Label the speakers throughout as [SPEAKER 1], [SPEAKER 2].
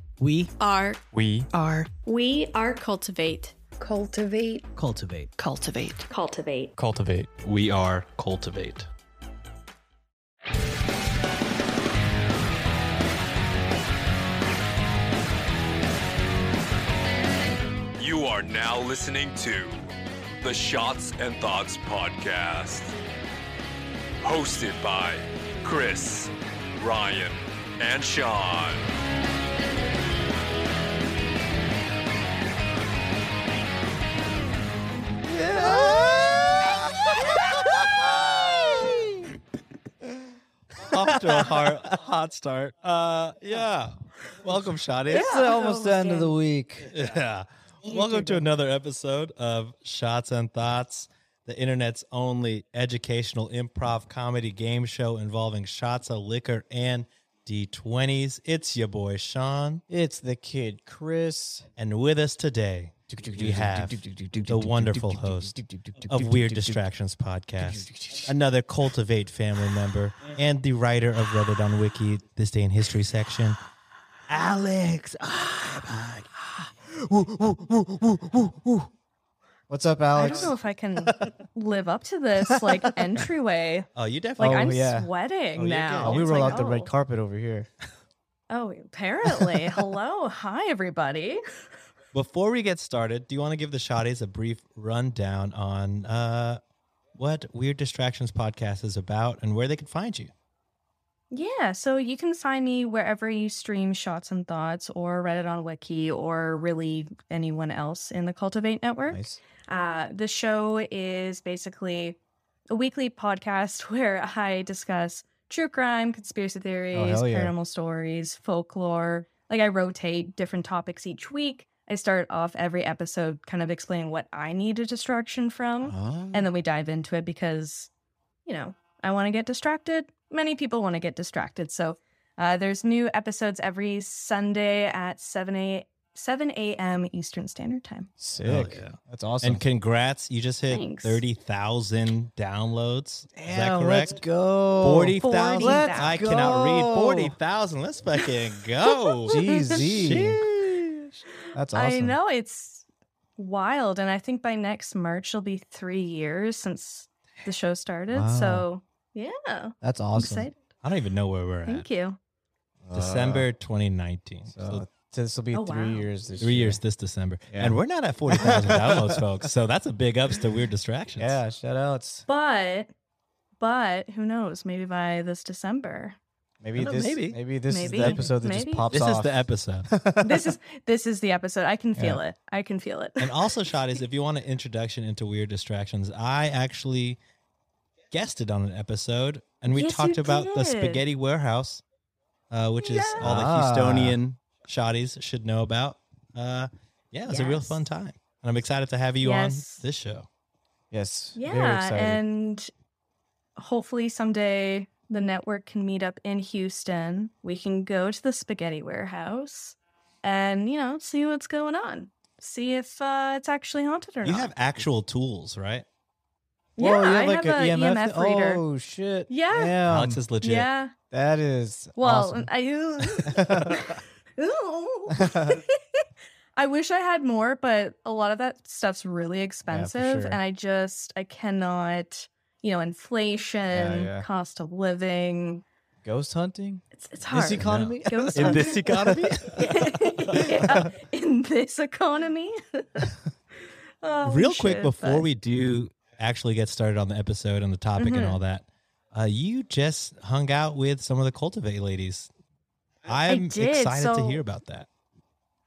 [SPEAKER 1] We
[SPEAKER 2] are
[SPEAKER 3] We
[SPEAKER 4] are
[SPEAKER 2] we are cultivate
[SPEAKER 4] cultivate
[SPEAKER 1] cultivate.
[SPEAKER 4] cultivate
[SPEAKER 2] cultivate
[SPEAKER 3] cultivate.
[SPEAKER 5] We are cultivate.
[SPEAKER 6] You are now listening to the Shots and Thoughts Podcast, hosted by Chris, Ryan, and Sean.
[SPEAKER 3] Off to a hard, hot start. Uh, yeah. Welcome, Shotty.
[SPEAKER 7] It's almost the end of the week.
[SPEAKER 3] Yeah. Welcome to another episode of Shots and Thoughts, the internet's only educational improv comedy game show involving shots of liquor and D20s. It's your boy Sean,
[SPEAKER 7] It's the kid Chris.
[SPEAKER 3] and with us today we have the wonderful host of Weird Distractions podcast, another Cultivate family member, and the writer of Reddit on Wiki, this day in history section, Alex.
[SPEAKER 7] What's up,
[SPEAKER 8] I don't
[SPEAKER 7] Alex?
[SPEAKER 8] know if I can live up to this like entryway.
[SPEAKER 3] Oh, you definitely
[SPEAKER 8] Like
[SPEAKER 7] Oh,
[SPEAKER 8] I'm
[SPEAKER 7] yeah.
[SPEAKER 8] sweating
[SPEAKER 3] Oh, you're
[SPEAKER 8] now.
[SPEAKER 7] Oh, we
[SPEAKER 8] It's
[SPEAKER 7] roll
[SPEAKER 8] like,
[SPEAKER 7] out the red
[SPEAKER 8] oh.
[SPEAKER 7] carpet over here.
[SPEAKER 8] Oh, apparently. Hello, hi everybody.
[SPEAKER 3] Before we get started, do you want to give the shotties a brief rundown on uh, what Weird Distractions podcast is about and where they can find you?
[SPEAKER 8] Yeah, so you can find me wherever you stream shots and thoughts, or Reddit on Wiki, or really anyone else in the Cultivate Network.
[SPEAKER 3] Nice.
[SPEAKER 8] Uh, the show is basically a weekly podcast where I discuss true crime, conspiracy theories,
[SPEAKER 7] Oh, hell yeah.
[SPEAKER 8] paranormal stories, folklore. Like I rotate different topics each week. I start off every episode kind of explaining what I need a distraction from,
[SPEAKER 7] Uh-huh.
[SPEAKER 3] Ah.
[SPEAKER 8] and then we dive into it because, you know, I want to get distracted. Many people want to get distracted. So uh, there's new episodes every Sunday at 7 a 7 a.m. Eastern Standard Time.
[SPEAKER 7] Sick.
[SPEAKER 3] yeah.
[SPEAKER 7] That's awesome.
[SPEAKER 3] And congrats, you just hit
[SPEAKER 8] Thanks.
[SPEAKER 3] 30,000 downloads. is that
[SPEAKER 7] Damn,
[SPEAKER 3] correct?
[SPEAKER 7] Let's go.
[SPEAKER 3] 40,000?
[SPEAKER 8] 40,000.
[SPEAKER 3] I cannot read
[SPEAKER 7] Go.
[SPEAKER 3] 40,000. Let's fucking go.
[SPEAKER 7] GZ.
[SPEAKER 3] Sheesh.
[SPEAKER 7] That's awesome.
[SPEAKER 8] I know it's wild, and I think by next March it'll be three years since the show started.
[SPEAKER 7] Wow.
[SPEAKER 8] So yeah, I'm
[SPEAKER 7] That's awesome.
[SPEAKER 8] excited.
[SPEAKER 3] I don't even know where we're at.
[SPEAKER 8] Thank you.
[SPEAKER 3] Uh, December 2019. So
[SPEAKER 7] Uh, So, Uh, so this will be
[SPEAKER 8] Oh,
[SPEAKER 7] three
[SPEAKER 8] wow.
[SPEAKER 7] years this
[SPEAKER 3] three
[SPEAKER 7] year.
[SPEAKER 3] years this December.
[SPEAKER 7] Yeah.
[SPEAKER 3] And we're not at 40,000 downloads, folks. So that's a big ups to Weird Distractions.
[SPEAKER 7] Yeah, shout outs.
[SPEAKER 8] But but who knows? Maybe by this December,
[SPEAKER 7] Maybe
[SPEAKER 3] know,
[SPEAKER 7] this
[SPEAKER 3] maybe.
[SPEAKER 7] maybe this is
[SPEAKER 8] Maybe.
[SPEAKER 7] the episode that just
[SPEAKER 8] Maybe.
[SPEAKER 7] pops
[SPEAKER 3] This
[SPEAKER 7] off.
[SPEAKER 3] is the episode.
[SPEAKER 8] this is this is the episode. I can feel it. I can feel it.
[SPEAKER 3] and also, Shotties, if you want an introduction into Weird Distractions, I actually guested on an episode and we
[SPEAKER 8] Yes, you
[SPEAKER 3] talked about the
[SPEAKER 8] did.
[SPEAKER 3] Spaghetti Warehouse, uh, which is all the
[SPEAKER 7] Yeah.
[SPEAKER 3] Houstonian Shotties should know about. Uh, yeah, it was a real
[SPEAKER 8] Yes.
[SPEAKER 3] fun time. And I'm excited to have you
[SPEAKER 8] Yes.
[SPEAKER 3] on this show.
[SPEAKER 7] Yes. Very
[SPEAKER 8] yeah,
[SPEAKER 7] excited.
[SPEAKER 8] and hopefully someday the network can meet up in Houston. We can go to the Spaghetti Warehouse and you know see what's going on. See if uh, it's actually haunted or
[SPEAKER 3] You
[SPEAKER 8] not.
[SPEAKER 3] have actual tools, right?
[SPEAKER 8] yeah,
[SPEAKER 7] Whoa, Oh, you
[SPEAKER 8] I
[SPEAKER 7] like
[SPEAKER 8] have a
[SPEAKER 7] an
[SPEAKER 8] EMF, reader.
[SPEAKER 7] Oh shit.
[SPEAKER 8] Yeah.
[SPEAKER 7] Damn.
[SPEAKER 3] Alex is legit.
[SPEAKER 8] Um, yeah.
[SPEAKER 7] that is
[SPEAKER 8] Well,
[SPEAKER 7] awesome.
[SPEAKER 8] I. Ooh. I wish I had more, but a lot of that stuff's really expensive,
[SPEAKER 7] sure.
[SPEAKER 8] and I just I cannot. You know, inflation,
[SPEAKER 7] yeah.
[SPEAKER 8] cost of living.
[SPEAKER 7] Ghost hunting?
[SPEAKER 8] It's it's hard.
[SPEAKER 7] This economy?
[SPEAKER 8] Ghost
[SPEAKER 3] In
[SPEAKER 8] hunting.
[SPEAKER 3] this economy?
[SPEAKER 8] yeah, in this economy. Oh,
[SPEAKER 3] Real quick
[SPEAKER 8] shit,
[SPEAKER 3] before
[SPEAKER 8] but-
[SPEAKER 3] we do actually get started on the episode and the topic and
[SPEAKER 8] Mhm.
[SPEAKER 3] all that, uh, you just hung out with some of the Cultivate ladies. I'm
[SPEAKER 8] did,
[SPEAKER 3] excited to
[SPEAKER 8] so-
[SPEAKER 3] hear about that.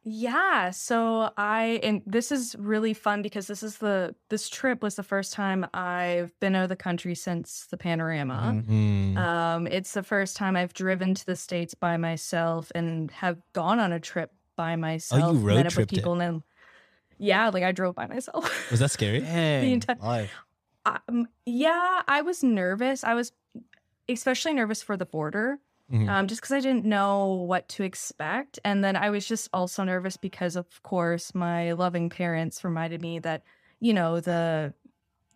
[SPEAKER 8] Yeah, so I and this is really fun because this is the this trip was the first time I've been out of the country since the panorama.
[SPEAKER 3] Mm.
[SPEAKER 8] Um, it's the first time I've driven to the states by myself and have gone on a trip by myself.
[SPEAKER 3] Oh, road
[SPEAKER 8] met up with
[SPEAKER 3] tripped it.
[SPEAKER 8] people and then, yeah, like I drove by myself.
[SPEAKER 3] Was that scary?
[SPEAKER 7] Dang,
[SPEAKER 8] entire-
[SPEAKER 7] life.
[SPEAKER 8] um, yeah, I was nervous. I was especially nervous for the border,
[SPEAKER 3] Mhm.
[SPEAKER 8] um, just because I didn't know what to expect. And then I was just also nervous because, of course, my loving parents reminded me that, you know, the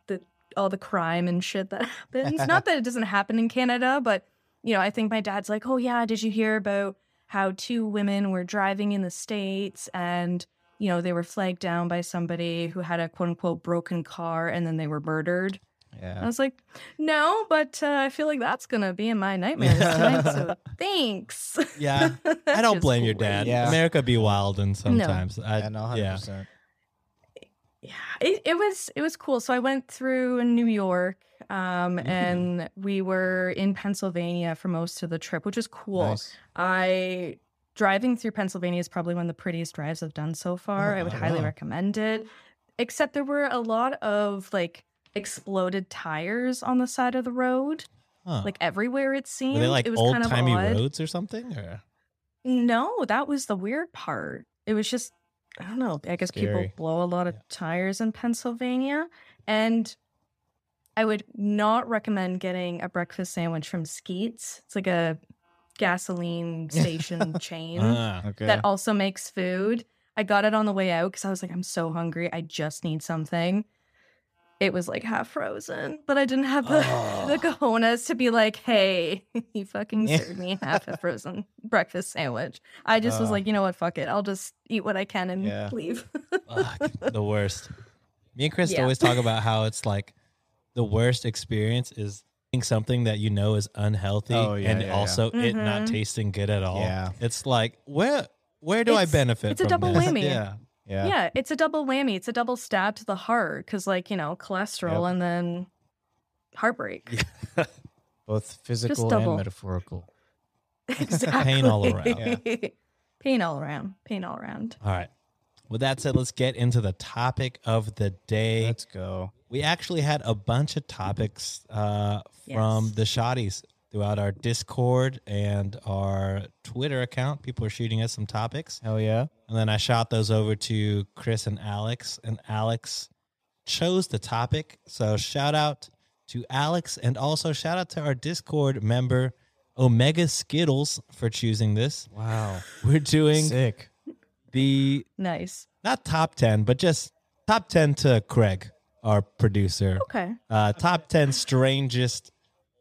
[SPEAKER 8] the all the crime and shit that happens. Not that it doesn't happen in Canada, but you know, I think my dad's like, "Oh yeah, did you hear about how two women were driving in the States and, you know, they were flagged down by somebody who had a quote unquote broken car and then they were murdered. I
[SPEAKER 7] Yeah.
[SPEAKER 8] was like, no, but uh, I feel like that's going to be in my nightmares tonight. So thanks.
[SPEAKER 3] Yeah. I don't blame your dad.
[SPEAKER 7] Yeah.
[SPEAKER 3] America be wild and sometimes. I,
[SPEAKER 7] Yeah, no, 100%.
[SPEAKER 3] yeah.
[SPEAKER 8] yeah it, it was it was cool so i went through in new york um
[SPEAKER 3] Mm.
[SPEAKER 8] and we were in pennsylvania for most of the trip which was cool
[SPEAKER 7] Nice.
[SPEAKER 8] i driving through pennsylvania is probably one of the prettiest drives i've done so far
[SPEAKER 3] Oh,
[SPEAKER 8] i would
[SPEAKER 3] I
[SPEAKER 8] highly
[SPEAKER 3] love.
[SPEAKER 8] recommend it except there were a lot of like exploded tires on the side of the road
[SPEAKER 3] Huh.
[SPEAKER 8] like everywhere it seemed
[SPEAKER 3] Were they like
[SPEAKER 8] it was
[SPEAKER 3] old
[SPEAKER 8] kind of
[SPEAKER 3] timey
[SPEAKER 8] odd.
[SPEAKER 3] roads or something? Or
[SPEAKER 8] No, that was the weird part. It was just I don't know. I guess
[SPEAKER 3] Scary.
[SPEAKER 8] people blow a lot of
[SPEAKER 3] Yeah.
[SPEAKER 8] tires in Pennsylvania, and I would not recommend getting a breakfast sandwich from Skeets. It's like a gasoline station chain
[SPEAKER 3] Ah.
[SPEAKER 7] Okay.
[SPEAKER 8] that also makes food. I got it on the way out because I was like, I'm so hungry. I just need something. It was like half frozen, but I didn't have the, the cojones to be like, hey, you fucking
[SPEAKER 7] Yeah.
[SPEAKER 8] served me half a frozen breakfast sandwich. I just was
[SPEAKER 7] Oh.
[SPEAKER 8] like, you know what? Fuck it. I'll just eat what I can and
[SPEAKER 7] Yeah.
[SPEAKER 8] leave.
[SPEAKER 3] Ugh, the worst. Me and Chris
[SPEAKER 8] Yeah.
[SPEAKER 3] always talk about how it's like the worst experience is eating something that you know is unhealthy
[SPEAKER 7] Oh, yeah,
[SPEAKER 3] and
[SPEAKER 7] yeah, yeah.
[SPEAKER 3] also it not
[SPEAKER 8] Mhm.
[SPEAKER 3] tasting good at all.
[SPEAKER 7] Yeah.
[SPEAKER 3] It's like where where do I
[SPEAKER 8] It's-
[SPEAKER 3] benefit?
[SPEAKER 8] it's a
[SPEAKER 3] from
[SPEAKER 8] double
[SPEAKER 3] this?
[SPEAKER 8] whammy.
[SPEAKER 3] Yeah.
[SPEAKER 7] yeah.
[SPEAKER 8] yeah. it's a double whammy. It's a double stab to the heart because, like, you know, cholesterol and then heartbreak.
[SPEAKER 7] Both physical
[SPEAKER 8] double.
[SPEAKER 7] and metaphorical.
[SPEAKER 8] exactly.
[SPEAKER 3] Pain all around.
[SPEAKER 8] Pain all around. Pain all around.
[SPEAKER 3] All right. With that said, let's get into the topic of the day.
[SPEAKER 7] Let's go.
[SPEAKER 3] we actually had a bunch of topics uh, from
[SPEAKER 8] Yes.
[SPEAKER 3] the shotties throughout our Discord and our Twitter account. People are shooting us some topics.
[SPEAKER 7] Hell yeah.
[SPEAKER 3] And then I shot those over to Chris and Alex, and Alex chose the topic. So shout out to Alex and also shout out to our Discord member, Omega Skittles, for choosing this.
[SPEAKER 7] Wow.
[SPEAKER 3] We're doing
[SPEAKER 7] Sick.
[SPEAKER 3] the
[SPEAKER 8] Nice.
[SPEAKER 3] not top 10, but just top 10 to Craig, our producer.
[SPEAKER 8] Okay.
[SPEAKER 3] Uh, top 10 strangest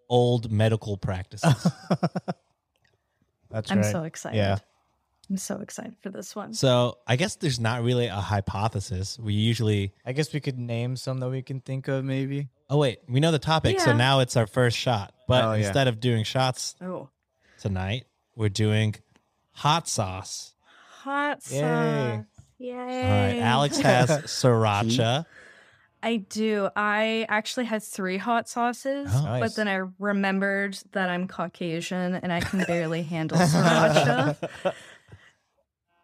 [SPEAKER 3] old medical practices.
[SPEAKER 7] That's
[SPEAKER 8] I'm
[SPEAKER 7] right.
[SPEAKER 8] so excited.
[SPEAKER 7] Yeah.
[SPEAKER 8] I'm so excited for this one.
[SPEAKER 3] so I guess there's not really a hypothesis. We usually,
[SPEAKER 7] I guess we could name some that we can think of, maybe.
[SPEAKER 3] oh, wait, we know the topic. So
[SPEAKER 8] Yeah.
[SPEAKER 3] now it's our first shot. But
[SPEAKER 7] Oh, yeah.
[SPEAKER 3] instead of doing shots
[SPEAKER 8] oh,
[SPEAKER 3] tonight, we're doing hot sauce.
[SPEAKER 8] hot
[SPEAKER 7] Yay.
[SPEAKER 8] sauce. Yay.
[SPEAKER 3] All right. Alex has sriracha.
[SPEAKER 8] I do. I actually had three hot sauces,
[SPEAKER 3] Oh.
[SPEAKER 7] Nice.
[SPEAKER 8] but then I remembered that I'm Caucasian and I can barely handle sriracha.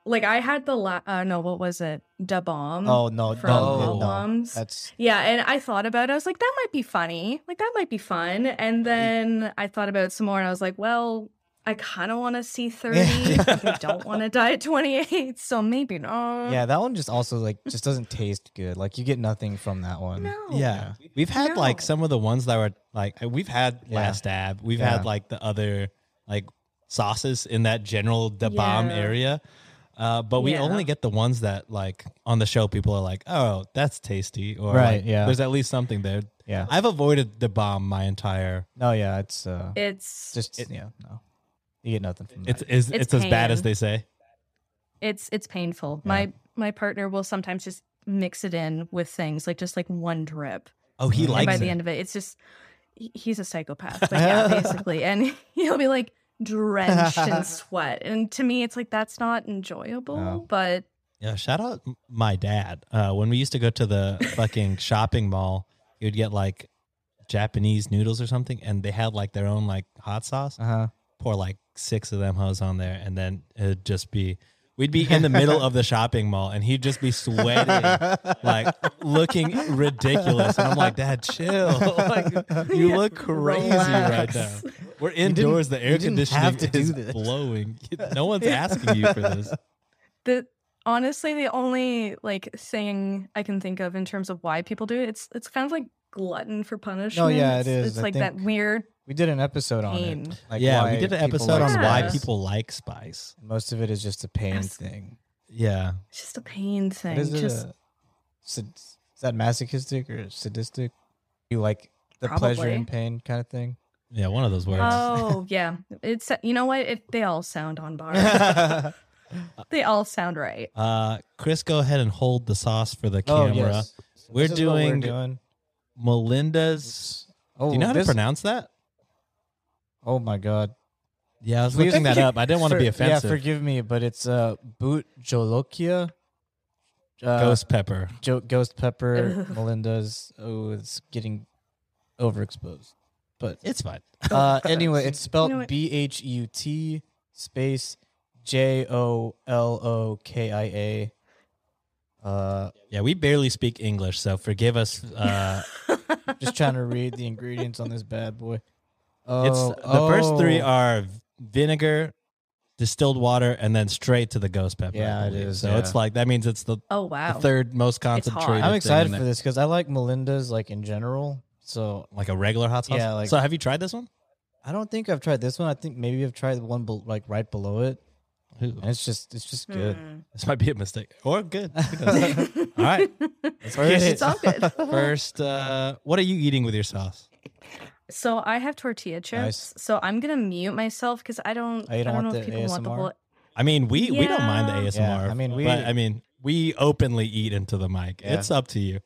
[SPEAKER 8] Like I had the la- uh, no, what was it? Da bomb.
[SPEAKER 7] Oh, no.
[SPEAKER 8] Mm. from
[SPEAKER 7] no, no,
[SPEAKER 8] Hoodlums.
[SPEAKER 7] That's
[SPEAKER 8] Yeah, and I thought about it. I was like, that might be funny. Like, that might be fun. And then I thought about it some more and I was like, well, I kind of want to see 30. I don't want to die at 28. So maybe not.
[SPEAKER 7] Yeah, that one just also like just doesn't taste good. Like you get nothing from that one.
[SPEAKER 8] No.
[SPEAKER 3] Yeah. We've had like
[SPEAKER 8] No.
[SPEAKER 3] some of the ones that were like uh, we've had
[SPEAKER 7] Yeah.
[SPEAKER 3] last dab. We've
[SPEAKER 7] Yeah.
[SPEAKER 3] had like the other like sauces in that general the bomb
[SPEAKER 8] Yeah.
[SPEAKER 3] area. Uh, but we
[SPEAKER 8] Yeah.
[SPEAKER 3] only get the ones that like on the show people are like, "Oh, that's tasty." Or
[SPEAKER 7] Right,
[SPEAKER 3] like,
[SPEAKER 7] yeah.
[SPEAKER 3] there's at least something there.
[SPEAKER 7] Yeah.
[SPEAKER 3] I've avoided the bomb my entire
[SPEAKER 7] No, yeah, it's uh
[SPEAKER 8] It's
[SPEAKER 7] just yeah, no. You get nothing from that.
[SPEAKER 3] it's it's, it's,
[SPEAKER 8] It's
[SPEAKER 3] as bad
[SPEAKER 8] pain.
[SPEAKER 3] as they say.
[SPEAKER 8] it's it's painful. My my partner will sometimes just mix it in with things, like just like one drip.
[SPEAKER 3] Oh, he
[SPEAKER 7] And
[SPEAKER 8] and by
[SPEAKER 3] likes
[SPEAKER 8] the
[SPEAKER 3] it.
[SPEAKER 8] end of it, it's just he- he's a psychopath. But yeah, basically, and he'll be like drenched in sweat. And to me, it's like that's not enjoyable.
[SPEAKER 7] No.
[SPEAKER 8] But
[SPEAKER 3] Yeah, shout out m- my dad. Uh, when we used to go to the fucking shopping mall, he would get like Japanese noodles or something, and they had like their own like hot sauce.
[SPEAKER 7] uh-huh.
[SPEAKER 3] Pour like six of them hoes on there, and then it'd just be we'd be in the middle of the shopping mall, and he'd just be sweating, like looking ridiculous. And I'm like, Dad, chill. like, you look crazy right now.
[SPEAKER 8] Relax.
[SPEAKER 3] We're indoors. The air
[SPEAKER 7] you didn't
[SPEAKER 3] conditioning
[SPEAKER 7] have to
[SPEAKER 3] is
[SPEAKER 7] do this.
[SPEAKER 3] blowing. No one's asking you for this.
[SPEAKER 8] the honestly the only like thing i can think of in terms of why people do it it's it's kind of like glutton for punishment
[SPEAKER 7] Oh, yeah, it
[SPEAKER 8] it's,
[SPEAKER 7] is.
[SPEAKER 8] it's
[SPEAKER 7] I
[SPEAKER 8] like that
[SPEAKER 7] think
[SPEAKER 8] weird
[SPEAKER 7] We did an episode on
[SPEAKER 8] Pain.
[SPEAKER 7] it. Like
[SPEAKER 3] yeah,
[SPEAKER 7] why
[SPEAKER 3] we did an
[SPEAKER 7] people
[SPEAKER 3] episode
[SPEAKER 7] like
[SPEAKER 3] on why
[SPEAKER 8] spice.
[SPEAKER 3] people like spice.
[SPEAKER 7] Most of it is just a pain
[SPEAKER 8] Yes.
[SPEAKER 7] thing.
[SPEAKER 3] Yeah.
[SPEAKER 8] it's just a pain
[SPEAKER 7] What
[SPEAKER 8] thing
[SPEAKER 7] is it?
[SPEAKER 8] just
[SPEAKER 7] uh, sad- is that masochistic or sadistic? You like the pleasure
[SPEAKER 8] Probably.
[SPEAKER 7] and pain kind of thing?
[SPEAKER 3] Yeah, one of those words.
[SPEAKER 8] Oh yeah, it's you know what? It, they all sound on bar.
[SPEAKER 7] oh,
[SPEAKER 8] they all sound right.
[SPEAKER 3] Uh, Chris, go ahead and hold the sauce for the camera.
[SPEAKER 7] Oh, yes. So
[SPEAKER 3] Oh, We're
[SPEAKER 7] this is what
[SPEAKER 3] doing-
[SPEAKER 7] doing.
[SPEAKER 3] Melinda's.
[SPEAKER 7] Oh,
[SPEAKER 3] Do you know how to
[SPEAKER 7] this-
[SPEAKER 3] pronounce that?
[SPEAKER 7] Oh my god.
[SPEAKER 3] Yeah, I was
[SPEAKER 7] Please-
[SPEAKER 3] looking that up. I didn't want to
[SPEAKER 7] For-
[SPEAKER 3] be offensive.
[SPEAKER 7] Yeah, forgive me, but it's uh boot jolokia. Uh,
[SPEAKER 3] Ghost pepper.
[SPEAKER 7] jo- ghost pepper Melinda's. Oh, it's getting overexposed. But
[SPEAKER 3] It's fine.
[SPEAKER 7] uh, anyway, it's
[SPEAKER 8] You know
[SPEAKER 7] spelled
[SPEAKER 8] what?
[SPEAKER 7] B H U T space J O L O K I A. Uh,
[SPEAKER 3] Yeah, we barely speak English, so forgive us. Uh,
[SPEAKER 7] just trying to read the ingredients on this bad boy.
[SPEAKER 3] it's
[SPEAKER 7] Oh,
[SPEAKER 3] the first three
[SPEAKER 7] oh.
[SPEAKER 3] are vinegar, distilled water, and then straight to the ghost pepper. I
[SPEAKER 7] Yeah, it
[SPEAKER 3] believe.
[SPEAKER 7] is,
[SPEAKER 3] So it's
[SPEAKER 5] yeah.
[SPEAKER 3] like that means it's the,
[SPEAKER 8] Oh
[SPEAKER 3] the
[SPEAKER 8] wow.
[SPEAKER 3] third most concentrated.
[SPEAKER 7] I'm
[SPEAKER 3] thing
[SPEAKER 7] excited
[SPEAKER 3] in
[SPEAKER 7] for
[SPEAKER 3] there.
[SPEAKER 7] this because I like Melinda's like in general. So
[SPEAKER 3] Like a regular hot sauce.
[SPEAKER 7] Yeah, like-
[SPEAKER 3] so have you tried this one?
[SPEAKER 7] I don't think I've tried this one. I think maybe I've tried the one bel like right below it,
[SPEAKER 3] Ooh,
[SPEAKER 7] and it's just it's just good.
[SPEAKER 3] this might be a mistake or good. Who knows? All right.
[SPEAKER 7] First-
[SPEAKER 8] It's all good.
[SPEAKER 3] First, uh, what are you eating with your sauce?
[SPEAKER 8] So I have tortilla chips.
[SPEAKER 7] Nice.
[SPEAKER 8] So I'm gonna mute myself because I don't.
[SPEAKER 7] Oh, you don't
[SPEAKER 8] I don't
[SPEAKER 7] want
[SPEAKER 8] know
[SPEAKER 7] the
[SPEAKER 8] if people want the
[SPEAKER 7] ASMR?
[SPEAKER 8] whole.
[SPEAKER 3] I mean, we we don't mind
[SPEAKER 8] Yeah.
[SPEAKER 3] the ASMR.
[SPEAKER 7] Yeah, I mean, we-
[SPEAKER 3] but, I mean, we openly eat into the mic.
[SPEAKER 7] Yeah.
[SPEAKER 3] It's up to you.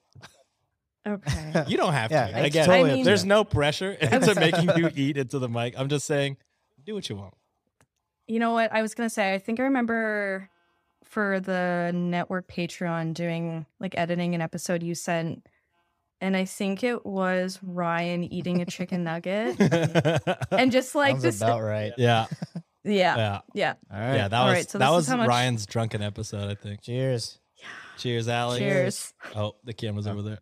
[SPEAKER 8] Okay.
[SPEAKER 3] You don't have
[SPEAKER 7] Yeah,
[SPEAKER 3] to.
[SPEAKER 7] it's
[SPEAKER 3] Again,
[SPEAKER 7] totally
[SPEAKER 8] I mean-
[SPEAKER 3] there's no pressure into making you eat into the mic. I'm just saying, do what you want.
[SPEAKER 8] you know what I was gonna say? I think I remember for the network Patreon doing like editing an episode you sent, and I think it was Ryan eating a chicken nugget and just like
[SPEAKER 7] Sounds
[SPEAKER 8] just
[SPEAKER 7] about right.
[SPEAKER 3] yeah,
[SPEAKER 8] yeah
[SPEAKER 3] yeah,
[SPEAKER 8] yeah.
[SPEAKER 7] All right.
[SPEAKER 3] yeah. That
[SPEAKER 8] All
[SPEAKER 3] was
[SPEAKER 8] right, so
[SPEAKER 3] that
[SPEAKER 8] this is
[SPEAKER 3] was
[SPEAKER 8] how much-
[SPEAKER 3] Ryan's drunken episode. I think.
[SPEAKER 7] Cheers.
[SPEAKER 3] Cheers, Alex.
[SPEAKER 8] Cheers.
[SPEAKER 3] Oh, the camera's over there.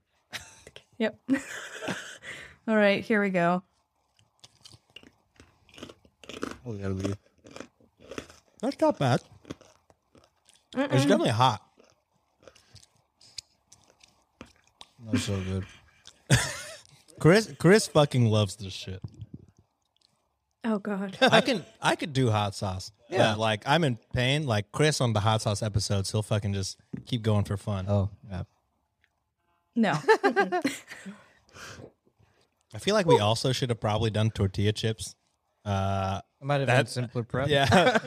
[SPEAKER 8] Yep. All right, here we go.
[SPEAKER 3] That's not bad. It's definitely hot.
[SPEAKER 7] That's so good.
[SPEAKER 3] Chris, Chris fucking loves this shit.
[SPEAKER 8] Oh God.
[SPEAKER 3] I can I could do hot sauce. Yeah, like I'm in pain. Like Chris on the hot sauce episodes, he'll fucking just keep going for fun.
[SPEAKER 7] Oh, yeah.
[SPEAKER 8] No.
[SPEAKER 3] I feel like we also should have probably done tortilla chips. Uh,
[SPEAKER 7] It might have
[SPEAKER 3] That-
[SPEAKER 7] been simpler prep.
[SPEAKER 3] yeah.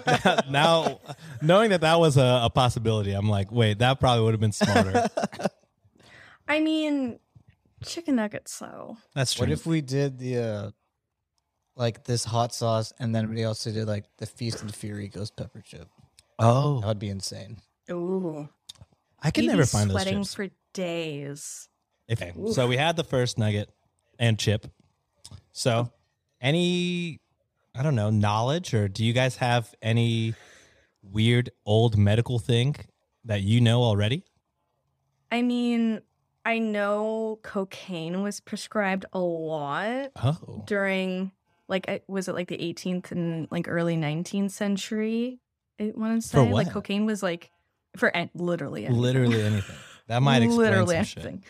[SPEAKER 3] now, knowing that that was a, a possibility, I'm like, wait, that probably would have been smarter.
[SPEAKER 8] I mean, chicken nuggets though.
[SPEAKER 3] That's true.
[SPEAKER 7] What if we did the uh like this hot sauce, and then we also did like the Feast and Fury ghost pepper chip?
[SPEAKER 3] oh,
[SPEAKER 7] That would be insane.
[SPEAKER 8] Ooh.
[SPEAKER 3] I can
[SPEAKER 8] You'd
[SPEAKER 3] never
[SPEAKER 8] be
[SPEAKER 3] find those
[SPEAKER 8] sweating
[SPEAKER 3] chips.
[SPEAKER 8] for days.
[SPEAKER 3] If- so we had the first nugget and chip. So, any, I don't know, knowledge or do you guys have any weird old medical thing that you know already?
[SPEAKER 8] I mean, I know cocaine was prescribed a lot
[SPEAKER 3] Oh,
[SPEAKER 8] during like I- was it like the 18th and like early 19th century? I want to say like
[SPEAKER 3] what?
[SPEAKER 8] cocaine was like for an- literally anything.
[SPEAKER 3] literally anything. That might explain
[SPEAKER 8] literally
[SPEAKER 3] some shit.
[SPEAKER 8] anything.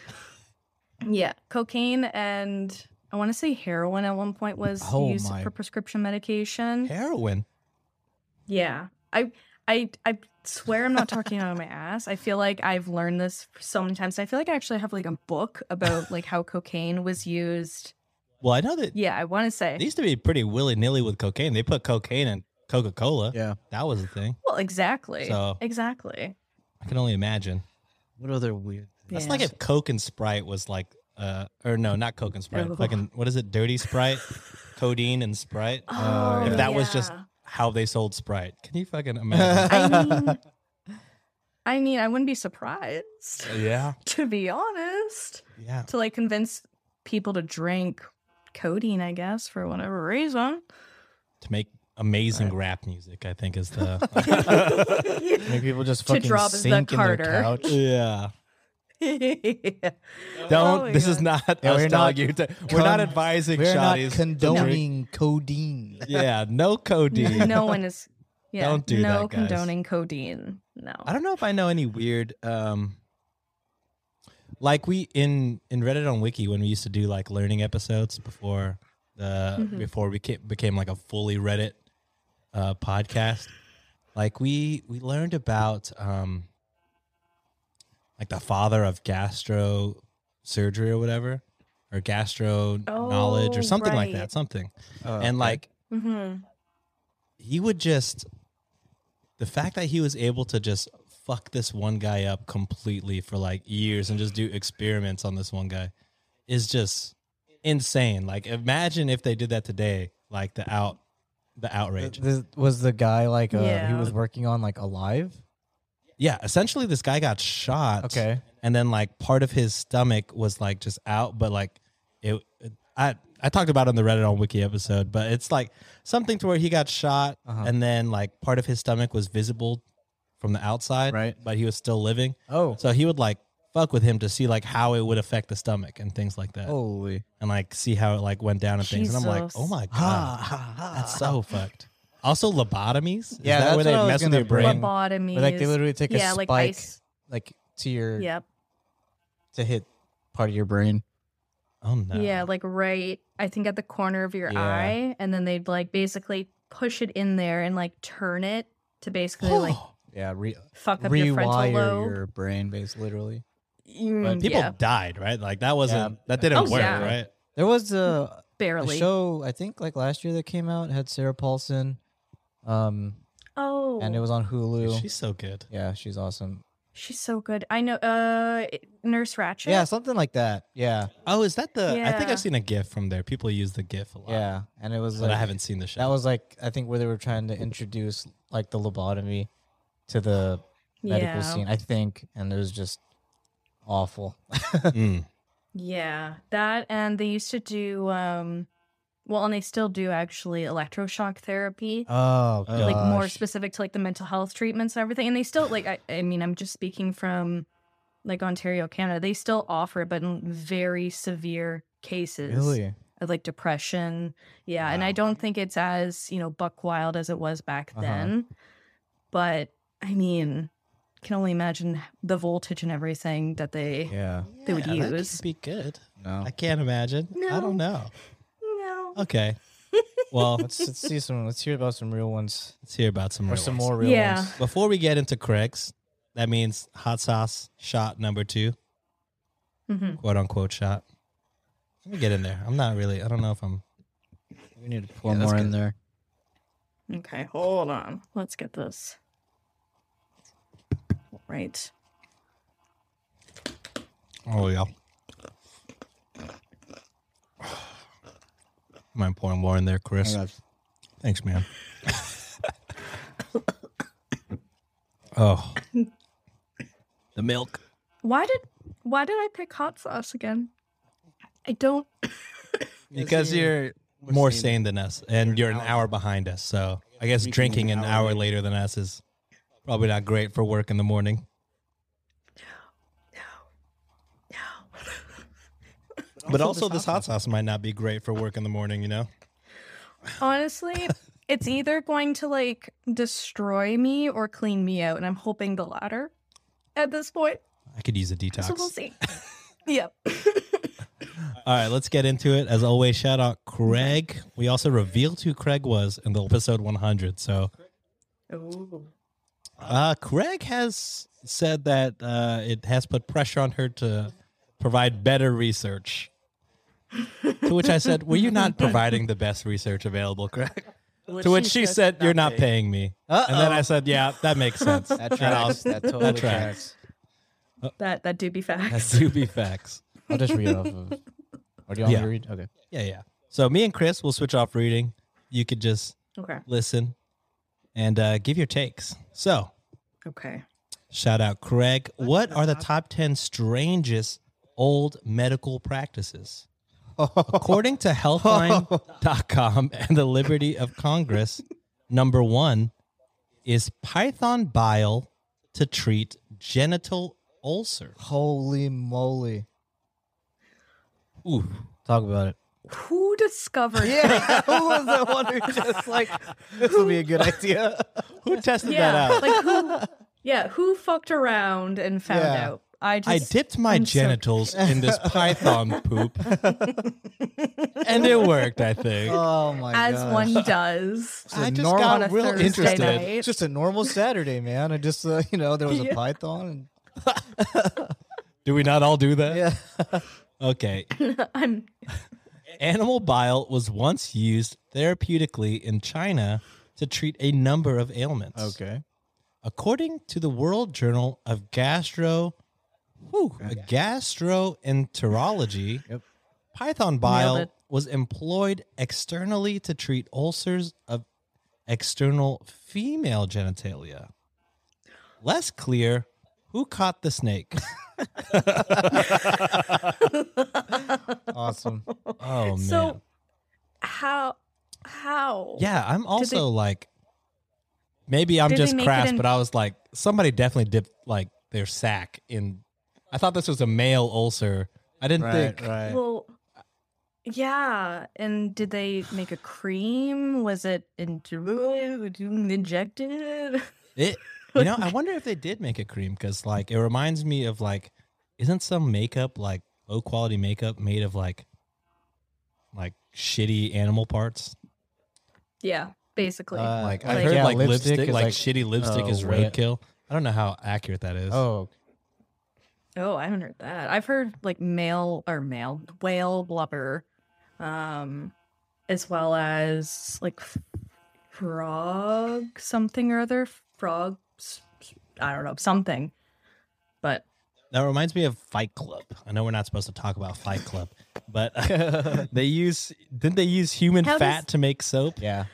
[SPEAKER 8] Yeah, cocaine and I want to say heroin at one point was
[SPEAKER 7] Oh
[SPEAKER 8] used
[SPEAKER 7] my-
[SPEAKER 8] for prescription medication.
[SPEAKER 3] Heroin.
[SPEAKER 8] Yeah. I I I swear I'm not talking out of my ass. I feel like I've learned this so many times. I feel like I actually have like a book about like how cocaine was used.
[SPEAKER 3] Well, I know that
[SPEAKER 8] Yeah, I want to say.
[SPEAKER 3] They used to be pretty willy nilly with cocaine. They put cocaine in Coca Cola.
[SPEAKER 7] Yeah.
[SPEAKER 3] That was the thing.
[SPEAKER 8] well, exactly.
[SPEAKER 3] So-
[SPEAKER 8] Exactly.
[SPEAKER 3] I can only imagine.
[SPEAKER 7] What other weird?
[SPEAKER 3] That's
[SPEAKER 8] Yeah.
[SPEAKER 3] like if Coke and Sprite was like, uh, or no, not Coke and Sprite.
[SPEAKER 8] Ooh.
[SPEAKER 3] Fucking, what is it? Dirty Sprite, codeine and Sprite. Uh,
[SPEAKER 8] Oh,
[SPEAKER 3] if that was just
[SPEAKER 8] yeah.
[SPEAKER 3] how they sold Sprite, can you fucking imagine?
[SPEAKER 8] I mean I mean, I wouldn't be surprised
[SPEAKER 3] yeah.
[SPEAKER 8] to be honest
[SPEAKER 3] Yeah.
[SPEAKER 8] to like convince people to drink codeine, I guess, for whatever reason.
[SPEAKER 3] To make amazing rap music, I think is the.
[SPEAKER 7] Make people just
[SPEAKER 8] To
[SPEAKER 7] fucking
[SPEAKER 8] drop the
[SPEAKER 7] sink in their
[SPEAKER 8] Carter.
[SPEAKER 7] couch.
[SPEAKER 3] yeah.
[SPEAKER 8] Yeah.
[SPEAKER 3] Don't.
[SPEAKER 8] Oh my
[SPEAKER 3] this is
[SPEAKER 8] God.
[SPEAKER 3] not
[SPEAKER 7] Yeah,
[SPEAKER 3] us
[SPEAKER 7] we're not
[SPEAKER 3] telling you. To, we're not
[SPEAKER 7] con-
[SPEAKER 3] advising
[SPEAKER 7] We're not
[SPEAKER 3] shotties.
[SPEAKER 7] condoning codeine.
[SPEAKER 3] yeah. No codeine.
[SPEAKER 8] no one is. Yeah,
[SPEAKER 3] Don't do
[SPEAKER 8] no
[SPEAKER 3] that, guys.
[SPEAKER 8] condoning codeine. No.
[SPEAKER 3] I don't know if I know any weird um like we in in Reddit on Wiki when we used to do like learning episodes before the
[SPEAKER 8] Mhm.
[SPEAKER 3] before we ca- became like a fully Reddit uh podcast. Like we we learned about um like the father of gastro surgery or whatever. or gastro knowledge or
[SPEAKER 8] Oh,
[SPEAKER 3] something like
[SPEAKER 8] right.
[SPEAKER 3] that, something.
[SPEAKER 7] Uh,
[SPEAKER 3] and like
[SPEAKER 8] Mm-hmm.
[SPEAKER 3] he would just the fact that he was able to just fuck this one guy up completely for like years and just do experiments on this one guy is just insane. Like imagine if they did that today, like the out the outrage.
[SPEAKER 7] This, was Uh, the guy like uh, he
[SPEAKER 8] Yeah.
[SPEAKER 7] was working on like alive?
[SPEAKER 3] Yeah, essentially this guy got shot.
[SPEAKER 7] Okay.
[SPEAKER 3] And then like part of his stomach was like just out, but like it I I talked about it on the Reddit on Wiki episode, but it's like something to where he got shot
[SPEAKER 7] Uh-huh.
[SPEAKER 3] and then like part of his stomach was visible from the outside,
[SPEAKER 7] Right.
[SPEAKER 3] but he was still living.
[SPEAKER 7] Oh,
[SPEAKER 3] So he would like fuck with him to see like how it would affect the stomach and things like that.
[SPEAKER 7] holy!
[SPEAKER 3] And like see how it like went down and things. And I'm like,
[SPEAKER 8] Jesus.
[SPEAKER 3] "Oh my
[SPEAKER 7] Ah.
[SPEAKER 3] god. That's so fucked." Also lobotomies? Is
[SPEAKER 7] Yeah,
[SPEAKER 3] that
[SPEAKER 7] that's
[SPEAKER 3] where they
[SPEAKER 7] what I was
[SPEAKER 3] mess with
[SPEAKER 7] gonna
[SPEAKER 3] your brain?
[SPEAKER 7] bring.
[SPEAKER 8] Lobotomy.
[SPEAKER 7] But like they literally take a
[SPEAKER 8] yeah, like
[SPEAKER 7] spike like,
[SPEAKER 8] ice.
[SPEAKER 7] to your
[SPEAKER 8] Yep.
[SPEAKER 7] to hit part of your brain.
[SPEAKER 3] Oh no.
[SPEAKER 8] Yeah, like right, I think at the corner of your
[SPEAKER 7] Yeah.
[SPEAKER 8] eye, and then they'd like basically push it in there and like turn it to basically like
[SPEAKER 7] Yeah, re-
[SPEAKER 8] fuck up your frontal
[SPEAKER 7] rewire
[SPEAKER 8] lobe.
[SPEAKER 7] your brain base literally.
[SPEAKER 8] Mm,
[SPEAKER 7] but
[SPEAKER 3] People
[SPEAKER 8] yeah,
[SPEAKER 3] died, right? Like that wasn't
[SPEAKER 7] Yeah.
[SPEAKER 3] that didn't
[SPEAKER 8] Oh,
[SPEAKER 3] work,
[SPEAKER 8] yeah.
[SPEAKER 3] right?
[SPEAKER 7] There was a, a
[SPEAKER 8] barely.
[SPEAKER 7] show I think like last year that came out had Sarah Paulson, um,
[SPEAKER 8] oh,
[SPEAKER 7] and it was on
[SPEAKER 3] Dude,
[SPEAKER 7] Hulu.
[SPEAKER 3] She's so good.
[SPEAKER 7] yeah, she's awesome.
[SPEAKER 8] she's so good. I know. Uh, Nurse Ratchet.
[SPEAKER 7] Yeah, something like that. Yeah,
[SPEAKER 3] Oh, is that the? I think
[SPEAKER 8] Yeah.
[SPEAKER 3] I've seen a GIF from there. People use the GIF a lot.
[SPEAKER 7] yeah, and it was
[SPEAKER 3] but
[SPEAKER 7] like
[SPEAKER 3] I haven't seen the show.
[SPEAKER 7] that was like I think where they were trying to introduce like the lobotomy to the medical
[SPEAKER 8] yeah.
[SPEAKER 7] scene. I think, and it was just awful.
[SPEAKER 3] Mm.
[SPEAKER 8] Yeah, that and they used to do um, well, and they still do actually electroshock therapy.
[SPEAKER 7] Oh,
[SPEAKER 8] like more
[SPEAKER 7] gosh.
[SPEAKER 8] specific to like the mental health treatments and everything. And they still like I, I mean, I'm just speaking from like Ontario, Canada. They still offer it, but in very severe cases
[SPEAKER 7] Really?
[SPEAKER 8] of like depression. Yeah, and I
[SPEAKER 7] Wow.
[SPEAKER 8] don't think it's as you know buck wild as it was back
[SPEAKER 7] Uh-huh.
[SPEAKER 8] then. But I mean, can only imagine the voltage and everything that they.
[SPEAKER 7] Yeah.
[SPEAKER 8] They would
[SPEAKER 3] Yeah, that could
[SPEAKER 8] use.
[SPEAKER 3] be good.
[SPEAKER 7] No.
[SPEAKER 3] I can't imagine. I
[SPEAKER 8] No.
[SPEAKER 3] don't know.
[SPEAKER 8] No.
[SPEAKER 3] Okay. Well,
[SPEAKER 7] Let's, let's see some. Let's hear about some real ones
[SPEAKER 3] let's hear about some
[SPEAKER 7] or
[SPEAKER 3] real
[SPEAKER 7] some
[SPEAKER 3] ones.
[SPEAKER 7] more real
[SPEAKER 8] Yeah.
[SPEAKER 7] ones.
[SPEAKER 3] Before we get into Craig's, that means hot sauce shot number two,
[SPEAKER 8] hmm
[SPEAKER 3] quote unquote shot. Let me get in there. I'm not really. I don't know if I'm.
[SPEAKER 7] We need to pour
[SPEAKER 5] Yeah, that's
[SPEAKER 7] more in
[SPEAKER 5] good.
[SPEAKER 7] there.
[SPEAKER 8] Okay, hold on. Let's get this. Right.
[SPEAKER 3] Oh yeah. Mind pouring more in there, Chris? Thanks, man. oh, the milk.
[SPEAKER 8] Why did why did I pick hot sauce again? I don't
[SPEAKER 3] Because you're more sane than us, and you're an hour behind us. So I guess drinking an hour later than us is probably not great for work in the morning. But also, this hot sauce might not be great for work in the morning. You know,
[SPEAKER 8] honestly it's either going to like destroy me or clean me out and I'm hoping the latter at this point.
[SPEAKER 3] I could use a detox.
[SPEAKER 8] So we'll see. yep.
[SPEAKER 3] All right, let's get into it. As always, shout out Craig. We also revealed who Craig was in the episode 100. So, uh, Craig has said that uh, it has put pressure on her to provide better research. to which I said, "Were you not providing the best research available, Craig?" to which she said, "You're not paying me." And then I said, "Yeah, that makes sense.
[SPEAKER 7] That tracks.
[SPEAKER 3] I'll-
[SPEAKER 7] That totally
[SPEAKER 3] tracks.
[SPEAKER 7] tracks.
[SPEAKER 8] That that do be
[SPEAKER 3] That's
[SPEAKER 8] facts.
[SPEAKER 3] do be facts."
[SPEAKER 7] I'll just read off of. Or do you want me
[SPEAKER 3] Yeah.
[SPEAKER 7] to read? Okay.
[SPEAKER 3] Yeah, yeah. So me and Chris will switch off reading. You could just
[SPEAKER 8] Okay.
[SPEAKER 3] listen, and uh, give your takes. So,
[SPEAKER 8] Okay.
[SPEAKER 3] shout out Craig. What are the top 10 strangest old medical practices? According to Healthline.com and the Liberty of Congress, number one is python bile to treat genital ulcer.
[SPEAKER 7] Holy moly!
[SPEAKER 3] Ooh.
[SPEAKER 7] Talk about it.
[SPEAKER 8] Who discovered
[SPEAKER 7] Yeah. Who was the one who just like this will be a good idea?
[SPEAKER 3] Who tested that
[SPEAKER 8] Yeah.
[SPEAKER 3] out?
[SPEAKER 8] Like who Yeah, who fucked around and found
[SPEAKER 7] Yeah.
[SPEAKER 8] out? I
[SPEAKER 3] I
[SPEAKER 8] just
[SPEAKER 3] dipped my
[SPEAKER 8] I'm so-
[SPEAKER 3] genitals in this python poop, and it worked, I think.
[SPEAKER 8] Uh,
[SPEAKER 7] Oh my god.
[SPEAKER 8] as one does.
[SPEAKER 7] It's a
[SPEAKER 3] I just
[SPEAKER 7] normal-
[SPEAKER 3] got
[SPEAKER 8] On a
[SPEAKER 3] real
[SPEAKER 8] Thursday
[SPEAKER 3] interested.
[SPEAKER 8] night.
[SPEAKER 7] Just a normal Saturday, man. I just uh, you know there was a
[SPEAKER 8] Yeah.
[SPEAKER 7] python.
[SPEAKER 3] Do we not all do that?
[SPEAKER 7] And, yeah.
[SPEAKER 3] Okay.
[SPEAKER 8] I'm
[SPEAKER 3] Animal bile was once used therapeutically in China to treat a number of ailments.
[SPEAKER 7] Okay.
[SPEAKER 3] According to the World Journal of Gastro whew, Gastroenterology,
[SPEAKER 7] Yep.
[SPEAKER 3] python bile
[SPEAKER 8] it.
[SPEAKER 3] was employed externally to treat ulcers of external female genitalia. Less clear who caught the snake.
[SPEAKER 7] Awesome.
[SPEAKER 3] Oh man.
[SPEAKER 8] so how how
[SPEAKER 3] Yeah, I'm also
[SPEAKER 8] they-
[SPEAKER 3] like, maybe I'm
[SPEAKER 8] Did they
[SPEAKER 3] just
[SPEAKER 8] make it
[SPEAKER 3] crass,
[SPEAKER 8] in-
[SPEAKER 3] but I was like, somebody definitely dipped like their sack in. I thought this was a male ulcer. I didn't
[SPEAKER 7] right.
[SPEAKER 3] think.
[SPEAKER 7] Right.
[SPEAKER 8] Well, yeah. And did they make a cream? Was it in- injected?
[SPEAKER 3] It, you know, I wonder if they did make a cream because like it reminds me of like, isn't some makeup like low quality makeup made of like, like shitty animal parts?
[SPEAKER 8] Yeah, basically.
[SPEAKER 7] Uh,
[SPEAKER 3] Like, I
[SPEAKER 8] like-
[SPEAKER 3] heard
[SPEAKER 7] yeah,
[SPEAKER 3] like
[SPEAKER 7] lipstick
[SPEAKER 3] lipstick,
[SPEAKER 7] is
[SPEAKER 3] like,
[SPEAKER 7] like-
[SPEAKER 3] shitty lipstick
[SPEAKER 7] oh,
[SPEAKER 3] is
[SPEAKER 7] wait.
[SPEAKER 3] roadkill. I don't know how accurate that is.
[SPEAKER 7] oh,
[SPEAKER 8] oh, I haven't heard that. I've heard like male or male whale blubber, um, as well as like f- frog something or other. Frog, s- s- I don't know, something. But
[SPEAKER 3] That reminds me of Fight Club. I know we're not supposed to talk about Fight Club, but they use didn't they use human
[SPEAKER 8] How does-
[SPEAKER 3] fat to make soap?
[SPEAKER 7] yeah.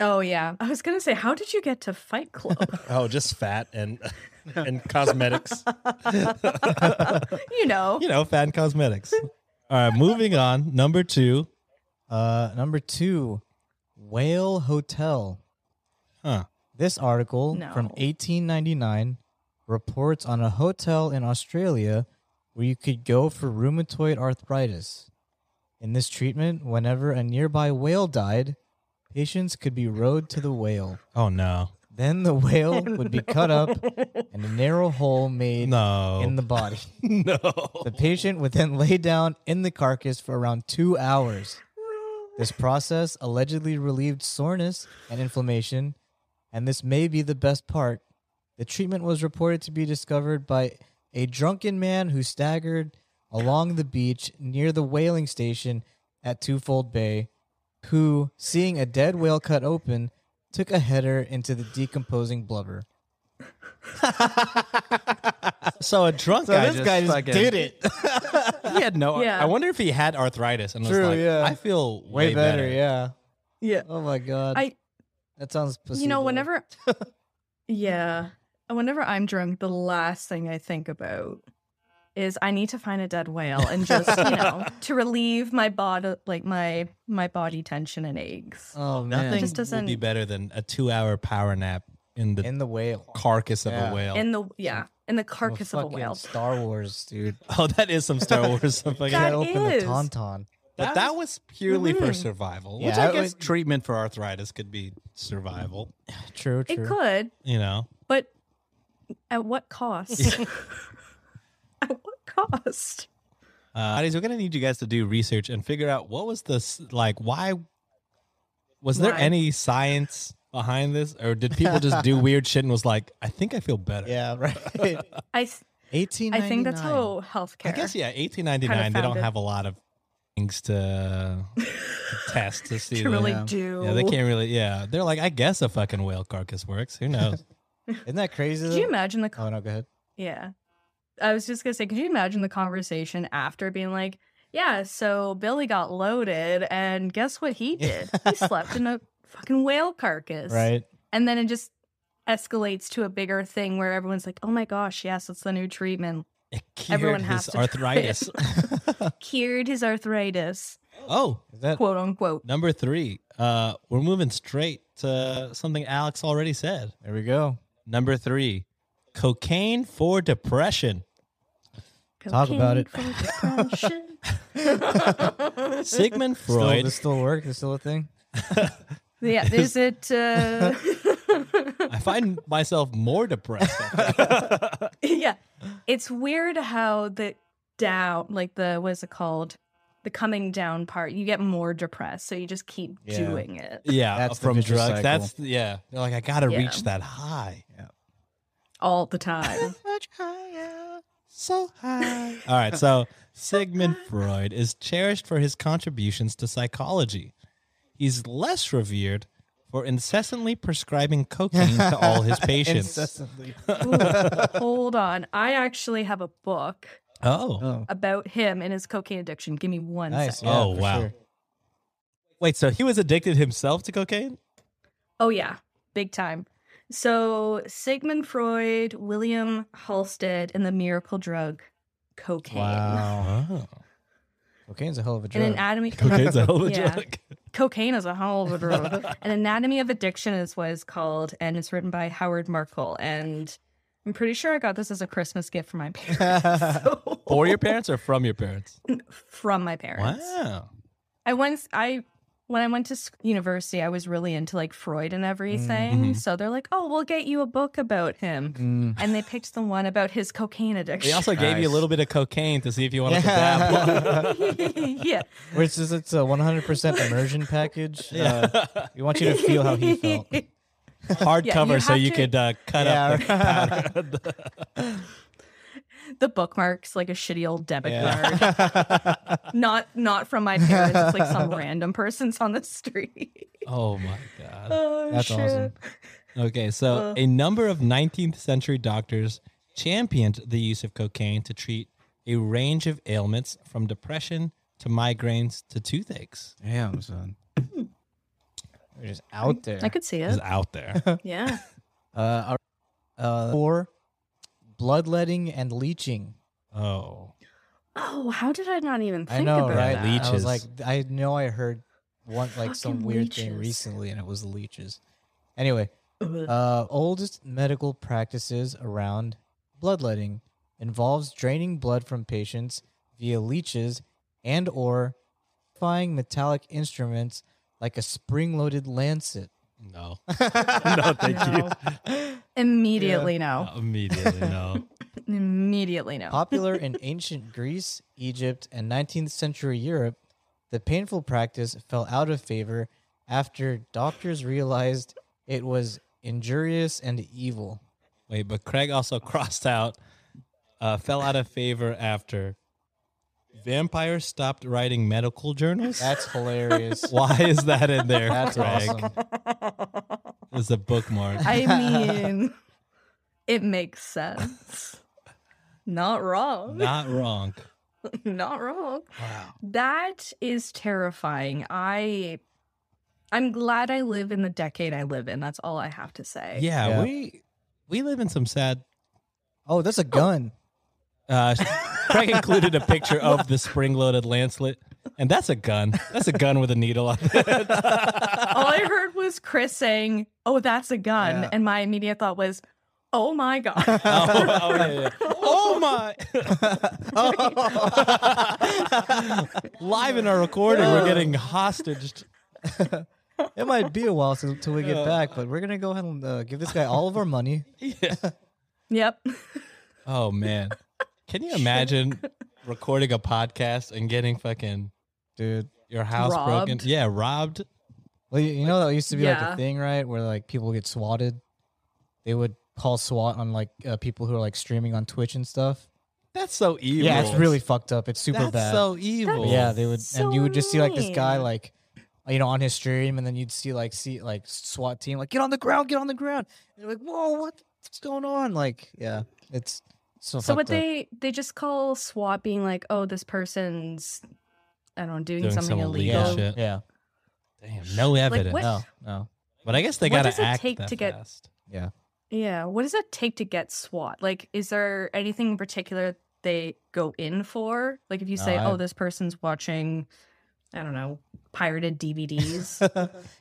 [SPEAKER 8] oh, yeah. I was going to say, how did you get to Fight Club?
[SPEAKER 3] Oh, just fat and and cosmetics.
[SPEAKER 8] you know.
[SPEAKER 3] you know, fat and cosmetics. All right, moving on. Number two.
[SPEAKER 7] Uh, number two, Whale Hotel.
[SPEAKER 3] Huh.
[SPEAKER 7] This article from
[SPEAKER 8] No.
[SPEAKER 7] 1899 reports on a hotel in Australia where you could go for rheumatoid arthritis. In this treatment, whenever a nearby whale died, patients could be rowed to the whale.
[SPEAKER 3] Oh no.
[SPEAKER 7] Then the whale would be cut up and a narrow hole made
[SPEAKER 3] No.
[SPEAKER 7] in the body.
[SPEAKER 3] no.
[SPEAKER 7] The patient would then lay down in the carcass for around two hours. This process allegedly relieved soreness and inflammation, and this may be the best part. The treatment was reported to be discovered by a drunken man who staggered along the beach near the whaling station at Twofold Bay, who, seeing a dead whale cut open, took a header into the decomposing blubber.
[SPEAKER 3] So a drunk
[SPEAKER 7] So
[SPEAKER 3] guy,
[SPEAKER 7] this
[SPEAKER 3] just
[SPEAKER 7] guy just
[SPEAKER 3] fucking-
[SPEAKER 7] did it.
[SPEAKER 3] He had no.
[SPEAKER 8] Yeah.
[SPEAKER 3] I wonder if he had arthritis and
[SPEAKER 7] True,
[SPEAKER 3] was like,
[SPEAKER 7] yeah.
[SPEAKER 3] I feel way,
[SPEAKER 7] Way, better, yeah.
[SPEAKER 8] Yeah.
[SPEAKER 7] Oh my god.
[SPEAKER 8] I-
[SPEAKER 7] that sounds
[SPEAKER 8] You
[SPEAKER 7] placebo.
[SPEAKER 8] know, whenever, yeah, Uh, whenever I'm drunk, the last thing I think about is I need to find a dead whale and just you know to relieve my body, like my my body tension and aches.
[SPEAKER 7] Oh man.
[SPEAKER 3] Nothing
[SPEAKER 8] Just
[SPEAKER 3] would be
[SPEAKER 8] doesn't-
[SPEAKER 3] better than a two-hour power nap in the
[SPEAKER 7] in the whale.
[SPEAKER 3] carcass of
[SPEAKER 7] Yeah.
[SPEAKER 3] a whale.
[SPEAKER 8] in the yeah, in the carcass of a
[SPEAKER 7] fucking
[SPEAKER 8] whale.
[SPEAKER 7] Star Wars, dude.
[SPEAKER 3] Oh, that is some Star Wars stuff. Like
[SPEAKER 8] That Mm-hmm.
[SPEAKER 7] Cut open
[SPEAKER 8] is.
[SPEAKER 7] the tauntaun.
[SPEAKER 3] But that was purely for survival, which
[SPEAKER 7] Yeah,
[SPEAKER 3] I
[SPEAKER 7] it
[SPEAKER 3] guess
[SPEAKER 7] was-
[SPEAKER 3] treatment for arthritis could be survival.
[SPEAKER 7] True,
[SPEAKER 8] It
[SPEAKER 7] true.
[SPEAKER 8] could,
[SPEAKER 3] You know,
[SPEAKER 8] but at what cost? at what cost?
[SPEAKER 3] uh, buddies, we're gonna need you guys to do research and figure out what was this like. Why was there
[SPEAKER 8] Why?
[SPEAKER 3] any science behind this, or did people just do weird shit and was like, "I think I feel better"?
[SPEAKER 7] Yeah, right.
[SPEAKER 8] I th-
[SPEAKER 7] Eighteen.
[SPEAKER 8] I think that's how healthcare.
[SPEAKER 3] I guess yeah. 1899, they don't
[SPEAKER 8] founded.
[SPEAKER 3] have a lot of things to, to test to see.
[SPEAKER 8] to really
[SPEAKER 7] yeah.
[SPEAKER 8] do.
[SPEAKER 3] yeah, they can't really. Yeah, they're like, I guess a fucking whale carcass works. Who knows?
[SPEAKER 7] Isn't that crazy?
[SPEAKER 8] Could you
[SPEAKER 7] though?
[SPEAKER 8] imagine the
[SPEAKER 7] Oh no, go ahead.
[SPEAKER 8] Yeah. I was just going to say, could you imagine the conversation after being like, yeah, so Billy got loaded, and guess what he did? he slept in a fucking whale carcass.
[SPEAKER 7] Right.
[SPEAKER 8] And then it just escalates to a bigger thing where everyone's like, oh my gosh, yes, it's the new treatment.
[SPEAKER 3] It cured
[SPEAKER 8] Everyone
[SPEAKER 3] his
[SPEAKER 8] has to try it.
[SPEAKER 3] arthritis.
[SPEAKER 8] Cured his arthritis,
[SPEAKER 3] oh,
[SPEAKER 7] Is that
[SPEAKER 8] quote unquote.
[SPEAKER 3] Number three, uh, we're moving straight to something Alex already said.
[SPEAKER 7] there we go.
[SPEAKER 3] Number three, cocaine for depression.
[SPEAKER 7] Talk about it.
[SPEAKER 8] Cocaine for depression.
[SPEAKER 3] Sigmund
[SPEAKER 7] Still,
[SPEAKER 3] Freud.
[SPEAKER 7] this still work? This still a thing?
[SPEAKER 8] yeah, is it. Uh...
[SPEAKER 3] I find myself more depressed. after-
[SPEAKER 8] yeah. It's weird how the down, like the what's it called? The coming down part, you get more depressed, so you just keep
[SPEAKER 7] Yeah.
[SPEAKER 8] doing it
[SPEAKER 3] yeah,
[SPEAKER 7] That's the
[SPEAKER 3] from
[SPEAKER 7] vicious
[SPEAKER 3] drugs.
[SPEAKER 7] cycle.
[SPEAKER 3] That's yeah. They're like, I gotta
[SPEAKER 8] Yeah.
[SPEAKER 3] reach that high.
[SPEAKER 8] all the time.
[SPEAKER 3] so high. All right, so Sigmund Freud is cherished for his contributions to psychology. He's less revered for incessantly prescribing cocaine to all his patients.
[SPEAKER 7] Incessantly.
[SPEAKER 8] Hold on. I actually have a book
[SPEAKER 3] Oh.
[SPEAKER 7] Oh,
[SPEAKER 8] about him and his cocaine addiction. Give me one second.
[SPEAKER 7] nice. Yeah,
[SPEAKER 3] Oh,
[SPEAKER 7] for
[SPEAKER 3] wow.
[SPEAKER 7] sure.
[SPEAKER 3] Wait, so he was addicted himself to cocaine?
[SPEAKER 8] Oh yeah, big time. So Sigmund Freud, William Halstead, and the miracle drug cocaine.
[SPEAKER 3] Wow.
[SPEAKER 7] Cocaine's a hell of a
[SPEAKER 8] An
[SPEAKER 7] drug.
[SPEAKER 8] anatomy
[SPEAKER 3] Cocaine's a hell of a
[SPEAKER 8] Yeah.
[SPEAKER 3] drug.
[SPEAKER 8] cocaine is a hell of a drug. An anatomy of addiction is what it's called, and it's written by Howard Markle. And I'm pretty sure I got this as a Christmas gift from my parents. So-
[SPEAKER 3] For your parents or from your parents?
[SPEAKER 8] from my parents.
[SPEAKER 3] Wow.
[SPEAKER 8] I once I when I went to sc- university, I was really into like Freud and everything. So they're like, "Oh, we'll get you a book about him," and they picked the one about his cocaine
[SPEAKER 3] They
[SPEAKER 8] addiction.
[SPEAKER 3] also gave you a
[SPEAKER 5] Nice.
[SPEAKER 3] little bit of cocaine to see if you wanted to dab.
[SPEAKER 7] Yeah.
[SPEAKER 8] yeah,
[SPEAKER 7] Which is it's a 100% immersion package. Uh, we want you to feel how he felt.
[SPEAKER 3] Hard
[SPEAKER 8] Yeah,
[SPEAKER 3] cover
[SPEAKER 8] you
[SPEAKER 3] so
[SPEAKER 8] have
[SPEAKER 3] you
[SPEAKER 8] to-
[SPEAKER 3] could uh, cut up the
[SPEAKER 7] Yeah.
[SPEAKER 8] the bookmark's like a shitty old debit card. not not from my parents. It's like some random person's on the street.
[SPEAKER 3] Oh my god.
[SPEAKER 8] oh,
[SPEAKER 7] That's awesome.
[SPEAKER 3] Okay, so
[SPEAKER 7] Uh.
[SPEAKER 3] a number of 19th century doctors championed the use of cocaine to treat a range of ailments from depression to migraines to toothaches.
[SPEAKER 1] Damn, son.
[SPEAKER 7] We're just out there.
[SPEAKER 8] I could see
[SPEAKER 3] It's
[SPEAKER 8] it.
[SPEAKER 3] out there.
[SPEAKER 8] Yeah.
[SPEAKER 7] Uh, our, uh, four, bloodletting and leeching.
[SPEAKER 3] Oh.
[SPEAKER 8] Oh, how did I not even think
[SPEAKER 7] I know,
[SPEAKER 8] about
[SPEAKER 7] right?
[SPEAKER 8] that?
[SPEAKER 7] I
[SPEAKER 3] Leeches.
[SPEAKER 7] was like, I know I heard one like some
[SPEAKER 8] Fucking
[SPEAKER 7] weird thing
[SPEAKER 8] leeches.
[SPEAKER 7] recently, and it was leeches. Anyway, uh, oldest medical practices around bloodletting involves draining blood from patients via leeches and or flying metallic instruments like a spring-loaded lancet.
[SPEAKER 3] No. no, thank
[SPEAKER 8] No. Immediately no.
[SPEAKER 3] you. Immediately, no.
[SPEAKER 8] Immediately no.
[SPEAKER 7] Popular in ancient Greece, Egypt, and 19th century Europe, the painful practice fell out of favor after doctors realized it was injurious and evil.
[SPEAKER 3] Wait, but Craig also crossed out, uh, fell out of favor after vampires stopped writing medical journals.
[SPEAKER 7] That's hilarious.
[SPEAKER 3] Why is that in there,
[SPEAKER 7] That's
[SPEAKER 3] Craig?
[SPEAKER 7] awesome.
[SPEAKER 3] It's a bookmark.
[SPEAKER 8] I mean, it makes sense. Not wrong. Not,
[SPEAKER 3] Not wrong.
[SPEAKER 8] wrong. That is terrifying. I I'm glad I live in the decade I live in. That's all I have to say.
[SPEAKER 3] Yeah,
[SPEAKER 7] Yeah.
[SPEAKER 3] we we live in some sad.
[SPEAKER 7] Oh, that's a gun.
[SPEAKER 3] Uh, Craig included a picture of the spring-loaded lancelet, and that's a gun. That's a gun with a needle on it.
[SPEAKER 8] All I heard was Chris saying, "Oh, that's a gun." And my immediate thought was, "Oh my god."
[SPEAKER 3] oh, oh, yeah, yeah. Oh, my! Live in our recording, we're getting hostaged.
[SPEAKER 7] It might be a while till, till we get back, but we're gonna go ahead and uh, give this guy all of our money.
[SPEAKER 8] yep.
[SPEAKER 3] Oh man, can you imagine recording a podcast and getting fucking
[SPEAKER 7] Dude,
[SPEAKER 3] your house broken?
[SPEAKER 8] Robbed.
[SPEAKER 3] Yeah, robbed.
[SPEAKER 7] Well, you, you know that used to be like a
[SPEAKER 8] Yeah.
[SPEAKER 7] thing, right? Where like people would get swatted. They would call SWAT on like uh, people who are like streaming on Twitch and stuff.
[SPEAKER 3] That's so evil.
[SPEAKER 7] Yeah, it's really fucked up. It's super
[SPEAKER 3] That's
[SPEAKER 7] bad.
[SPEAKER 3] so evil.
[SPEAKER 7] yeah, they would,
[SPEAKER 8] so
[SPEAKER 7] and you would just see like this guy
[SPEAKER 8] annoying.
[SPEAKER 7] like, you know, on his stream, and then you'd see like see like SWAT team like get on the ground, get on the ground. And you're like, whoa, what- what's going on? Like, yeah, it's so.
[SPEAKER 8] So
[SPEAKER 7] fucked
[SPEAKER 8] what
[SPEAKER 7] up.
[SPEAKER 8] they they just call SWAT being like, "Oh, this person's I don't know, doing,
[SPEAKER 3] Doing
[SPEAKER 8] something
[SPEAKER 3] some illegal
[SPEAKER 8] illegal."
[SPEAKER 7] yeah,
[SPEAKER 3] shit.
[SPEAKER 7] yeah,
[SPEAKER 3] Damn, no evidence.
[SPEAKER 8] what-
[SPEAKER 7] no, no,
[SPEAKER 3] But I guess they
[SPEAKER 8] What
[SPEAKER 3] gotta
[SPEAKER 8] does it
[SPEAKER 3] act
[SPEAKER 8] take
[SPEAKER 3] that
[SPEAKER 8] to get-
[SPEAKER 3] fast.
[SPEAKER 7] yeah.
[SPEAKER 8] Yeah. What does it take to get SWAT? Like, is there anything in particular they go in for? Like, if you say,
[SPEAKER 7] I-
[SPEAKER 8] oh, this person's watching, I don't know, pirated DVDs.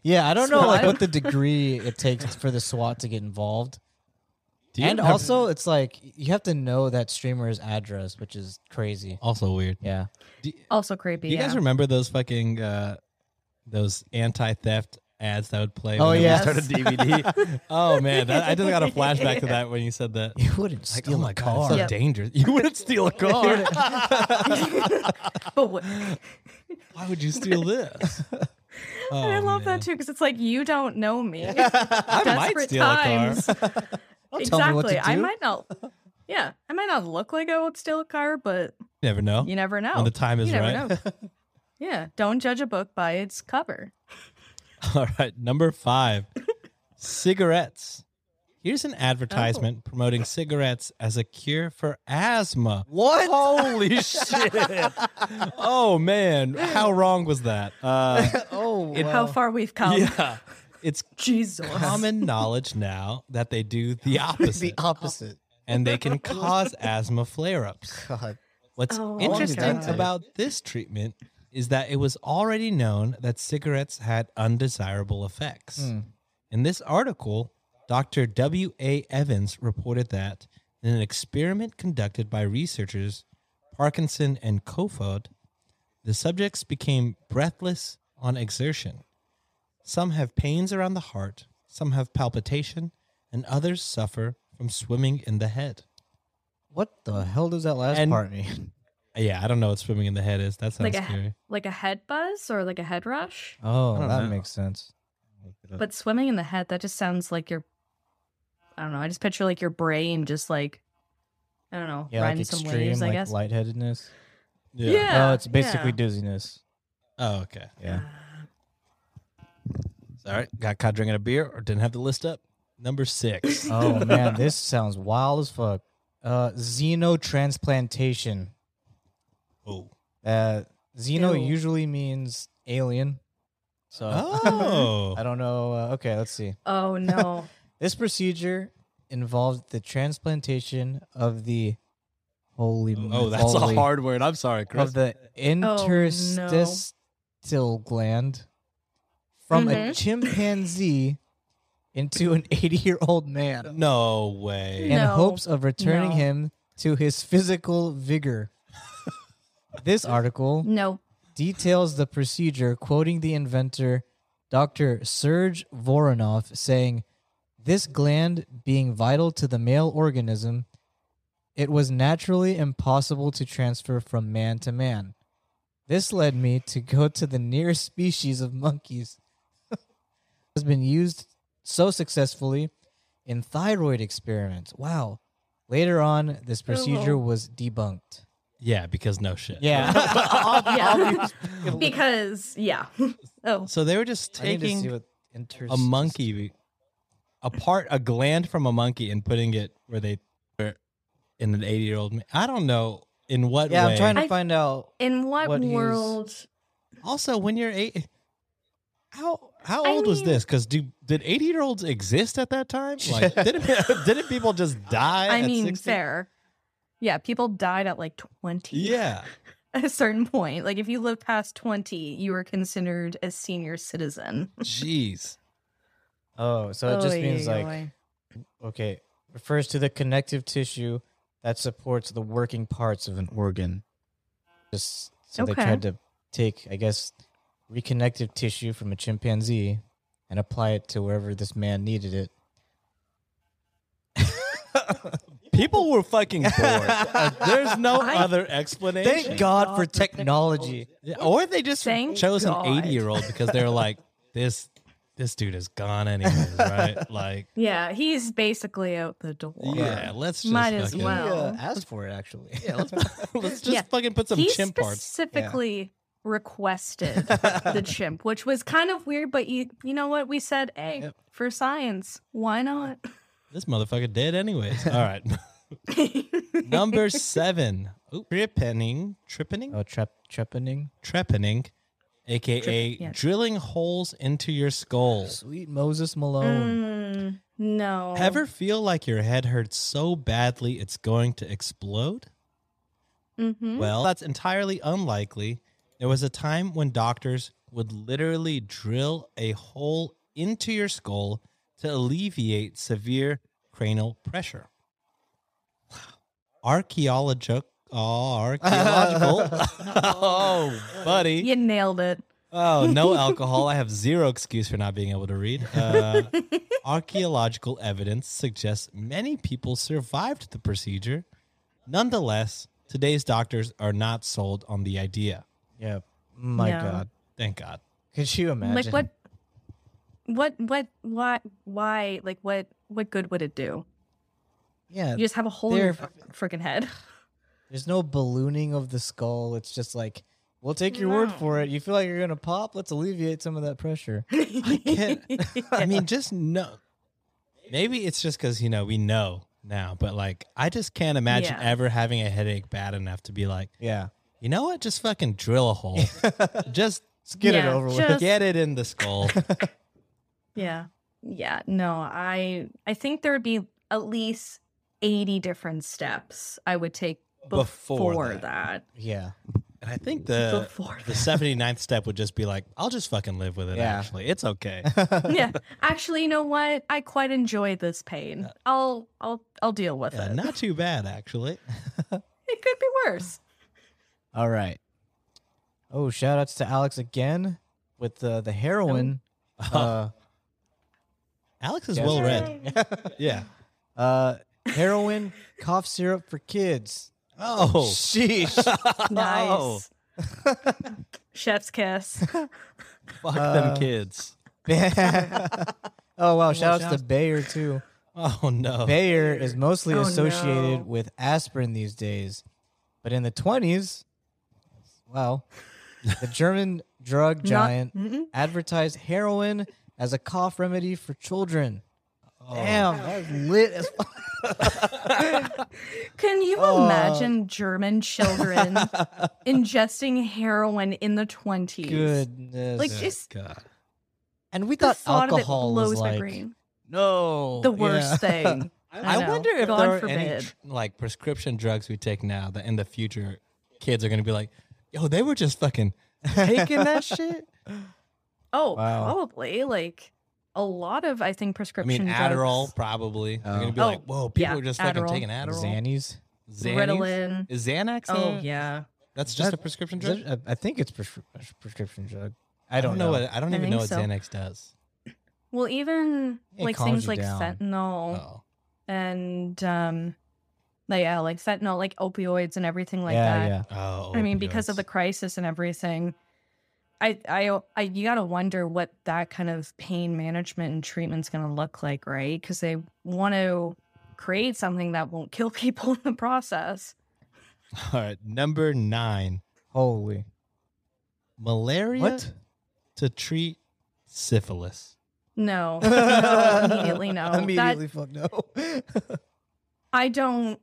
[SPEAKER 7] Yeah, I don't know like
[SPEAKER 8] SWAT.
[SPEAKER 7] what the degree it takes for the SWAT to get involved.
[SPEAKER 3] Do you
[SPEAKER 7] And
[SPEAKER 3] remember-
[SPEAKER 7] also, it's like you have to know that streamer's address, which is crazy.
[SPEAKER 3] also weird.
[SPEAKER 7] Yeah.
[SPEAKER 8] also creepy.
[SPEAKER 3] You
[SPEAKER 8] yeah.
[SPEAKER 3] guys remember those fucking uh, those anti-theft ads that would play?
[SPEAKER 7] Oh,
[SPEAKER 3] whenever you
[SPEAKER 7] yes.
[SPEAKER 3] started DVD. oh man, that, I just got a flashback to that when you said that.
[SPEAKER 7] You wouldn't
[SPEAKER 3] Like,
[SPEAKER 7] steal
[SPEAKER 3] oh my
[SPEAKER 7] a car.
[SPEAKER 3] god, it's so
[SPEAKER 8] Yeah.
[SPEAKER 3] dangerous. You wouldn't steal a car.
[SPEAKER 8] but what,
[SPEAKER 3] Why would you steal this?
[SPEAKER 8] I
[SPEAKER 3] Oh,
[SPEAKER 8] love
[SPEAKER 3] man.
[SPEAKER 8] that too because it's like you don't know me.
[SPEAKER 3] I might
[SPEAKER 8] Desperate
[SPEAKER 3] steal a car.
[SPEAKER 8] times.
[SPEAKER 7] tell me what to
[SPEAKER 8] exactly. I
[SPEAKER 7] do.
[SPEAKER 8] might not. Yeah, I might not look like I would steal a car, but
[SPEAKER 3] Never know.
[SPEAKER 8] you never know.
[SPEAKER 3] When the time is
[SPEAKER 8] you never
[SPEAKER 3] right.
[SPEAKER 8] know. yeah, don't judge a book by its cover.
[SPEAKER 3] All right, number five cigarettes. Here's an advertisement
[SPEAKER 8] Oh.
[SPEAKER 3] promoting cigarettes as a cure for asthma.
[SPEAKER 7] What?
[SPEAKER 3] Holy shit. oh, man. How wrong was that? Uh,
[SPEAKER 7] oh,
[SPEAKER 8] How
[SPEAKER 7] wow.
[SPEAKER 8] far we've come.
[SPEAKER 3] yeah. It's
[SPEAKER 8] Jesus.
[SPEAKER 3] common knowledge now that they do the opposite
[SPEAKER 7] the opposite.
[SPEAKER 3] and they can cause asthma flare ups.
[SPEAKER 7] God.
[SPEAKER 3] What's
[SPEAKER 8] Oh, okay.
[SPEAKER 3] interesting
[SPEAKER 7] Okay.
[SPEAKER 3] about this treatment is that it was already known that cigarettes had undesirable effects.
[SPEAKER 7] Hmm.
[SPEAKER 3] In this article, Dr. W.A. Evans reported that in an experiment conducted by researchers Parkinson and Kofod, the subjects became breathless on exertion. Some have pains around the heart, some have palpitation, and others suffer from swimming in the head.
[SPEAKER 7] What the hell does that last
[SPEAKER 3] And-
[SPEAKER 7] part mean?
[SPEAKER 3] Yeah, I don't know what swimming in the head is. That sounds
[SPEAKER 8] Like a he-
[SPEAKER 3] scary.
[SPEAKER 8] like a head buzz or like a head rush.
[SPEAKER 7] Oh,
[SPEAKER 5] don't
[SPEAKER 7] that
[SPEAKER 5] know.
[SPEAKER 7] makes sense.
[SPEAKER 8] But swimming in the head, that just sounds like your. I don't know. I just picture like your brain just like, I don't know,
[SPEAKER 7] Yeah, like
[SPEAKER 8] riding some
[SPEAKER 7] extreme,
[SPEAKER 8] waves.
[SPEAKER 7] like
[SPEAKER 8] I guess.
[SPEAKER 7] lightheadedness.
[SPEAKER 8] yeah.
[SPEAKER 7] oh, it's basically
[SPEAKER 8] yeah.
[SPEAKER 7] dizziness.
[SPEAKER 3] Oh, okay.
[SPEAKER 7] Yeah.
[SPEAKER 3] All right. Got caught drinking a beer or didn't have the list up. Number six.
[SPEAKER 7] Oh man, this sounds wild as fuck. Uh, xenotransplantation.
[SPEAKER 3] oh.
[SPEAKER 7] Uh, xeno
[SPEAKER 8] Ew.
[SPEAKER 7] usually means alien. So
[SPEAKER 3] Oh.
[SPEAKER 7] I don't know. Uh, okay, let's see.
[SPEAKER 8] Oh no.
[SPEAKER 7] This procedure involved the transplantation of the holy.
[SPEAKER 3] Oh, that's a
[SPEAKER 7] moly,
[SPEAKER 3] hard word. I'm sorry,
[SPEAKER 7] of
[SPEAKER 3] Chris.
[SPEAKER 7] the interstitial
[SPEAKER 8] Oh,
[SPEAKER 7] gland from a
[SPEAKER 8] Mhm.
[SPEAKER 7] chimpanzee into an 80 year old man
[SPEAKER 3] No way.
[SPEAKER 7] in
[SPEAKER 8] No.
[SPEAKER 7] hopes of returning
[SPEAKER 8] No.
[SPEAKER 7] him to his physical vigor. this article
[SPEAKER 8] no.
[SPEAKER 7] details the procedure, quoting the inventor, Dr. Serge Voronov, saying, This gland being vital to the male organism, it was naturally impossible to transfer from man to man. This led me to go to the nearest species of monkeys. has been used so successfully in thyroid experiments. Wow. Later on, this procedure
[SPEAKER 8] Hello.
[SPEAKER 7] was debunked.
[SPEAKER 3] Yeah, because no shit.
[SPEAKER 8] Oh, Yeah. because yeah. oh.
[SPEAKER 3] So they were just taking
[SPEAKER 7] what
[SPEAKER 3] a monkey, a part, a gland from a monkey, and putting it where they were in an 80 year old. man. I don't know in what
[SPEAKER 7] Yeah,
[SPEAKER 3] way.
[SPEAKER 7] I'm trying to
[SPEAKER 8] I-
[SPEAKER 7] find out.
[SPEAKER 8] In what,
[SPEAKER 7] What he's-
[SPEAKER 8] world?
[SPEAKER 3] Also, when you're eight, how how
[SPEAKER 8] I
[SPEAKER 3] old was
[SPEAKER 8] mean-
[SPEAKER 3] this? Because do did eighty year olds exist at that time? Like, didn't didn't people just die?
[SPEAKER 8] I
[SPEAKER 3] at
[SPEAKER 8] mean,
[SPEAKER 3] 60?
[SPEAKER 8] fair. Yeah, people died at like twenty.
[SPEAKER 3] Yeah,
[SPEAKER 8] At a certain point, like if you lived past twenty, you were considered a senior citizen.
[SPEAKER 3] jeez.
[SPEAKER 7] Oh, so it just
[SPEAKER 8] Oy,
[SPEAKER 7] means like
[SPEAKER 8] oy.
[SPEAKER 7] okay, refers to the connective tissue that supports the working parts of an organ. Just so they
[SPEAKER 8] Okay.
[SPEAKER 7] tried to take, I guess, reconnective tissue from a chimpanzee and apply it to wherever this man needed it.
[SPEAKER 3] People were fucking bored. Uh, there's no
[SPEAKER 8] I-
[SPEAKER 3] other explanation.
[SPEAKER 7] Thank God for technology.
[SPEAKER 3] Yeah, Or they just
[SPEAKER 8] Thank
[SPEAKER 3] chose
[SPEAKER 8] God.
[SPEAKER 3] an 80 year old because they're like, this this dude is gone anyways, right? Like,
[SPEAKER 8] yeah, he's basically out the door.
[SPEAKER 3] yeah, let's just
[SPEAKER 8] Might as
[SPEAKER 3] fucking-
[SPEAKER 8] well. Wow.
[SPEAKER 7] asked for it actually.
[SPEAKER 3] Yeah, let's, let's just
[SPEAKER 8] Yeah.
[SPEAKER 3] fucking put some
[SPEAKER 8] he
[SPEAKER 3] chimp parts.
[SPEAKER 8] specifically requested the chimp, which was kind of weird. But you, you know what we said? Hey, for science, why not?
[SPEAKER 3] This motherfucker dead anyways. All right. Number seven. Ooh, trepanning, trepanning,
[SPEAKER 7] Oh, trep trepanning.
[SPEAKER 3] trepanning, aka
[SPEAKER 8] yeah.
[SPEAKER 3] drilling holes into your skull.
[SPEAKER 7] Sweet Moses Malone.
[SPEAKER 8] Mm, no.
[SPEAKER 3] Ever feel like your head hurts so badly it's going to explode?
[SPEAKER 8] hmm
[SPEAKER 3] Well, that's entirely unlikely. There was a time when doctors would literally drill a hole into your skull to alleviate severe cranial pressure. Archaeological. Oh, archaeological. oh, buddy.
[SPEAKER 8] You nailed it.
[SPEAKER 3] Oh, no alcohol. I have zero excuse for not being able to read. Uh, archaeological evidence suggests many people survived the procedure. Nonetheless, today's doctors are not sold on the idea.
[SPEAKER 7] Yeah. My
[SPEAKER 8] No.
[SPEAKER 7] God.
[SPEAKER 3] Thank God.
[SPEAKER 7] Could you imagine?
[SPEAKER 8] Like what? What? What? Why? Why? Like what? What good would it do?
[SPEAKER 7] Yeah,
[SPEAKER 8] You just have a hole in your
[SPEAKER 7] They're-
[SPEAKER 8] freaking head.
[SPEAKER 7] There's no ballooning of the skull. It's just like, we'll take your word for it. You feel like you're going to pop? Let's alleviate some of that pressure.
[SPEAKER 8] I
[SPEAKER 3] can't- I mean, just no. Maybe it's just because you know we know now, but like I just can't imagine
[SPEAKER 8] Yeah.
[SPEAKER 3] ever having a headache bad enough to be like,
[SPEAKER 7] Yeah.
[SPEAKER 3] you know what? Just fucking drill a hole. just
[SPEAKER 7] Let's get it
[SPEAKER 8] Yeah,
[SPEAKER 7] over with.
[SPEAKER 8] just-
[SPEAKER 3] get it in the skull.
[SPEAKER 8] Yeah. Yeah. No, I I think there would be at least 80 different steps I would take
[SPEAKER 3] Before
[SPEAKER 8] before,
[SPEAKER 3] that.
[SPEAKER 8] that.
[SPEAKER 7] Yeah.
[SPEAKER 3] And I think the
[SPEAKER 8] Before
[SPEAKER 3] the
[SPEAKER 8] that.
[SPEAKER 3] 79th step would just be like, I'll just fucking live with it.
[SPEAKER 7] Yeah.
[SPEAKER 3] Actually, it's okay.
[SPEAKER 8] yeah. Actually, you know what? I quite enjoy this pain. I'll I'll I'll deal with
[SPEAKER 3] Yeah,
[SPEAKER 8] it.
[SPEAKER 3] not too bad actually.
[SPEAKER 8] It could be worse.
[SPEAKER 7] All right. Oh, shout outs to Alex again with the, the heroin.
[SPEAKER 8] Oh.
[SPEAKER 7] Uh,
[SPEAKER 3] Alex is
[SPEAKER 7] Yes.
[SPEAKER 3] well read. Yeah.
[SPEAKER 7] uh, heroin cough syrup for kids.
[SPEAKER 3] Oh,
[SPEAKER 7] Sheesh.
[SPEAKER 8] Nice.
[SPEAKER 3] Oh.
[SPEAKER 8] Chef's kiss.
[SPEAKER 3] fuck
[SPEAKER 7] Uh,
[SPEAKER 3] them kids.
[SPEAKER 7] oh, wow. Shout outs
[SPEAKER 3] shout-outs.
[SPEAKER 7] to Bayer, too.
[SPEAKER 3] Oh no.
[SPEAKER 7] Bayer is mostly
[SPEAKER 8] Oh,
[SPEAKER 7] associated
[SPEAKER 8] no.
[SPEAKER 7] with aspirin these days, but in the 20s, wow, the German drug giant
[SPEAKER 8] Mm-mm.
[SPEAKER 7] advertised heroin as a cough remedy for children.
[SPEAKER 3] Oh.
[SPEAKER 7] Damn, that's lit as fuck.
[SPEAKER 8] Can you imagine German children ingesting heroin in the 20s?
[SPEAKER 7] Goodness.
[SPEAKER 8] Like, just
[SPEAKER 5] God.
[SPEAKER 7] and we
[SPEAKER 8] the
[SPEAKER 7] thought
[SPEAKER 8] thought of it
[SPEAKER 7] alcohol
[SPEAKER 8] blows
[SPEAKER 7] was
[SPEAKER 8] my
[SPEAKER 7] like,
[SPEAKER 8] brain.
[SPEAKER 7] no,
[SPEAKER 8] The worst
[SPEAKER 7] Yeah.
[SPEAKER 8] thing.
[SPEAKER 3] I,
[SPEAKER 8] know.
[SPEAKER 3] wonder if
[SPEAKER 8] God
[SPEAKER 3] there are any
[SPEAKER 8] forbid.
[SPEAKER 3] tr- like prescription drugs we take now that in the future kids are going to be like, yo, they were just fucking taking that shit.
[SPEAKER 8] Oh,
[SPEAKER 7] Wow.
[SPEAKER 8] probably like a lot of I think
[SPEAKER 3] I
[SPEAKER 8] prescription
[SPEAKER 3] mean, Adderall
[SPEAKER 8] drugs,
[SPEAKER 3] probably. They're going to be
[SPEAKER 8] Oh.
[SPEAKER 3] like, whoa, people
[SPEAKER 8] Yeah,
[SPEAKER 3] were just fucking
[SPEAKER 8] Adderall.
[SPEAKER 3] taking Adderall.
[SPEAKER 7] Xannies.
[SPEAKER 3] Xannies?
[SPEAKER 8] Ritalin.
[SPEAKER 3] Is Xanax?
[SPEAKER 8] Oh
[SPEAKER 3] a-
[SPEAKER 8] yeah,
[SPEAKER 3] That's just
[SPEAKER 7] That-
[SPEAKER 3] a prescription
[SPEAKER 7] Is
[SPEAKER 3] drug.
[SPEAKER 7] that- I I think it's pres- prescription drug. I
[SPEAKER 3] I don't
[SPEAKER 7] don't,
[SPEAKER 3] know what I don't
[SPEAKER 8] I
[SPEAKER 3] even
[SPEAKER 8] think
[SPEAKER 3] know what
[SPEAKER 8] so.
[SPEAKER 3] Xanax does.
[SPEAKER 8] well even
[SPEAKER 7] It
[SPEAKER 8] like
[SPEAKER 7] calms
[SPEAKER 8] things
[SPEAKER 7] you
[SPEAKER 8] like
[SPEAKER 7] down.
[SPEAKER 8] fentanyl
[SPEAKER 3] Oh.
[SPEAKER 8] and um, like yeah, like fentanyl, like opioids and everything like
[SPEAKER 7] yeah,
[SPEAKER 8] that.
[SPEAKER 7] yeah.
[SPEAKER 3] Oh.
[SPEAKER 8] I mean, because of the crisis and everything, I, I, I, you gotta wonder what that kind of pain management and treatment's gonna look like, right? Because they want to create something that won't kill people in the process.
[SPEAKER 3] opioids. All right, number 9.
[SPEAKER 7] Holy.
[SPEAKER 3] Malaria
[SPEAKER 7] What?
[SPEAKER 3] to treat syphilis.
[SPEAKER 8] No, no immediately no. That-
[SPEAKER 7] Immediately, fuck no.
[SPEAKER 8] I don't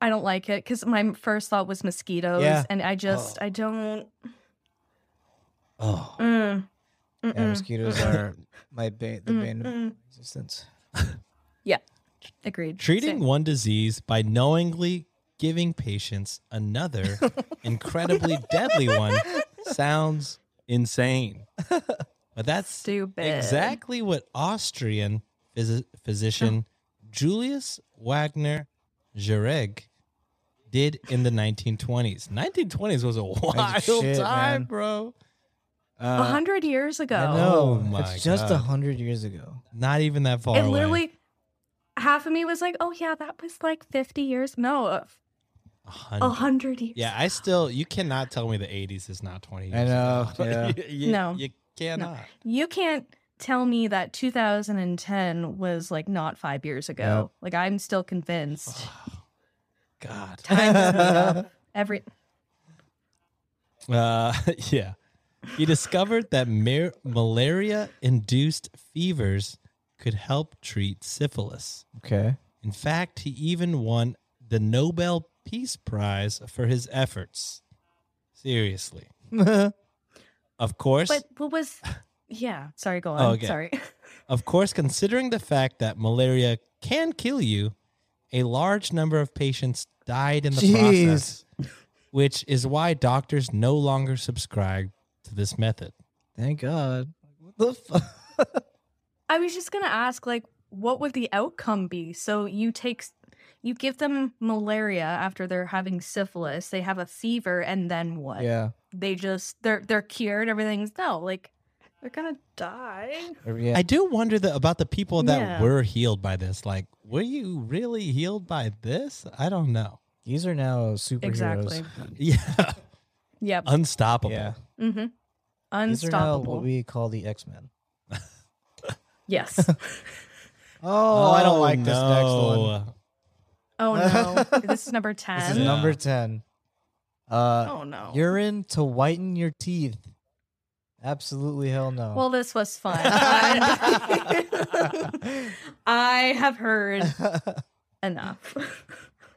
[SPEAKER 8] I don't like it because my first thought was mosquitoes
[SPEAKER 7] Yeah.
[SPEAKER 8] and I just I don't
[SPEAKER 3] Oh.
[SPEAKER 8] mm,
[SPEAKER 7] Yeah,
[SPEAKER 8] mm-mm,
[SPEAKER 7] mosquitoes
[SPEAKER 8] mm-mm,
[SPEAKER 7] are my bane, the
[SPEAKER 8] mm,
[SPEAKER 7] bane of my
[SPEAKER 8] mm.
[SPEAKER 7] existence.
[SPEAKER 8] agreed.
[SPEAKER 3] Treating
[SPEAKER 8] Same.
[SPEAKER 3] one disease by knowingly giving patients another incredibly deadly one sounds insane. But that's
[SPEAKER 8] stupid.
[SPEAKER 3] exactly what Austrian phys- physician Julius Wagner Jareg did in the 1920s. 1920s was a wild
[SPEAKER 7] shit,
[SPEAKER 3] time,
[SPEAKER 7] man.
[SPEAKER 3] bro.
[SPEAKER 8] A hundred years ago.
[SPEAKER 3] know.
[SPEAKER 7] I know. Oh
[SPEAKER 3] my
[SPEAKER 7] it's just a
[SPEAKER 3] God.
[SPEAKER 7] hundred years ago.
[SPEAKER 3] Not even that far
[SPEAKER 8] It
[SPEAKER 3] away.
[SPEAKER 8] literally half of me was like, Oh yeah, that was like fifty years. No, a-
[SPEAKER 3] A
[SPEAKER 8] a
[SPEAKER 3] hundred.
[SPEAKER 8] hundred years.
[SPEAKER 3] Yeah, I still. You cannot tell me the '80s is not 20 years.
[SPEAKER 7] I know,
[SPEAKER 3] ago.
[SPEAKER 7] yeah.
[SPEAKER 3] You- you-
[SPEAKER 8] No.
[SPEAKER 3] you cannot.
[SPEAKER 8] You can't tell me that 2010 was like not five years ago. Like I'm still convinced.
[SPEAKER 3] God.
[SPEAKER 8] Time's made up. Every
[SPEAKER 3] Uh, yeah. He discovered that mar- malaria-induced fevers could help treat syphilis.
[SPEAKER 7] Okay.
[SPEAKER 3] In fact, he even won the Nobel Peace Prize for his efforts. Seriously. Of course,
[SPEAKER 8] But what was? Yeah, sorry, go on.
[SPEAKER 3] Oh, okay.
[SPEAKER 8] Sorry.
[SPEAKER 3] Of course, considering the fact that malaria can kill you, a large number of patients died in the
[SPEAKER 7] Jeez.
[SPEAKER 3] process, which is why doctors no longer subscribe to this method.
[SPEAKER 7] Thank God. What the fuck?
[SPEAKER 8] I was just gonna ask, like, what would the outcome be? So you take, s- you give them malaria after they're having syphilis. They have a fever, and then what?
[SPEAKER 7] yeah.
[SPEAKER 8] They just they're they're cured. Everything's no, like they're gonna die.
[SPEAKER 7] Or- Yeah.
[SPEAKER 3] I do wonder the, about the people that
[SPEAKER 8] Yeah.
[SPEAKER 3] were healed by this. Like, were you really healed by this? I don't know.
[SPEAKER 7] These are now superheroes.
[SPEAKER 8] Exactly.
[SPEAKER 3] Yeah,
[SPEAKER 8] Yep.
[SPEAKER 3] unstoppable.
[SPEAKER 7] Yeah.
[SPEAKER 8] mm-hmm.
[SPEAKER 7] These are now what
[SPEAKER 8] Unstoppable.
[SPEAKER 7] we call the X Men.
[SPEAKER 8] yes.
[SPEAKER 3] Oh,
[SPEAKER 7] Oh, I don't like this next one.
[SPEAKER 8] Oh no. this is number 10.
[SPEAKER 7] This is
[SPEAKER 5] Yeah.
[SPEAKER 7] number 10. Uh,
[SPEAKER 8] oh no.
[SPEAKER 7] Urine to whiten your teeth. Absolutely hell no.
[SPEAKER 8] Well, this was fun. I I have heard enough.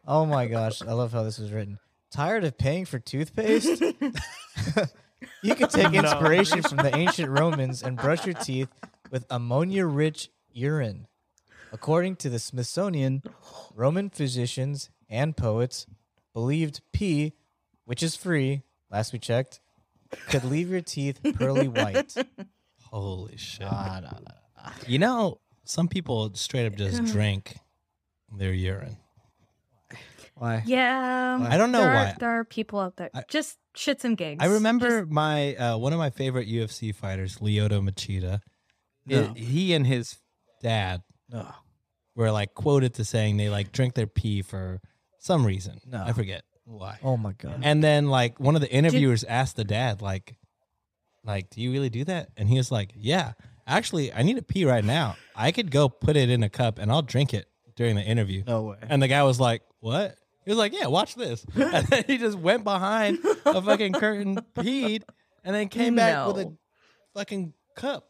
[SPEAKER 7] oh my gosh. I love how this was written. Tired of paying for toothpaste? you could take inspiration from the ancient Romans and brush your teeth with ammonia rich urine. According to the Smithsonian, Roman physicians and poets believed pee, which is free, last we checked, could leave your teeth pearly white.
[SPEAKER 5] Holy shit.
[SPEAKER 7] Ah, nah, nah.
[SPEAKER 3] You know, some people straight up just drink their urine.
[SPEAKER 7] Why?
[SPEAKER 8] yeah.
[SPEAKER 3] I don't know
[SPEAKER 8] there
[SPEAKER 3] why.
[SPEAKER 8] Are, there are people out there.
[SPEAKER 3] I-
[SPEAKER 8] just shits and gigs.
[SPEAKER 3] I remember my uh, one of my favorite UFC fighters, Lyoto Machida.
[SPEAKER 5] No.
[SPEAKER 3] he and his dad
[SPEAKER 5] No.
[SPEAKER 3] were like quoted to saying they like drink their pee for some reason.
[SPEAKER 7] No.
[SPEAKER 3] I forget why.
[SPEAKER 7] Oh my god.
[SPEAKER 3] And then like one of the interviewers asked the dad like like do you really do that? And he was like, "Yeah. Actually, I need to pee right now. I could go put it in a cup and I'll drink it during the interview."
[SPEAKER 7] No way.
[SPEAKER 3] And the guy was like, "What?" He was like, "Yeah, watch this." And then he just went behind a fucking curtain, peed, and then came back with a
[SPEAKER 8] No.
[SPEAKER 3] fucking cup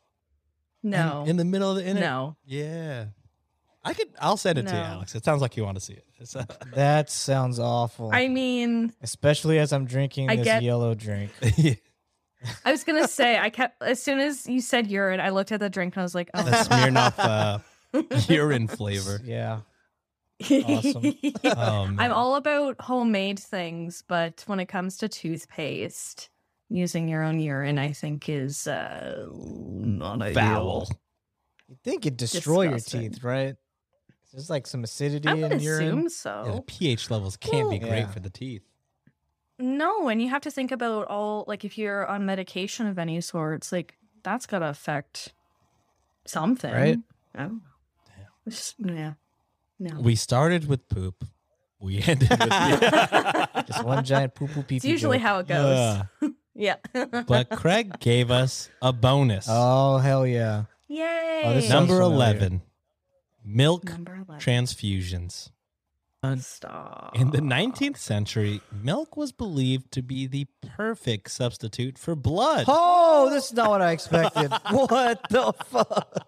[SPEAKER 8] No.
[SPEAKER 3] in the middle of the interview.
[SPEAKER 8] no.
[SPEAKER 3] Yeah. I could I'll send it to you,
[SPEAKER 8] No.
[SPEAKER 3] Alex. It sounds like you want to see it. It's, uh,
[SPEAKER 7] That sounds awful.
[SPEAKER 8] I mean,
[SPEAKER 7] Especially as I'm drinking
[SPEAKER 8] I
[SPEAKER 7] this
[SPEAKER 8] get-
[SPEAKER 7] yellow drink.
[SPEAKER 8] I was gonna say I kept as soon as you said urine, I looked at the drink and I was like, oh,
[SPEAKER 3] the Smirnoff uh, urine flavor.
[SPEAKER 7] Yeah. awesome.
[SPEAKER 8] awesome.
[SPEAKER 3] Um,
[SPEAKER 8] I'm all about homemade things, but when it comes to toothpaste, using your own urine, I think is uh, not ideal.
[SPEAKER 5] Foul.
[SPEAKER 7] You think it'd destroy your
[SPEAKER 8] Disgusting.
[SPEAKER 7] teeth, right? There's like some acidity
[SPEAKER 8] I
[SPEAKER 7] in
[SPEAKER 8] would assume
[SPEAKER 7] urine.
[SPEAKER 3] Yeah, the
[SPEAKER 8] so.
[SPEAKER 3] pH levels can't be
[SPEAKER 7] Well-
[SPEAKER 3] great
[SPEAKER 7] Yeah.
[SPEAKER 3] for the teeth.
[SPEAKER 8] No, and you have to think about all like if you're on medication of any sort, it's like that's gotta affect something,
[SPEAKER 7] Right.
[SPEAKER 8] I don't know. It's just- yeah. No.
[SPEAKER 3] We started with poop. We ended with pee.
[SPEAKER 7] Just one giant poo poo pee
[SPEAKER 8] it's usually how it goes. Yeah.
[SPEAKER 3] but Craig gave us a bonus.
[SPEAKER 7] Oh hell yeah.
[SPEAKER 8] Yay.
[SPEAKER 7] Oh, this sounds
[SPEAKER 3] Number
[SPEAKER 7] familiar.
[SPEAKER 3] 11 milk
[SPEAKER 8] Number 11.
[SPEAKER 3] transfusions.
[SPEAKER 8] Stop.
[SPEAKER 3] In the 19th century, milk was believed to be the perfect substitute for blood.
[SPEAKER 7] Oh, this is not what I expected. what the fuck?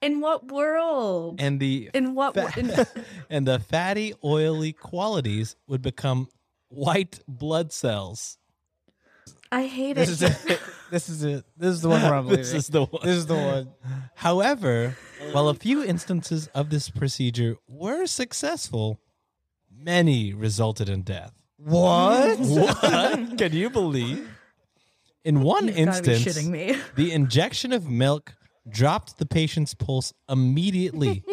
[SPEAKER 8] In what world?
[SPEAKER 5] And the
[SPEAKER 8] in what? wo- in-
[SPEAKER 3] and the fatty, oily qualities would become white blood cells.
[SPEAKER 8] I hate
[SPEAKER 7] This is
[SPEAKER 8] it.
[SPEAKER 7] it. This is it. This is the one where I'm
[SPEAKER 3] This
[SPEAKER 7] leaving.
[SPEAKER 3] is the one.
[SPEAKER 7] This is the one.
[SPEAKER 3] However, while a few instances of this procedure were successful, many resulted in death.
[SPEAKER 7] What?
[SPEAKER 3] What? Can you believe? In one
[SPEAKER 8] You've gotta be
[SPEAKER 3] instance,
[SPEAKER 8] shitting me.
[SPEAKER 3] the injection of milk dropped the patient's pulse immediately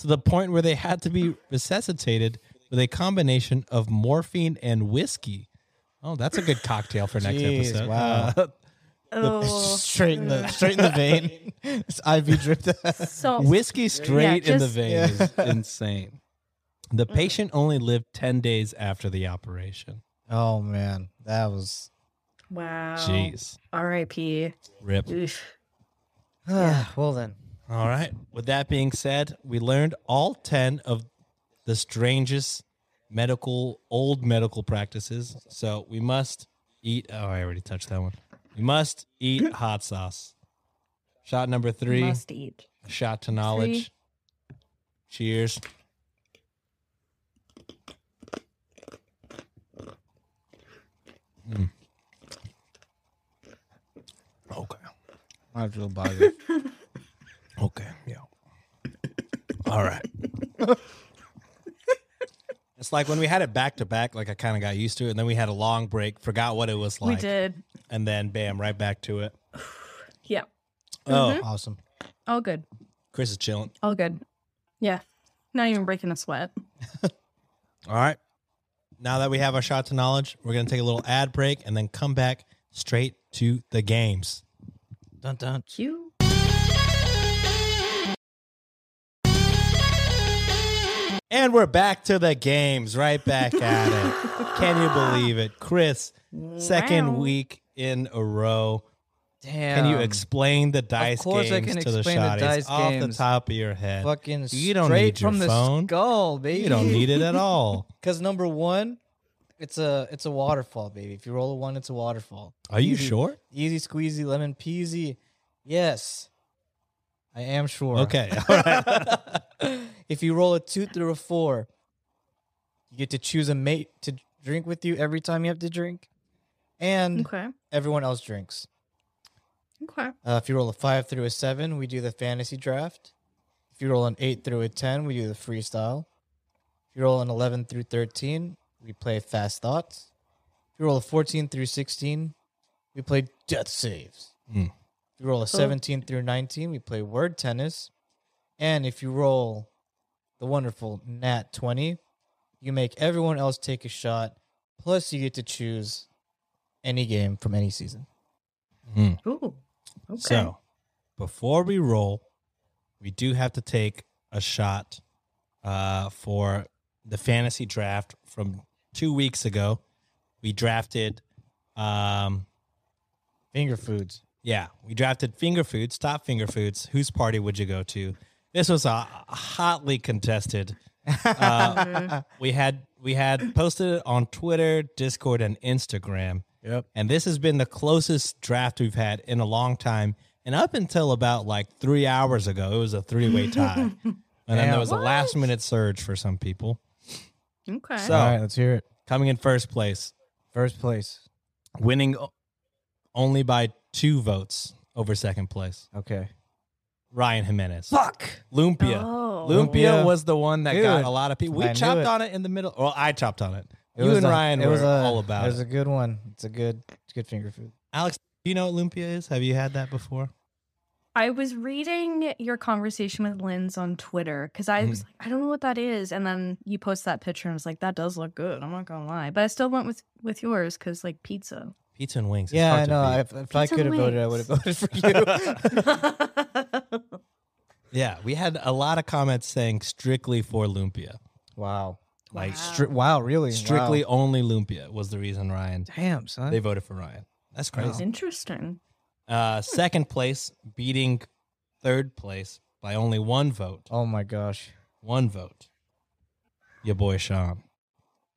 [SPEAKER 3] to the point where they had to be resuscitated with a combination of morphine and whiskey. Oh, that's a good cocktail for next
[SPEAKER 7] Jeez,
[SPEAKER 3] episode.
[SPEAKER 7] wow.
[SPEAKER 3] Uh,
[SPEAKER 8] Oh,
[SPEAKER 7] straight in the straight in the vein. It's IV dripped out.
[SPEAKER 8] so
[SPEAKER 3] Whiskey straight in the
[SPEAKER 8] just-
[SPEAKER 3] vein is insane. The patient only lived 10 days after the operation.
[SPEAKER 7] Oh man. That was
[SPEAKER 8] wow.
[SPEAKER 3] Jeez.
[SPEAKER 8] R.I.P.
[SPEAKER 3] Rip.
[SPEAKER 8] Oof.
[SPEAKER 7] well then.
[SPEAKER 3] All right. With that being said, we learned all 10 of the strangest medical, old medical practices. So we must eat. Oh, I already touched that one. We must eat hot sauce. Shot number three,
[SPEAKER 8] Must eat.
[SPEAKER 3] shot to knowledge. Cheers. Mm. Okay.
[SPEAKER 7] I feel bothered.
[SPEAKER 3] Okay. Yeah. All right. it's like when we had it back to back, like I kind of got used to it. And then we had a long break, forgot what it was like.
[SPEAKER 8] we did.
[SPEAKER 3] And then bam, right back to it.
[SPEAKER 8] Yeah.
[SPEAKER 3] Oh,
[SPEAKER 8] Mm-hmm.
[SPEAKER 7] awesome.
[SPEAKER 8] All good.
[SPEAKER 3] Chris is chilling.
[SPEAKER 8] All good. Yeah. Not even breaking a sweat.
[SPEAKER 3] All right. Now that we have our shot to knowledge, we're going to take a little ad break and then come back straight to the games.
[SPEAKER 7] Dun dun.
[SPEAKER 8] Cute.
[SPEAKER 3] And we're back to the games, right back at it. Can you believe it? Chris, second
[SPEAKER 8] Wow.
[SPEAKER 3] week in a row. Can
[SPEAKER 1] Damn.
[SPEAKER 3] you explain the dice
[SPEAKER 1] course I
[SPEAKER 3] games
[SPEAKER 1] can
[SPEAKER 3] to the
[SPEAKER 1] explain the
[SPEAKER 3] shotties
[SPEAKER 1] dice
[SPEAKER 3] off
[SPEAKER 1] games.
[SPEAKER 3] the top of your head?
[SPEAKER 7] Fucking
[SPEAKER 3] You don't
[SPEAKER 7] straight
[SPEAKER 3] need your
[SPEAKER 7] from the
[SPEAKER 3] phone.
[SPEAKER 7] skull, baby.
[SPEAKER 3] You don't need it at all.
[SPEAKER 7] Because number one, it's a it's a waterfall, baby. If you roll a one, it's a waterfall.
[SPEAKER 3] Are you
[SPEAKER 7] Easy-
[SPEAKER 3] sure?
[SPEAKER 7] Easy squeezy, lemon peasy. Yes, I am sure.
[SPEAKER 3] Okay. All right.
[SPEAKER 7] if you roll a two through a four, you get to choose a mate to drink with you every time you have to drink, and
[SPEAKER 8] Okay.
[SPEAKER 7] everyone else drinks.
[SPEAKER 8] Okay.
[SPEAKER 7] Uh, if you roll a five through a seven, we do the fantasy draft. If you roll an eight through a ten, we do the freestyle. If you roll an eleven through thirteen, we play fast thoughts. If you roll a fourteen through sixteen, we play death saves.
[SPEAKER 3] Hmm.
[SPEAKER 7] If you roll a seventeen through nineteen, we play word tennis. And if you roll the wonderful nat twenty, you make everyone else take a shot. Plus, you get to choose any game from any season.
[SPEAKER 8] Ooh. Okay.
[SPEAKER 3] Hmm. So, before we roll, we do have to take a shot uh, for the fantasy draft from two weeks ago. We drafted, um,
[SPEAKER 7] Finger foods.
[SPEAKER 3] yeah, we drafted finger foods, top finger foods. Whose party would you go to? This was a hotly contested. Uh, we had we had posted it on Twitter, Discord, and Instagram.
[SPEAKER 7] Yep.
[SPEAKER 3] And this has been the closest draft we've had in a long time. And up until about like three hours ago, it was a three way tie. and then there was a last minute surge for some people.
[SPEAKER 8] okay.
[SPEAKER 3] So,
[SPEAKER 7] All right, let's hear it.
[SPEAKER 3] coming in first place,
[SPEAKER 7] First place.
[SPEAKER 3] winning o- only by two votes over second place,
[SPEAKER 7] Okay.
[SPEAKER 3] Ryan Jimenez.
[SPEAKER 1] Fuck.
[SPEAKER 3] Lumpia.
[SPEAKER 8] Oh.
[SPEAKER 3] Lumpia
[SPEAKER 7] Lumpia.
[SPEAKER 3] was the one that got
[SPEAKER 7] Dude.
[SPEAKER 3] a lot of people. We
[SPEAKER 7] I knew
[SPEAKER 3] chopped
[SPEAKER 7] it.
[SPEAKER 3] on it in the middle. Well, I chopped on it.
[SPEAKER 7] It
[SPEAKER 3] you
[SPEAKER 7] was
[SPEAKER 3] and
[SPEAKER 7] a-
[SPEAKER 3] Ryan
[SPEAKER 7] it was
[SPEAKER 3] were
[SPEAKER 7] a-
[SPEAKER 3] all about
[SPEAKER 7] It
[SPEAKER 3] it.
[SPEAKER 7] was a good one. It's a good, it's good finger food.
[SPEAKER 3] Alex, do you know what Lumpia is? Have you had that before?
[SPEAKER 8] I was reading your conversation with Linz on Twitter because I was like, I don't know what that is, and then you post that picture and I was like, that does look good. I'm not gonna lie, but I still went with with yours because like pizza.
[SPEAKER 3] Pizza and wings. It's
[SPEAKER 7] Yeah, I
[SPEAKER 3] hard to
[SPEAKER 7] know.
[SPEAKER 3] beat.
[SPEAKER 7] I- If, if I
[SPEAKER 8] Pizza
[SPEAKER 7] could have voted, I would have voted for you.
[SPEAKER 3] Yeah, we had a lot of comments saying strictly for lumpia,
[SPEAKER 7] wow.
[SPEAKER 3] like
[SPEAKER 7] Stri- wow, really?
[SPEAKER 3] strictly
[SPEAKER 7] Wow.
[SPEAKER 3] only lumpia was the reason Ryan.
[SPEAKER 1] Damn, son.
[SPEAKER 3] They voted for Ryan. That's crazy.
[SPEAKER 8] Interesting.
[SPEAKER 3] Uh, second place beating third place by only one vote.
[SPEAKER 7] Oh my gosh.
[SPEAKER 3] One vote. Your boy Sean,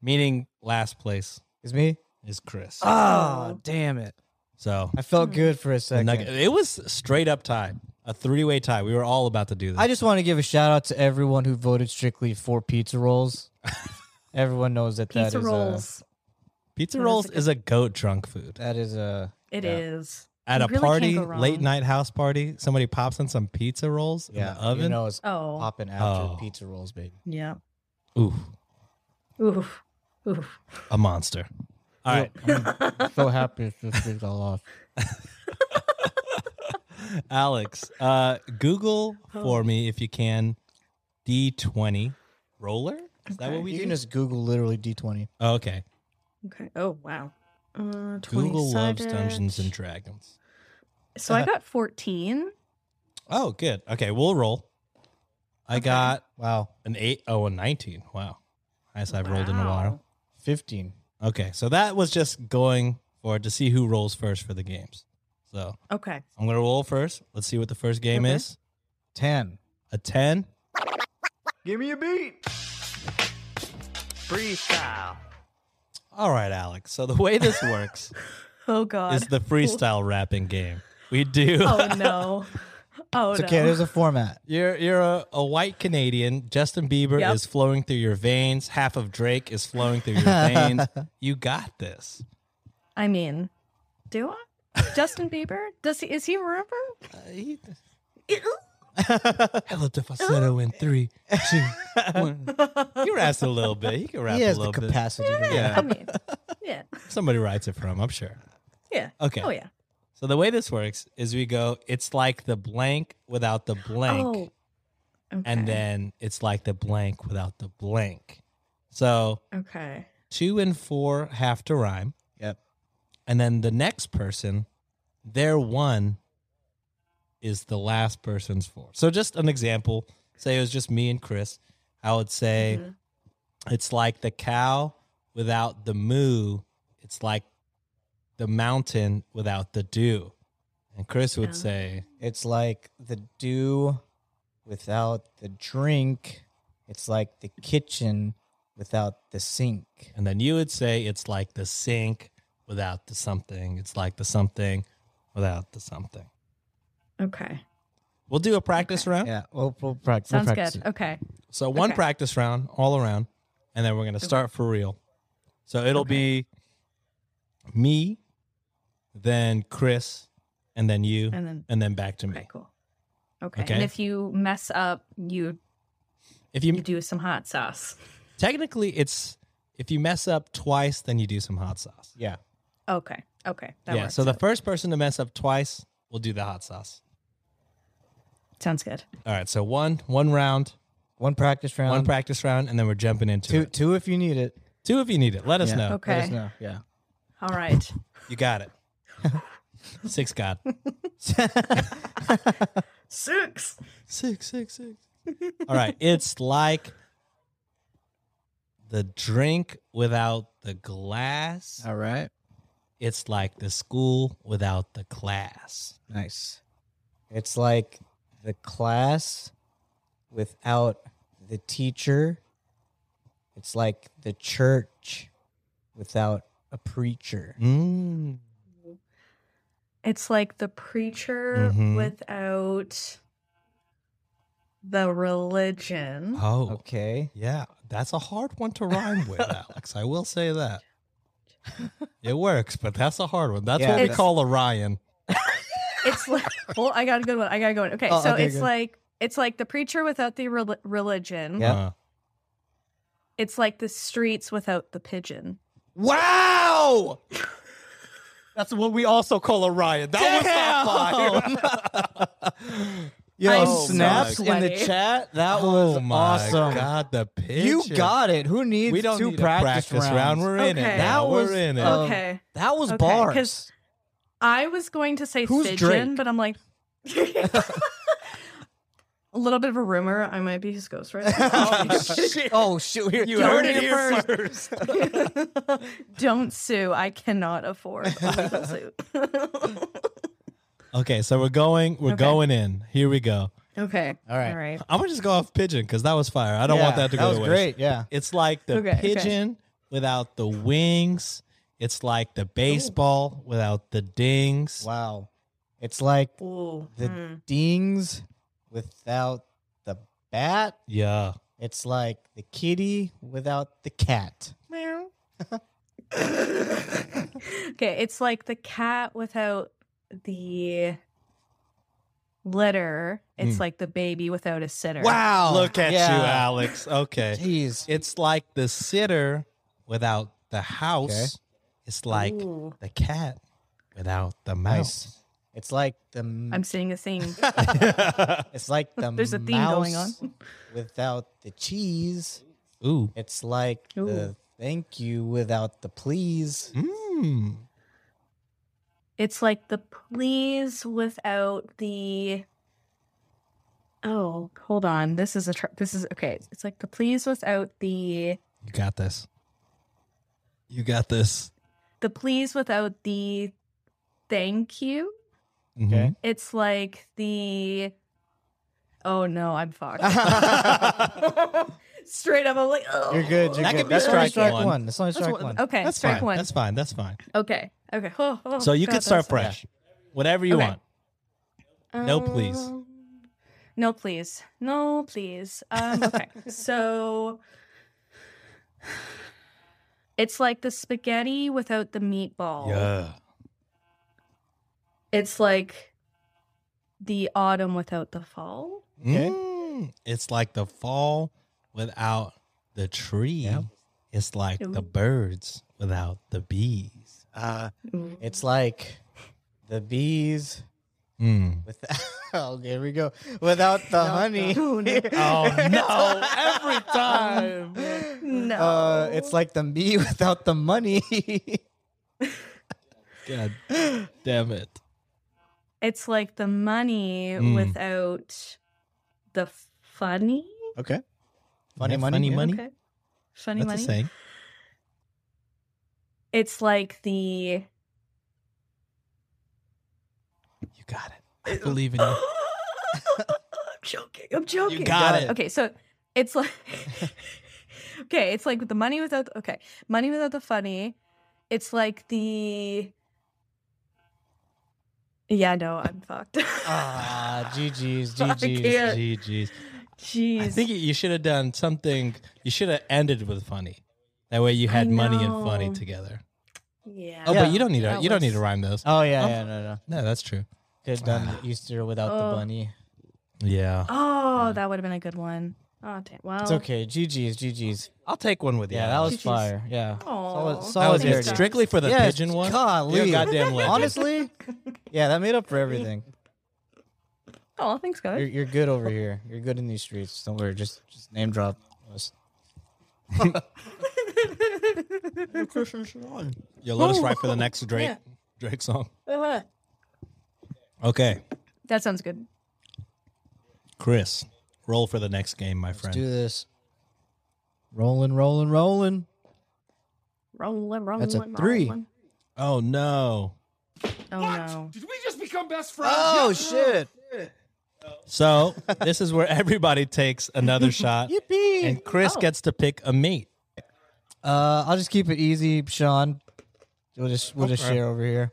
[SPEAKER 3] meaning last place
[SPEAKER 7] It's me.
[SPEAKER 3] is Chris.
[SPEAKER 1] oh, damn it.
[SPEAKER 3] So
[SPEAKER 7] I felt good for a
[SPEAKER 3] the
[SPEAKER 7] second.
[SPEAKER 3] nugget, it was straight up tie, a three way tie. We were all about to do this.
[SPEAKER 7] I just want to give a shout out to everyone who voted strictly for pizza rolls. everyone knows that that
[SPEAKER 8] Pizza
[SPEAKER 7] is
[SPEAKER 8] rolls.
[SPEAKER 3] pizza
[SPEAKER 8] That is
[SPEAKER 3] rolls
[SPEAKER 8] a good-
[SPEAKER 3] is a goat drunk food.
[SPEAKER 7] a that is a
[SPEAKER 8] It
[SPEAKER 3] Yeah.
[SPEAKER 8] is.
[SPEAKER 3] At
[SPEAKER 8] You
[SPEAKER 3] a
[SPEAKER 8] really can't
[SPEAKER 3] party,
[SPEAKER 8] go wrong.
[SPEAKER 3] late night house party, somebody pops in some pizza rolls
[SPEAKER 7] yeah.
[SPEAKER 3] in the oven.
[SPEAKER 7] You know it's
[SPEAKER 8] Oh,
[SPEAKER 7] popping after
[SPEAKER 3] Oh.
[SPEAKER 7] pizza rolls, baby.
[SPEAKER 8] yeah.
[SPEAKER 3] Ooh,
[SPEAKER 8] Oof. Oof.
[SPEAKER 3] a monster. All right.
[SPEAKER 7] I'm so happy this week I lost.
[SPEAKER 3] Alex, uh, Google
[SPEAKER 8] Oh.
[SPEAKER 3] for me if you can D20 roller. Is that what we
[SPEAKER 7] You
[SPEAKER 3] do?
[SPEAKER 7] can just Google literally D20.
[SPEAKER 3] Oh, okay.
[SPEAKER 8] Okay. Oh wow. Uh,
[SPEAKER 3] Google loves
[SPEAKER 8] 20-sided.
[SPEAKER 3] Dungeons and Dragons.
[SPEAKER 8] So I got 14.
[SPEAKER 3] Oh, good. Okay, we'll roll. I got
[SPEAKER 7] Wow.
[SPEAKER 3] an 8. Oh, a 19. Wow. Highest I've rolled in a
[SPEAKER 8] Wow.
[SPEAKER 3] while.
[SPEAKER 7] 15.
[SPEAKER 3] Okay, so that was just going for to see who rolls first for the games. So
[SPEAKER 8] Okay.
[SPEAKER 3] I'm going to roll first. Let's see what the first game
[SPEAKER 8] Okay.
[SPEAKER 3] is.
[SPEAKER 7] 10.
[SPEAKER 3] A 10.
[SPEAKER 1] Give me a beat. Freestyle.
[SPEAKER 3] All right, Alex. So the way this works
[SPEAKER 8] Oh god.
[SPEAKER 3] is the freestyle rapping game. We do.
[SPEAKER 8] oh no. Oh
[SPEAKER 7] It's
[SPEAKER 8] no.
[SPEAKER 7] okay. There's a format.
[SPEAKER 3] You're you're a, a white Canadian. Justin Bieber
[SPEAKER 8] Yep.
[SPEAKER 3] is flowing through your veins. Half of Drake is flowing through your veins. You got this.
[SPEAKER 8] I mean, do I? Justin Bieber? Does he? Is he a rapper?
[SPEAKER 3] Hello, the falsetto in three, two, one. You rap a little bit. You can rap
[SPEAKER 7] He
[SPEAKER 3] a
[SPEAKER 7] has the
[SPEAKER 3] little bit.
[SPEAKER 7] capacity. to do
[SPEAKER 3] Yeah.
[SPEAKER 8] I mean, yeah,
[SPEAKER 3] Somebody writes it for him, I'm sure.
[SPEAKER 8] yeah.
[SPEAKER 3] Okay.
[SPEAKER 8] Oh yeah.
[SPEAKER 3] So the way this works is we go, it's like the blank without the blank.
[SPEAKER 8] Oh. Okay.
[SPEAKER 3] and then it's like the blank without the blank. So
[SPEAKER 8] okay.
[SPEAKER 3] two and four have to rhyme.
[SPEAKER 7] Yep.
[SPEAKER 3] And then the next person, their one is the last person's four. So just an example, say it was just me and Chris, I would say
[SPEAKER 8] Mm-hmm.
[SPEAKER 3] it's like the cow without the moo, it's like the mountain without the dew. And Chris would
[SPEAKER 8] Yeah.
[SPEAKER 3] say,
[SPEAKER 7] It's like the dew without the drink. It's like the kitchen without the sink.
[SPEAKER 3] and then you would say, it's like the sink without the something. It's like the something without the something.
[SPEAKER 9] Okay.
[SPEAKER 3] We'll do a practice round.
[SPEAKER 7] Yeah, we'll, we'll practice.
[SPEAKER 8] Sounds good. Okay.
[SPEAKER 3] So one
[SPEAKER 8] Okay.
[SPEAKER 3] practice round all around, and then we're gonna start for real. So it'll be me, then Chris, and then you,
[SPEAKER 8] And then
[SPEAKER 3] and then back to me.
[SPEAKER 8] okay, cool. Okay.
[SPEAKER 3] Okay.
[SPEAKER 8] And if you mess up, you
[SPEAKER 3] If you
[SPEAKER 8] you do some hot sauce.
[SPEAKER 3] technically it's if you mess up twice, then you do some hot sauce.
[SPEAKER 7] Yeah.
[SPEAKER 8] Okay. Okay. That
[SPEAKER 3] yeah.
[SPEAKER 8] works.
[SPEAKER 3] So the first person to mess up twice will do the hot sauce.
[SPEAKER 8] Sounds good.
[SPEAKER 3] All right. So one one round,
[SPEAKER 7] One practice round.
[SPEAKER 3] one practice round, and then we're jumping into
[SPEAKER 7] two,
[SPEAKER 3] it.
[SPEAKER 7] two if you need it.
[SPEAKER 3] Two if you need it. Let us
[SPEAKER 7] Yeah.
[SPEAKER 3] know.
[SPEAKER 7] Let us
[SPEAKER 8] Okay.
[SPEAKER 7] know. Yeah.
[SPEAKER 8] All right.
[SPEAKER 3] You got it. Six God.
[SPEAKER 8] Six.
[SPEAKER 3] Six, six, six. All right. It's like the drink without the glass.
[SPEAKER 7] All right.
[SPEAKER 3] It's like the school without the class.
[SPEAKER 7] Nice. It's like the class without the teacher. It's like the church without a preacher.
[SPEAKER 3] Mm.
[SPEAKER 8] It's like the preacher
[SPEAKER 7] Mm-hmm.
[SPEAKER 3] Mhm.
[SPEAKER 8] without the religion.
[SPEAKER 3] Oh,
[SPEAKER 7] Okay.
[SPEAKER 3] yeah. That's a hard one to rhyme with, Alex. I will say that. It works, but that's a hard one. That's
[SPEAKER 7] Yeah,
[SPEAKER 3] what we
[SPEAKER 7] that's-
[SPEAKER 3] call Orion.
[SPEAKER 8] It's like well, I got a good one. I got a good one. Okay,
[SPEAKER 7] Oh,
[SPEAKER 8] so
[SPEAKER 7] okay,
[SPEAKER 8] it's
[SPEAKER 7] good.
[SPEAKER 8] like it's like the preacher without the rel- religion.
[SPEAKER 7] Yeah.
[SPEAKER 3] Uh,
[SPEAKER 8] It's like the streets without the pigeon.
[SPEAKER 3] wow. That's what we also call Orion. That was on fire.
[SPEAKER 7] Yo,
[SPEAKER 8] I'm
[SPEAKER 3] so
[SPEAKER 7] snaps in the
[SPEAKER 8] sweaty.
[SPEAKER 7] chat. That
[SPEAKER 3] oh
[SPEAKER 7] was
[SPEAKER 3] my
[SPEAKER 7] awesome.
[SPEAKER 3] god, the pitch.
[SPEAKER 7] You got it. Who needs
[SPEAKER 3] We don't
[SPEAKER 7] two
[SPEAKER 3] need
[SPEAKER 7] practice,
[SPEAKER 3] a practice round.
[SPEAKER 7] rounds?
[SPEAKER 3] We're in it.
[SPEAKER 8] Okay.
[SPEAKER 3] Now
[SPEAKER 7] That
[SPEAKER 3] we're
[SPEAKER 7] was,
[SPEAKER 3] in it.
[SPEAKER 7] uh, Um,
[SPEAKER 8] okay.
[SPEAKER 7] That was
[SPEAKER 8] Okay, 'cause-
[SPEAKER 7] bars.
[SPEAKER 8] I was going to say
[SPEAKER 7] Who's Drake?
[SPEAKER 8] pigeon, but I'm like a little bit of a rumor. I might be his ghostwriter.
[SPEAKER 7] oh shit! Oh shit! Here,
[SPEAKER 3] you
[SPEAKER 7] don't
[SPEAKER 3] heard
[SPEAKER 7] do
[SPEAKER 3] it
[SPEAKER 8] it
[SPEAKER 3] here first.
[SPEAKER 8] Don't sue. I cannot afford a legal suit.
[SPEAKER 3] okay, so we're going. We're
[SPEAKER 8] Okay.
[SPEAKER 3] going in. Here we go.
[SPEAKER 8] okay.
[SPEAKER 7] All right.
[SPEAKER 8] All right.
[SPEAKER 3] I'm gonna just go off pigeon because that was fire. I don't want
[SPEAKER 7] Yeah,
[SPEAKER 3] that to
[SPEAKER 7] That
[SPEAKER 3] go
[SPEAKER 7] was
[SPEAKER 3] to waste.
[SPEAKER 7] great. Yeah.
[SPEAKER 3] It's like the
[SPEAKER 8] Okay, okay.
[SPEAKER 3] pigeon without the wings. It's like the baseball without the dings.
[SPEAKER 7] Wow. It's like
[SPEAKER 8] Ooh.
[SPEAKER 7] The-
[SPEAKER 8] mm.
[SPEAKER 7] dings without the bat.
[SPEAKER 3] Yeah.
[SPEAKER 7] It's like the kitty without the cat.
[SPEAKER 8] Okay. It's like the cat without the litter. It's
[SPEAKER 3] Mm.
[SPEAKER 8] like the baby without a sitter.
[SPEAKER 3] Wow. Look at you,
[SPEAKER 7] Yeah.
[SPEAKER 3] Alex. Okay.
[SPEAKER 7] Jeez.
[SPEAKER 3] It's like the sitter without the house.
[SPEAKER 7] Okay.
[SPEAKER 3] It's like
[SPEAKER 8] Ooh.
[SPEAKER 3] the cat without the mouse.
[SPEAKER 7] Nice. It's like the m-
[SPEAKER 8] I'm seeing a theme.
[SPEAKER 7] it's like the
[SPEAKER 8] There's a theme going
[SPEAKER 7] mouse
[SPEAKER 8] on.
[SPEAKER 7] without the cheese.
[SPEAKER 3] Ooh.
[SPEAKER 7] It's like the
[SPEAKER 8] Ooh.
[SPEAKER 7] thank you without the please.
[SPEAKER 3] Mm.
[SPEAKER 8] It's like the please without the. Oh, hold on. This is a. Tr- this is okay. It's like the please without the.
[SPEAKER 3] You got this. You got this.
[SPEAKER 8] The please without the. Thank you.
[SPEAKER 3] Mhm.
[SPEAKER 8] It's like the. Oh no, I'm fucked. Straight up, I'm like. Oh.
[SPEAKER 7] You're good. You're
[SPEAKER 3] That
[SPEAKER 7] good.
[SPEAKER 3] could be
[SPEAKER 7] That's only
[SPEAKER 3] strike
[SPEAKER 7] strike
[SPEAKER 3] one.
[SPEAKER 7] one. That's only strike one.
[SPEAKER 8] Okay,
[SPEAKER 3] That's
[SPEAKER 8] strike
[SPEAKER 3] fine.
[SPEAKER 8] one.
[SPEAKER 3] That's fine. That's fine.
[SPEAKER 8] Okay, okay. Oh, oh,
[SPEAKER 3] So you
[SPEAKER 8] God,
[SPEAKER 3] can start
[SPEAKER 8] that's-
[SPEAKER 3] fresh. Whatever you
[SPEAKER 8] Okay.
[SPEAKER 3] want. No, please.
[SPEAKER 8] Um, No, please. No, please. Um, okay. so it's like the spaghetti without the meatball.
[SPEAKER 3] Yeah.
[SPEAKER 8] It's like the autumn without the fall.
[SPEAKER 7] Okay.
[SPEAKER 3] Mm. It's like the fall without the tree. It's like the
[SPEAKER 8] Ooh.
[SPEAKER 3] birds without the bees.
[SPEAKER 7] Uh,
[SPEAKER 8] Ooh.
[SPEAKER 7] it's like the bees
[SPEAKER 3] Mm.
[SPEAKER 7] without. Oh, here we go. Without the honey.
[SPEAKER 8] Oh, no.
[SPEAKER 3] Oh, no.
[SPEAKER 7] Every time.
[SPEAKER 8] No.
[SPEAKER 7] Uh, it's like the me without the money.
[SPEAKER 3] God damn it.
[SPEAKER 8] It's like the money
[SPEAKER 3] Mm.
[SPEAKER 8] without the funny.
[SPEAKER 7] okay. Funny
[SPEAKER 3] Yeah,
[SPEAKER 7] money,
[SPEAKER 3] Funny
[SPEAKER 7] yeah.
[SPEAKER 3] money.
[SPEAKER 8] Okay. Funny
[SPEAKER 3] That's
[SPEAKER 8] money.
[SPEAKER 3] a saying.
[SPEAKER 8] it's like the
[SPEAKER 3] You got it.
[SPEAKER 5] I believe in you.
[SPEAKER 8] I'm joking. I'm joking.
[SPEAKER 3] got it.
[SPEAKER 8] Okay, so it's like Okay, it's like the money without the, okay. Money without the funny. It's like the Yeah, no, I'm fucked.
[SPEAKER 7] Ah, GG's,
[SPEAKER 8] I
[SPEAKER 7] GG's.
[SPEAKER 8] can't.
[SPEAKER 3] Gee, geez.
[SPEAKER 8] Jeez.
[SPEAKER 3] I think you should have done something. You should have ended with funny. That way you had money and funny
[SPEAKER 8] know.
[SPEAKER 3] together.
[SPEAKER 8] yeah.
[SPEAKER 3] Oh, but you don't need to.
[SPEAKER 8] That
[SPEAKER 3] You don't need
[SPEAKER 8] was-
[SPEAKER 3] to rhyme those.
[SPEAKER 7] Oh yeah, yeah, no, no.
[SPEAKER 3] No, that's true.
[SPEAKER 7] Could have done Easter without
[SPEAKER 8] Oh.
[SPEAKER 7] the bunny.
[SPEAKER 3] Yeah. Mm.
[SPEAKER 8] Oh, that would have been a good one. Oh, damn. Well,
[SPEAKER 7] It's okay. GG's, GG's.
[SPEAKER 3] I'll take one with you.
[SPEAKER 7] Yeah, that was
[SPEAKER 8] GG's.
[SPEAKER 7] fire. Yeah. Solid,
[SPEAKER 8] Aw.
[SPEAKER 3] that was
[SPEAKER 8] Solidarity.
[SPEAKER 3] it.
[SPEAKER 7] solidarity.
[SPEAKER 3] strictly for the
[SPEAKER 7] Yeah,
[SPEAKER 3] pigeon one.
[SPEAKER 7] golly.
[SPEAKER 3] You're a goddamn legend.
[SPEAKER 7] Honestly, yeah, that made up for everything.
[SPEAKER 8] Oh, thanks, guys.
[SPEAKER 7] You're, you're good over here. You're good in these streets. Don't worry. Just just name drop us.
[SPEAKER 3] Yo, let us write for the next Drake Drake song. Okay,
[SPEAKER 8] That sounds good.
[SPEAKER 3] Chris, roll for the next game, my
[SPEAKER 7] Let's do
[SPEAKER 3] friend.
[SPEAKER 7] this. Rolling, rolling, rolling.
[SPEAKER 8] Rolling, rolling.
[SPEAKER 7] That's a three.
[SPEAKER 8] rolling.
[SPEAKER 3] Oh no!
[SPEAKER 8] Oh no.
[SPEAKER 4] Did we just become best friends?
[SPEAKER 7] Oh shit!
[SPEAKER 3] So this is where everybody takes another shot,
[SPEAKER 7] Yippee! Oh.
[SPEAKER 3] and Chris gets to pick a meat.
[SPEAKER 7] Uh, I'll just keep it easy, Sean. We'll just we'll just
[SPEAKER 3] Okay.
[SPEAKER 7] share over here.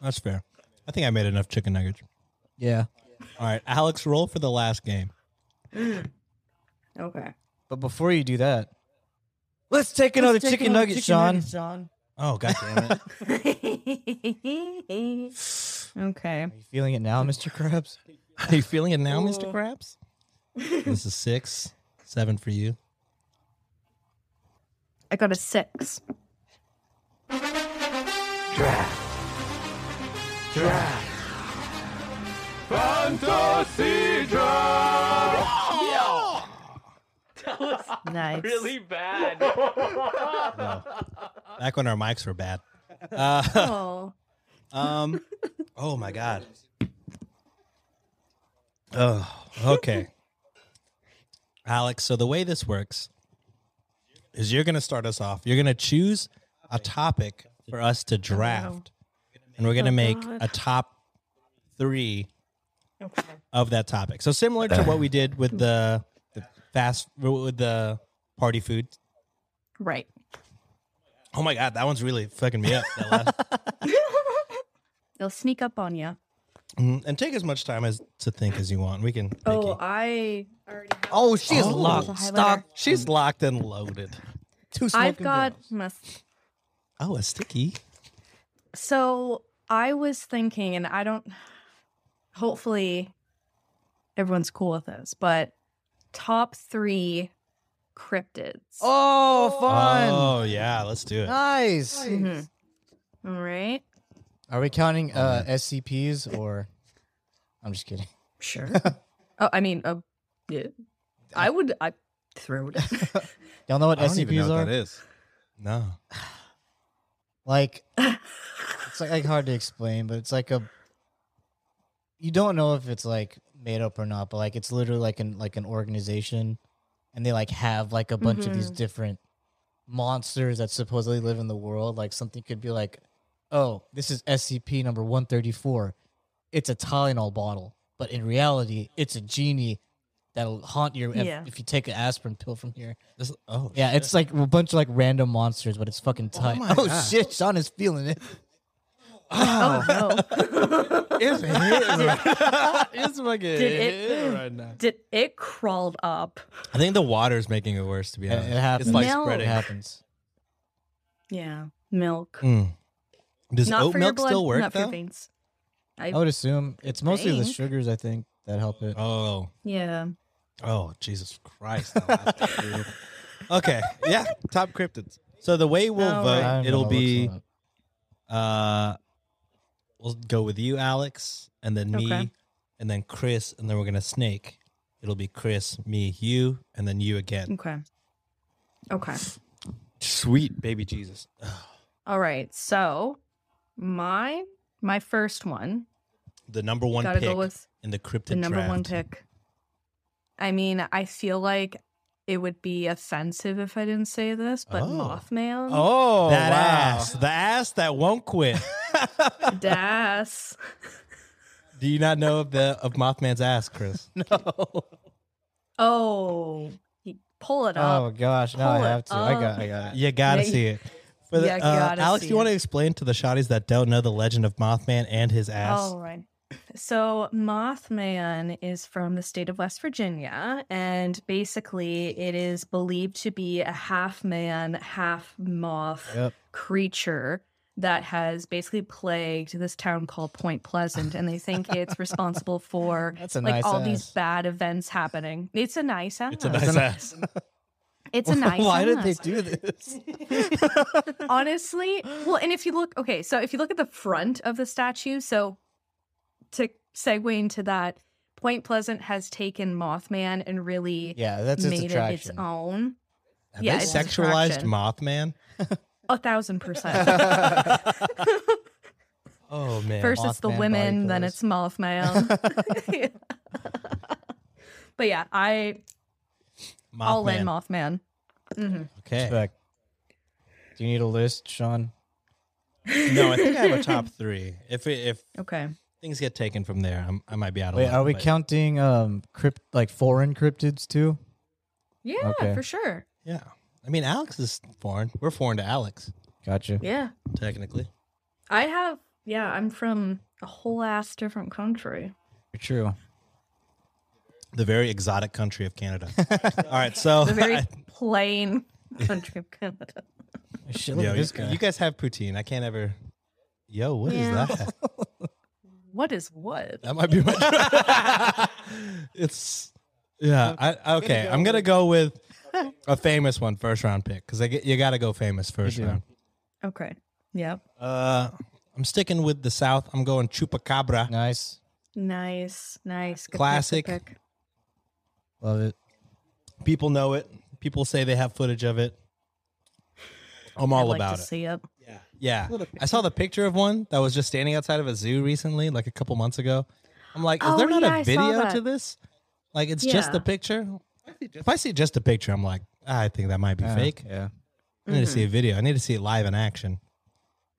[SPEAKER 3] That's fair. I think I made enough chicken nuggets.
[SPEAKER 7] Yeah.
[SPEAKER 3] All right, Alex, roll for the last game.
[SPEAKER 8] Okay.
[SPEAKER 7] But before you do that, let's take another chicken nugget, Sean.
[SPEAKER 3] Oh god damn it!
[SPEAKER 8] okay.
[SPEAKER 7] Are you feeling it now, Mr. Krabs?
[SPEAKER 3] Are you feeling it now, Mr. Krabs? this is six, seven for you.
[SPEAKER 8] I got a six. Nice.
[SPEAKER 4] Really bad.
[SPEAKER 3] Back when our mics were bad. Uh,
[SPEAKER 8] Oh.
[SPEAKER 3] Um. oh my god. Oh. Okay. Alex, so the way this works is you're going to start us off. You're going to choose a topic for us to draft, and we're going to make a top three of that topic. So similar to what we did with the, the fast with the party food.
[SPEAKER 8] Right.
[SPEAKER 3] Oh my god, that one's really fucking me up. That last
[SPEAKER 8] They'll sneak up on you.
[SPEAKER 3] Mm, and take as much time as to think as you want. We can. Nikki.
[SPEAKER 8] Oh, I already have
[SPEAKER 7] Oh, she's
[SPEAKER 8] Oh.
[SPEAKER 7] locked,
[SPEAKER 8] Highlighter.
[SPEAKER 7] stocked,
[SPEAKER 3] She's locked and loaded.
[SPEAKER 7] two smoking
[SPEAKER 8] I've got
[SPEAKER 7] barrels.
[SPEAKER 8] mess-
[SPEAKER 3] Oh, a sticky.
[SPEAKER 8] so I was thinking and I don't hopefully everyone's cool with this, but top 3 cryptids.
[SPEAKER 7] Oh, fun!
[SPEAKER 3] Oh yeah, let's do it.
[SPEAKER 7] Nice.
[SPEAKER 8] Mhm. All right.
[SPEAKER 7] Are we counting uh, SCPs or? I'm just kidding.
[SPEAKER 8] Sure. oh, I mean, uh, yeah. I would I throw it.
[SPEAKER 7] Y'all know what SCPs are?
[SPEAKER 5] is.
[SPEAKER 3] No.
[SPEAKER 7] Like, it's like, like hard to explain, but it's like a. You don't know if it's like made up or not, but like it's literally like an like an organization, and they like have like a bunch of these
[SPEAKER 8] Mhm.
[SPEAKER 7] different monsters that supposedly live in the world. Like something could be like, oh, this is SCP number one thirty four. It's a Tylenol bottle, but in reality, it's a genie that'll haunt you if,
[SPEAKER 8] Yeah.
[SPEAKER 7] if you take an aspirin pill from here.
[SPEAKER 3] This, oh
[SPEAKER 7] Yeah, it's like a bunch of like random monsters, but it's fucking tight.
[SPEAKER 3] my
[SPEAKER 7] Oh,
[SPEAKER 3] God.
[SPEAKER 7] shit, Sean is feeling it.
[SPEAKER 8] oh no.
[SPEAKER 3] it's it's fucking
[SPEAKER 8] Did it- right Did it crawled up?
[SPEAKER 3] I think the water's making it worse. To be
[SPEAKER 7] It, it
[SPEAKER 3] honest,
[SPEAKER 7] happens.
[SPEAKER 3] it's like
[SPEAKER 8] No.
[SPEAKER 7] it
[SPEAKER 3] spreading.
[SPEAKER 7] happens.
[SPEAKER 8] Yeah. Milk.
[SPEAKER 3] Mm. Does
[SPEAKER 8] not
[SPEAKER 3] oat
[SPEAKER 8] for your
[SPEAKER 3] milk
[SPEAKER 8] blood,
[SPEAKER 3] still work
[SPEAKER 8] not for your
[SPEAKER 3] though?
[SPEAKER 8] veins.
[SPEAKER 7] I would assume it's mostly the
[SPEAKER 8] Think.
[SPEAKER 7] sugars, I think, that help it.
[SPEAKER 3] Oh,
[SPEAKER 8] Yeah.
[SPEAKER 3] oh, Jesus Christ! that last two. okay, yeah, top cryptids. So the way we'll
[SPEAKER 8] All
[SPEAKER 3] vote,
[SPEAKER 7] I'm
[SPEAKER 3] it'll
[SPEAKER 7] gonna look
[SPEAKER 3] be
[SPEAKER 7] some up.
[SPEAKER 3] Uh, we'll go with you, Alex, and then me,
[SPEAKER 8] Okay.
[SPEAKER 3] and then Chris, and then we're gonna snake. It'll be Chris, me, you, and then you again.
[SPEAKER 8] Okay. Okay.
[SPEAKER 3] Sweet baby Jesus.
[SPEAKER 8] All right. So my my first one.
[SPEAKER 3] The number one
[SPEAKER 8] gotta
[SPEAKER 3] pick
[SPEAKER 8] go with
[SPEAKER 3] in the cryptid
[SPEAKER 8] the number one
[SPEAKER 3] draft.
[SPEAKER 8] pick. I mean, I feel like it would be offensive if I didn't say this, but
[SPEAKER 3] Oh.
[SPEAKER 8] Mothman.
[SPEAKER 7] Oh,
[SPEAKER 3] that
[SPEAKER 7] wow.
[SPEAKER 3] ass, the ass that won't quit.
[SPEAKER 8] Das.
[SPEAKER 3] Do you not know of the of Mothman's ass, Chris?
[SPEAKER 8] Oh, he- pull it
[SPEAKER 7] Oh
[SPEAKER 8] up.
[SPEAKER 7] gosh, now I
[SPEAKER 8] pull it
[SPEAKER 7] have to. I got,
[SPEAKER 8] up.
[SPEAKER 7] I got it.
[SPEAKER 3] You gotta
[SPEAKER 8] Yeah,
[SPEAKER 3] see it. For the,
[SPEAKER 8] yeah,
[SPEAKER 3] uh,
[SPEAKER 8] gotta
[SPEAKER 3] Alex,
[SPEAKER 8] see
[SPEAKER 3] you want to
[SPEAKER 8] it.
[SPEAKER 3] explain to the shotties that don't know the legend of Mothman and his ass?
[SPEAKER 8] All right. So Mothman is from the state of West Virginia, and basically it is believed to be a half man, half moth
[SPEAKER 7] Yep.
[SPEAKER 8] creature that has basically plagued this town called Point Pleasant, and they think it's responsible for
[SPEAKER 7] That's a
[SPEAKER 8] like
[SPEAKER 7] nice
[SPEAKER 8] all
[SPEAKER 7] ass.
[SPEAKER 8] these bad events happening. It's a nice ass.
[SPEAKER 3] It's a nice ass.
[SPEAKER 8] It's a nice
[SPEAKER 7] Why
[SPEAKER 8] ass.
[SPEAKER 7] did they do this?
[SPEAKER 8] Honestly, well, and if you look, okay, so if you look at the front of the statue, so to segue into that, Point Pleasant has taken Mothman and really
[SPEAKER 7] Yeah, that's its
[SPEAKER 8] made it its
[SPEAKER 7] attraction.
[SPEAKER 8] own.
[SPEAKER 3] Have
[SPEAKER 8] Yeah,
[SPEAKER 3] they
[SPEAKER 8] it's a
[SPEAKER 3] sexualized
[SPEAKER 8] distraction.
[SPEAKER 3] Mothman?
[SPEAKER 8] A thousand percent.
[SPEAKER 3] Oh man.
[SPEAKER 8] First, it's the
[SPEAKER 7] Mothman
[SPEAKER 8] women,
[SPEAKER 7] body
[SPEAKER 8] then
[SPEAKER 7] pillows.
[SPEAKER 8] it's Mothman. but yeah, I
[SPEAKER 3] Mothman.
[SPEAKER 8] all in Mothman. Mhm.
[SPEAKER 3] Okay.
[SPEAKER 7] Respect. Do you need a list, Sean?
[SPEAKER 3] no, I think I have a top three. If it, if
[SPEAKER 8] Okay.
[SPEAKER 3] things get taken from there, I'm, I might be out of
[SPEAKER 7] Wait,
[SPEAKER 3] luck,
[SPEAKER 7] are we
[SPEAKER 3] but-
[SPEAKER 7] counting um crypt like foreign cryptids too?
[SPEAKER 8] Yeah,
[SPEAKER 7] Okay.
[SPEAKER 8] for sure.
[SPEAKER 3] Yeah. I mean, Alex is foreign. We're foreign to Alex,
[SPEAKER 7] Gotcha.
[SPEAKER 8] Yeah.
[SPEAKER 3] technically.
[SPEAKER 8] I have, yeah, I'm from a whole ass different country.
[SPEAKER 7] True.
[SPEAKER 3] The very exotic country of Canada. All right. So,
[SPEAKER 8] the very plain country of Canada.
[SPEAKER 7] Shit, look
[SPEAKER 3] yo,
[SPEAKER 7] at
[SPEAKER 3] you,
[SPEAKER 7] this guy.
[SPEAKER 3] you guys have poutine. I can't ever. Yo, what is
[SPEAKER 8] Yeah.
[SPEAKER 3] that?
[SPEAKER 8] What is what?
[SPEAKER 3] That might be my. it's yeah. I okay. I'm gonna go with a famous one, first round pick, because I get, you got to go famous first round.
[SPEAKER 8] Okay. Yep.
[SPEAKER 3] Uh, I'm sticking with the South. I'm going Chupacabra.
[SPEAKER 7] nice.
[SPEAKER 8] Nice. Nice. Good pick, good
[SPEAKER 3] Classic.
[SPEAKER 8] pick.
[SPEAKER 7] Love it.
[SPEAKER 3] People know it. People say they have footage of it. I'm all
[SPEAKER 8] I'd like
[SPEAKER 3] about
[SPEAKER 8] to
[SPEAKER 3] it.
[SPEAKER 8] See it.
[SPEAKER 3] Yeah, I saw the picture of one that was just standing outside of a zoo recently, like a couple months ago. I'm like, is
[SPEAKER 8] Oh,
[SPEAKER 3] there not
[SPEAKER 8] yeah,
[SPEAKER 3] a
[SPEAKER 8] I saw
[SPEAKER 3] video
[SPEAKER 8] that.
[SPEAKER 3] to this? Like, it's just the
[SPEAKER 8] Yeah.
[SPEAKER 3] picture. If I see just a picture, I'm like, "Ah, I think that might be
[SPEAKER 7] Yeah,
[SPEAKER 3] fake.
[SPEAKER 7] Yeah.
[SPEAKER 3] I need to see a video. I need to see it live in action.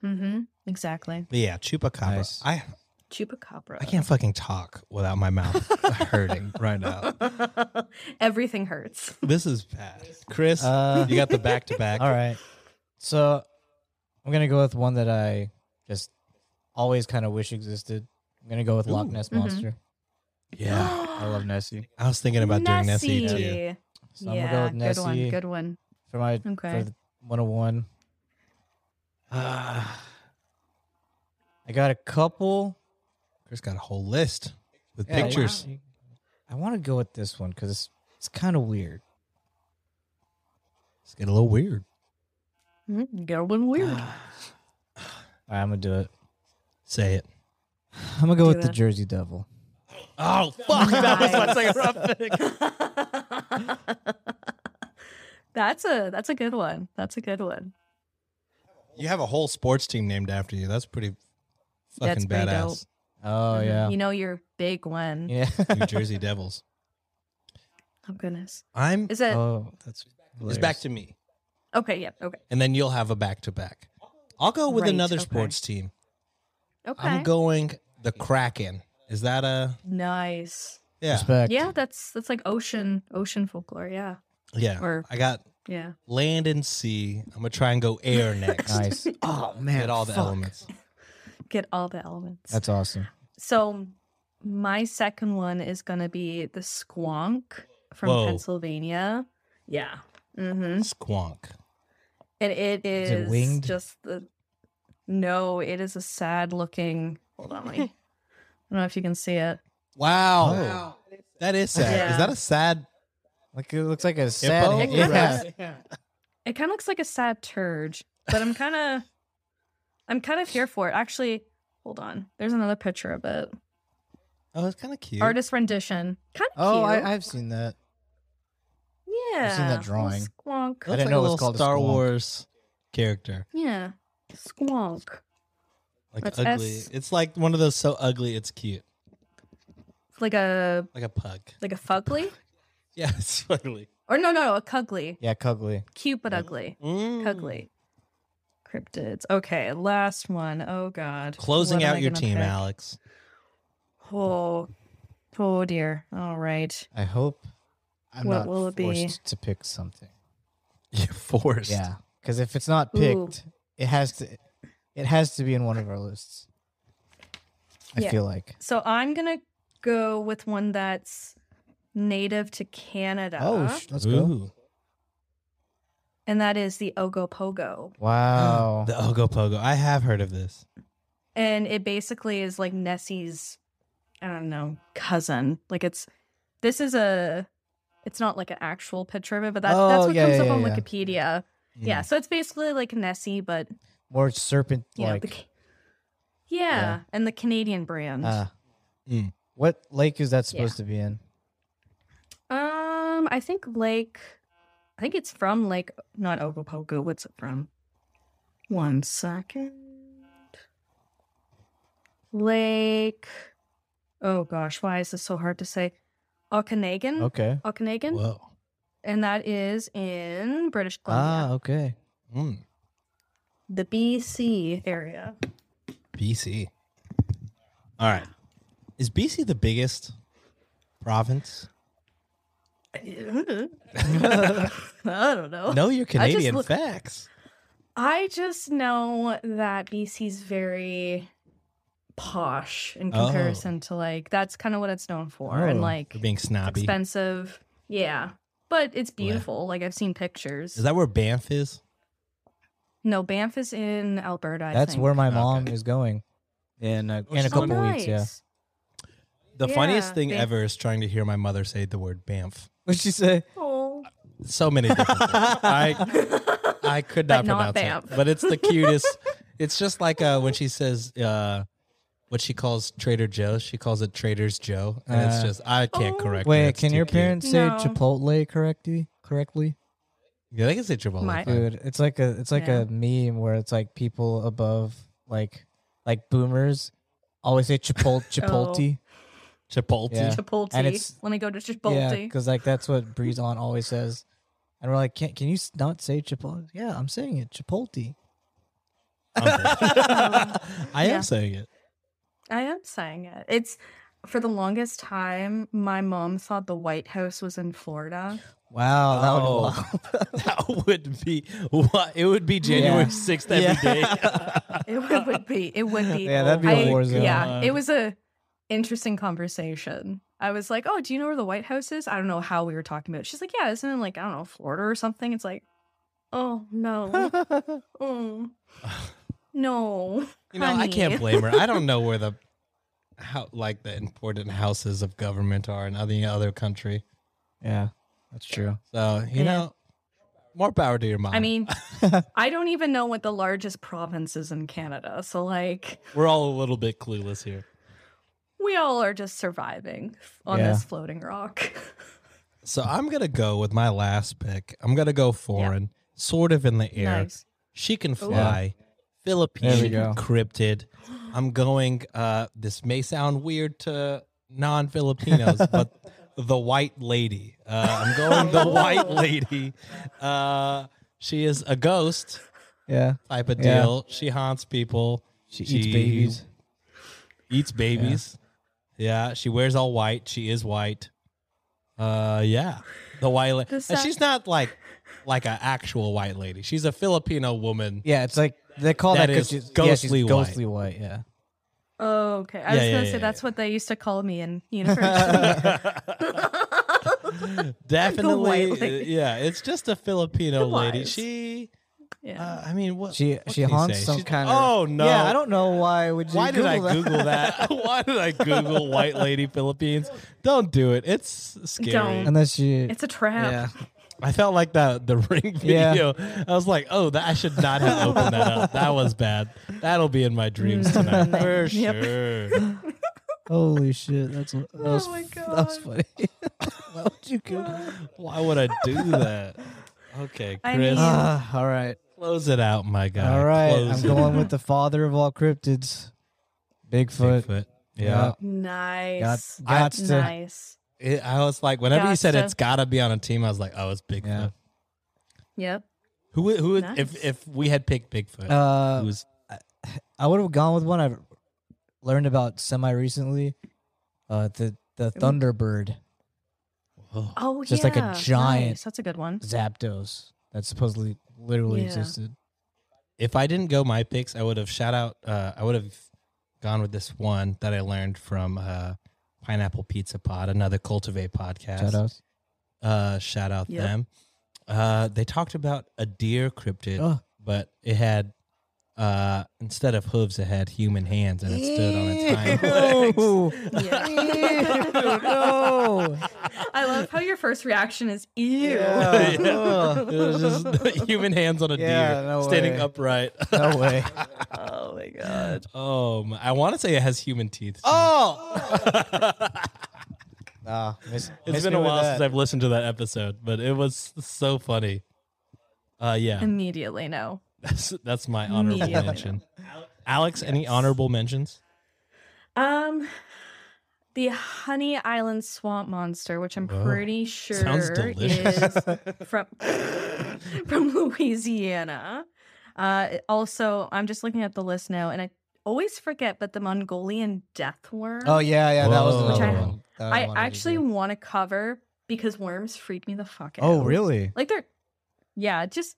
[SPEAKER 8] Mm-hmm. Exactly.
[SPEAKER 3] But yeah, chupacabra.
[SPEAKER 7] Nice.
[SPEAKER 3] I
[SPEAKER 8] Chupacabra.
[SPEAKER 3] I can't fucking talk without my mouth hurting right now.
[SPEAKER 8] Everything hurts.
[SPEAKER 3] This is bad, Chris.
[SPEAKER 7] Uh,
[SPEAKER 3] you got the back to back.
[SPEAKER 7] All right. So I'm gonna go with one that I just always kind of wish existed. I'm gonna go with Loch
[SPEAKER 3] Ooh.
[SPEAKER 7] Ness
[SPEAKER 8] Mhm.
[SPEAKER 7] monster.
[SPEAKER 3] Yeah,
[SPEAKER 7] I love Nessie.
[SPEAKER 3] I was thinking about doing Nessie too.
[SPEAKER 7] So I'm gonna
[SPEAKER 8] yeah,
[SPEAKER 7] go with
[SPEAKER 8] good one.
[SPEAKER 7] Nessie.
[SPEAKER 8] Good one.
[SPEAKER 7] For my
[SPEAKER 8] Okay.
[SPEAKER 7] for the 101.
[SPEAKER 3] Ah,
[SPEAKER 7] I got a couple
[SPEAKER 3] Chris got a whole list with
[SPEAKER 7] Yeah,
[SPEAKER 3] pictures.
[SPEAKER 7] I want to go with this one because it's it's kind of weird.
[SPEAKER 3] It's getting a little weird.
[SPEAKER 8] Mm, Good one. Weird.
[SPEAKER 7] All right, I'm gonna do it.
[SPEAKER 3] Say it.
[SPEAKER 7] I'm gonna go
[SPEAKER 8] Do
[SPEAKER 7] with the
[SPEAKER 8] it.
[SPEAKER 7] Jersey Devil.
[SPEAKER 3] Oh fuck!
[SPEAKER 8] that's a that's a good one. That's a good one.
[SPEAKER 3] You have a whole sports team named after you. That's pretty
[SPEAKER 8] That's
[SPEAKER 3] fucking
[SPEAKER 8] pretty
[SPEAKER 3] badass.
[SPEAKER 7] Oh yeah,
[SPEAKER 8] Mm-hmm. You know your big one.
[SPEAKER 7] yeah.
[SPEAKER 3] New Jersey Devils.
[SPEAKER 8] Oh goodness.
[SPEAKER 3] I'm.
[SPEAKER 8] Is it
[SPEAKER 7] oh, that's
[SPEAKER 3] It's back to me,
[SPEAKER 8] okay? Yeah. Okay.
[SPEAKER 3] and then you'll have a back to back. I'll go with
[SPEAKER 8] Right,
[SPEAKER 3] another
[SPEAKER 8] okay.
[SPEAKER 3] sports team.
[SPEAKER 8] Okay.
[SPEAKER 3] I'm going the Kraken. Is that a
[SPEAKER 8] nice.
[SPEAKER 3] yeah?
[SPEAKER 7] Respect.
[SPEAKER 8] Yeah, that's that's like ocean ocean folklore. Yeah,
[SPEAKER 3] Yeah.
[SPEAKER 8] Or-
[SPEAKER 3] I got
[SPEAKER 8] yeah.
[SPEAKER 3] land and sea. I'm gonna try and go air next.
[SPEAKER 7] Nice.
[SPEAKER 10] Oh man,
[SPEAKER 3] Get all the
[SPEAKER 10] fuck.
[SPEAKER 3] elements.
[SPEAKER 8] Get all the elements.
[SPEAKER 7] That's awesome.
[SPEAKER 8] so my second one is gonna be the squonk from
[SPEAKER 3] Whoa.
[SPEAKER 8] Pennsylvania. Yeah. Mm-hmm.
[SPEAKER 3] Squonk.
[SPEAKER 8] And it is,
[SPEAKER 7] it winged?
[SPEAKER 8] just the no. It is a sad looking. Hold on, wait. I don't know if you can see it.
[SPEAKER 3] Wow. That is sad. Is
[SPEAKER 8] Yeah.
[SPEAKER 3] that a sad?
[SPEAKER 7] Like it looks like a sad.
[SPEAKER 3] Hippo?
[SPEAKER 7] Yeah.
[SPEAKER 8] It kind of looks like a sad turd, but I'm kind of, I'm kind of here for it. Actually, hold on. There's another picture of it.
[SPEAKER 3] Oh, it's kind of cute.
[SPEAKER 8] Artist rendition. Kind of
[SPEAKER 7] Oh,
[SPEAKER 8] cute.
[SPEAKER 7] I, I've seen that.
[SPEAKER 8] Yeah.
[SPEAKER 7] seen that
[SPEAKER 8] little
[SPEAKER 7] drawing.
[SPEAKER 8] Squonk.
[SPEAKER 7] I
[SPEAKER 3] Looks
[SPEAKER 7] didn't
[SPEAKER 3] like a
[SPEAKER 7] know it was
[SPEAKER 3] little
[SPEAKER 7] called a
[SPEAKER 3] Star
[SPEAKER 7] squonk.
[SPEAKER 3] Wars character.
[SPEAKER 8] Yeah. Squonk.
[SPEAKER 3] Like
[SPEAKER 8] That's
[SPEAKER 3] ugly.
[SPEAKER 8] S.
[SPEAKER 3] It's like one of those so ugly it's cute.
[SPEAKER 8] It's Like a
[SPEAKER 3] Like a pug.
[SPEAKER 8] like a fugly?
[SPEAKER 3] Yeah, it's ugly.
[SPEAKER 8] Or no, no, no, a cugly.
[SPEAKER 7] Yeah, Mm. Cugley.
[SPEAKER 8] Cute but ugly. Cugly. Cryptids. Okay, last one. Oh god.
[SPEAKER 3] Closing
[SPEAKER 8] What am
[SPEAKER 3] out
[SPEAKER 8] I
[SPEAKER 3] your
[SPEAKER 8] gonna
[SPEAKER 3] team,
[SPEAKER 8] pick?
[SPEAKER 3] Alex.
[SPEAKER 8] Oh, oh dear. All right.
[SPEAKER 7] I hope I'm
[SPEAKER 8] What
[SPEAKER 7] not
[SPEAKER 8] will it be?
[SPEAKER 7] forced to pick something.
[SPEAKER 3] You're forced.
[SPEAKER 7] Yeah, because if it's not
[SPEAKER 8] Ooh.
[SPEAKER 7] picked, it has to. It has to be in one of our lists. I
[SPEAKER 8] Yeah.
[SPEAKER 7] feel like.
[SPEAKER 8] So I'm gonna go with one that's native to Canada,
[SPEAKER 7] Oh, sh- let's go!
[SPEAKER 3] Ooh.
[SPEAKER 8] and that is the Ogopogo.
[SPEAKER 7] Wow.
[SPEAKER 3] The Ogopogo. I have heard of this.
[SPEAKER 8] and it basically is like Nessie's, I don't know, cousin. Like it's this is a, it's not like an actual picture of it, but that,
[SPEAKER 7] Oh,
[SPEAKER 8] that's what
[SPEAKER 7] yeah,
[SPEAKER 8] comes
[SPEAKER 7] yeah,
[SPEAKER 8] up on
[SPEAKER 7] yeah.
[SPEAKER 8] Wikipedia. Yeah. so it's basically like Nessie, but
[SPEAKER 7] More serpent
[SPEAKER 8] you know, the,
[SPEAKER 7] like.
[SPEAKER 8] ca- yeah, and the Canadian brand.
[SPEAKER 7] Ah.
[SPEAKER 3] Mm.
[SPEAKER 7] What lake is that supposed to be in?
[SPEAKER 8] um, I think Lake, I think it's from Lake, not Ogopogo. What's it from? One second. Lake. Oh gosh, why is this so hard to say? Okanagan.
[SPEAKER 7] Okay.
[SPEAKER 8] Okanagan,
[SPEAKER 3] Whoa.
[SPEAKER 8] and that is in British Columbia,
[SPEAKER 7] Ah, okay.
[SPEAKER 3] Mm.
[SPEAKER 8] the BC area.
[SPEAKER 3] BC. All right. Is BC the biggest province?
[SPEAKER 8] I don't know.
[SPEAKER 3] Know your Canadian
[SPEAKER 8] look-
[SPEAKER 3] facts.
[SPEAKER 8] I just know that BC's very posh in
[SPEAKER 3] Oh.
[SPEAKER 8] comparison to like that's kind of what it's known for, and
[SPEAKER 7] Oh,
[SPEAKER 8] like
[SPEAKER 3] For being snobby.
[SPEAKER 8] expensive. Yeah, but
[SPEAKER 7] Oh,
[SPEAKER 8] it's beautiful. Like I've seen pictures.
[SPEAKER 3] Is that where Banff is?
[SPEAKER 8] no, Banff is in Alberta. I
[SPEAKER 7] That's
[SPEAKER 8] think.
[SPEAKER 7] where my mom is going in a, in a
[SPEAKER 3] she's
[SPEAKER 7] couple
[SPEAKER 8] oh,
[SPEAKER 7] weeks. Yeah.
[SPEAKER 8] nice.
[SPEAKER 3] The funniest
[SPEAKER 8] Yeah,
[SPEAKER 3] thing
[SPEAKER 8] Banff.
[SPEAKER 3] ever is trying to hear my mother say the word Banff.
[SPEAKER 7] What'd she say?
[SPEAKER 8] Oh.
[SPEAKER 3] So many different things. I, I could not
[SPEAKER 8] But not
[SPEAKER 3] pronounce it.
[SPEAKER 8] Banff.
[SPEAKER 3] But it's the cutest. it's just like uh, when she says uh, what she calls Trader Joe's. She calls it Trader's Joe. And it's
[SPEAKER 7] Uh,
[SPEAKER 3] just, I can't
[SPEAKER 8] Oh.
[SPEAKER 3] correct her.
[SPEAKER 7] Wait,
[SPEAKER 3] It's
[SPEAKER 7] can
[SPEAKER 3] too
[SPEAKER 7] your
[SPEAKER 3] cute.
[SPEAKER 7] parents say
[SPEAKER 8] No.
[SPEAKER 7] Chipotle correctly? Correctly,
[SPEAKER 3] Yeah, they can say Chipotle.
[SPEAKER 8] My-
[SPEAKER 3] fine.
[SPEAKER 7] dude. It's like a it's like
[SPEAKER 8] Yeah.
[SPEAKER 7] a meme where it's like people above like like boomers always say
[SPEAKER 8] Oh,
[SPEAKER 7] Chipotle Chipotle.
[SPEAKER 3] Chipotle.
[SPEAKER 7] Yeah.
[SPEAKER 8] Chipotle.
[SPEAKER 7] And it's-
[SPEAKER 8] Let me go to
[SPEAKER 7] Yeah,
[SPEAKER 8] Chipotle.
[SPEAKER 7] because like that's what Breeze on always says, and we're like, can can you s- not say Chipotle? Yeah, I'm saying it Chipotle.
[SPEAKER 3] I
[SPEAKER 8] Yeah.
[SPEAKER 3] am saying it.
[SPEAKER 8] I am saying it. It's for the longest time, my mom thought the White House was in Florida.
[SPEAKER 7] Wow, that
[SPEAKER 3] Oh.
[SPEAKER 7] would
[SPEAKER 3] That would be what it would be January
[SPEAKER 7] Yeah.
[SPEAKER 3] sixth
[SPEAKER 7] Yeah.
[SPEAKER 3] every day.
[SPEAKER 8] It would, would be. It would be.
[SPEAKER 7] Yeah, that'd be a
[SPEAKER 8] I-
[SPEAKER 7] war zone.
[SPEAKER 8] Yeah, it was a interesting conversation. I was like, "Oh, do you know where the White House is?" I don't know how we were talking about. it. She's like, "Yeah, isn't it in, like I don't know Florida or something?" It's like, "Oh no, Mm. no."
[SPEAKER 3] you know, I
[SPEAKER 8] honey.
[SPEAKER 3] can't blame her. I don't know where the how like the important houses of government are in any other country.
[SPEAKER 7] yeah, that's true.
[SPEAKER 3] So you
[SPEAKER 8] Yeah.
[SPEAKER 3] know, more power to your mom.
[SPEAKER 8] I mean, I don't even know what the largest province is in Canada. So like.
[SPEAKER 3] we're all a little bit clueless here.
[SPEAKER 8] we all are just surviving on
[SPEAKER 7] Yeah.
[SPEAKER 8] this floating rock.
[SPEAKER 3] So I'm gonna go with my last pick. I'm gonna go foreign, sort of in the air.
[SPEAKER 8] Nice.
[SPEAKER 3] She can fly.
[SPEAKER 7] There we
[SPEAKER 3] Philippine
[SPEAKER 7] go.
[SPEAKER 3] cryptid. I'm going. Uh, this may sound weird to non-Filipinos, but the White Lady. Uh, I'm going the White Lady. Uh, she is a ghost
[SPEAKER 7] Yeah,
[SPEAKER 3] type of
[SPEAKER 7] Yeah.
[SPEAKER 3] deal. She haunts people.
[SPEAKER 7] she eats babies.
[SPEAKER 3] Eats babies. Yeah. She wears all white. She is white. Uh, yeah. The White Lady.
[SPEAKER 8] This
[SPEAKER 3] And
[SPEAKER 8] sound-
[SPEAKER 3] she's not like like an actual White Lady. She's a Filipino woman.
[SPEAKER 7] Yeah, it's like they call
[SPEAKER 3] That
[SPEAKER 7] that,
[SPEAKER 3] is
[SPEAKER 7] 'cause she's- yeah, she's
[SPEAKER 3] ghostly white.
[SPEAKER 7] ghostly white. Yeah.
[SPEAKER 8] Oh, okay. I
[SPEAKER 3] Yeah, yeah,
[SPEAKER 8] was gonna
[SPEAKER 3] yeah,
[SPEAKER 8] say
[SPEAKER 3] yeah,
[SPEAKER 8] that's what they used to call me in university.
[SPEAKER 3] Definitely,
[SPEAKER 8] The white lady.
[SPEAKER 3] uh, yeah. It's just a Filipino
[SPEAKER 8] The
[SPEAKER 3] lady.
[SPEAKER 8] wives.
[SPEAKER 3] She,
[SPEAKER 8] yeah.
[SPEAKER 3] uh, I mean, what
[SPEAKER 7] She
[SPEAKER 3] what
[SPEAKER 7] she
[SPEAKER 3] can you
[SPEAKER 7] haunts
[SPEAKER 3] say?
[SPEAKER 7] some
[SPEAKER 3] She's-
[SPEAKER 7] kind of.
[SPEAKER 3] Oh no!
[SPEAKER 7] Yeah, I don't know why would you.
[SPEAKER 3] Why did I
[SPEAKER 7] Google that?
[SPEAKER 3] Google that? Why did I Google white lady Philippines? Don't do it. It's scary.
[SPEAKER 8] Don't.
[SPEAKER 7] Unless you.
[SPEAKER 8] it's a trap.
[SPEAKER 7] yeah.
[SPEAKER 3] I felt like the the ring
[SPEAKER 7] Yeah.
[SPEAKER 3] video. I was like, oh, that I should not have opened that up. That was bad. That'll be in my
[SPEAKER 7] Mm.
[SPEAKER 3] dreams tonight for
[SPEAKER 8] Yep.
[SPEAKER 3] sure.
[SPEAKER 7] Holy shit! That's that was,
[SPEAKER 8] Oh my
[SPEAKER 7] that was
[SPEAKER 8] God.
[SPEAKER 7] funny. why would you Google?
[SPEAKER 3] Why would I do that? Okay,
[SPEAKER 8] I
[SPEAKER 3] Chris,
[SPEAKER 8] mean-
[SPEAKER 7] Ah, all right,
[SPEAKER 3] close it out, my guy.
[SPEAKER 7] all right.
[SPEAKER 3] Close
[SPEAKER 7] I'm
[SPEAKER 3] it out.
[SPEAKER 7] going with the father of all cryptids, Bigfoot.
[SPEAKER 3] Bigfoot.
[SPEAKER 7] Yeah.
[SPEAKER 3] Yeah.
[SPEAKER 8] Nice.
[SPEAKER 7] Got- gots to-
[SPEAKER 8] nice.
[SPEAKER 3] It- I was like, whenever you said
[SPEAKER 8] Gotcha.
[SPEAKER 3] it's gotta be on a team, I was like, oh, it's Bigfoot.
[SPEAKER 7] Yeah.
[SPEAKER 8] Yep.
[SPEAKER 3] Who would, who would,
[SPEAKER 8] Nice.
[SPEAKER 3] if, if we had picked Bigfoot,
[SPEAKER 7] Uh,
[SPEAKER 3] who was,
[SPEAKER 7] I would have gone with one I've learned about semi recently, uh, the the Thunderbird
[SPEAKER 8] Oh,
[SPEAKER 7] Just
[SPEAKER 8] yeah.
[SPEAKER 7] like a giant-
[SPEAKER 8] Nice. That's a good one.
[SPEAKER 7] Zapdos that supposedly literally
[SPEAKER 8] Yeah.
[SPEAKER 7] existed.
[SPEAKER 3] if I didn't go my picks, I would have shout out. Uh, I would have gone with this one that I learned from uh, Pineapple Pizza Pod, another Cultivate podcast.
[SPEAKER 7] Shout outs.
[SPEAKER 3] Uh, shout out
[SPEAKER 8] Yep.
[SPEAKER 3] them. Uh, they talked about a deer cryptid,
[SPEAKER 7] Oh.
[SPEAKER 3] but it had uh, instead of hooves, it had human hands, and it stood on its hind legs.
[SPEAKER 8] Yeah.
[SPEAKER 7] no.
[SPEAKER 8] I love how your first reaction is ew.
[SPEAKER 3] Yeah. It was just human hands on a
[SPEAKER 7] Yeah,
[SPEAKER 3] deer
[SPEAKER 7] no
[SPEAKER 3] standing
[SPEAKER 7] way.
[SPEAKER 3] upright.
[SPEAKER 7] no way.
[SPEAKER 8] Oh my god.
[SPEAKER 3] oh, my, I want to say it has human teeth. too.
[SPEAKER 7] Oh. nah, miss,
[SPEAKER 3] It's
[SPEAKER 7] miss
[SPEAKER 3] been
[SPEAKER 7] me
[SPEAKER 3] a
[SPEAKER 7] with
[SPEAKER 3] while
[SPEAKER 7] that.
[SPEAKER 3] since I've listened to that episode, but it was so funny. Uh, yeah,
[SPEAKER 8] Immediately no.
[SPEAKER 3] that's, that's my honorable
[SPEAKER 8] Immediately.
[SPEAKER 3] mention. Alex, any honorable mentions?
[SPEAKER 8] Um the Honey Island Swamp Monster, which I'm
[SPEAKER 3] Whoa.
[SPEAKER 8] pretty sure
[SPEAKER 3] Sounds
[SPEAKER 8] is
[SPEAKER 3] delicious.
[SPEAKER 8] from from Louisiana. Uh also, I'm just looking at the list now and I always forget but the Mongolian death worm.
[SPEAKER 7] Oh yeah, yeah, that was
[SPEAKER 3] Whoa.
[SPEAKER 7] another
[SPEAKER 8] Which I-
[SPEAKER 7] one. That
[SPEAKER 8] I
[SPEAKER 7] one
[SPEAKER 8] actually
[SPEAKER 7] do.
[SPEAKER 8] want to cover because worms freak me the fuck out.
[SPEAKER 7] Oh really?
[SPEAKER 8] Like they're, yeah, just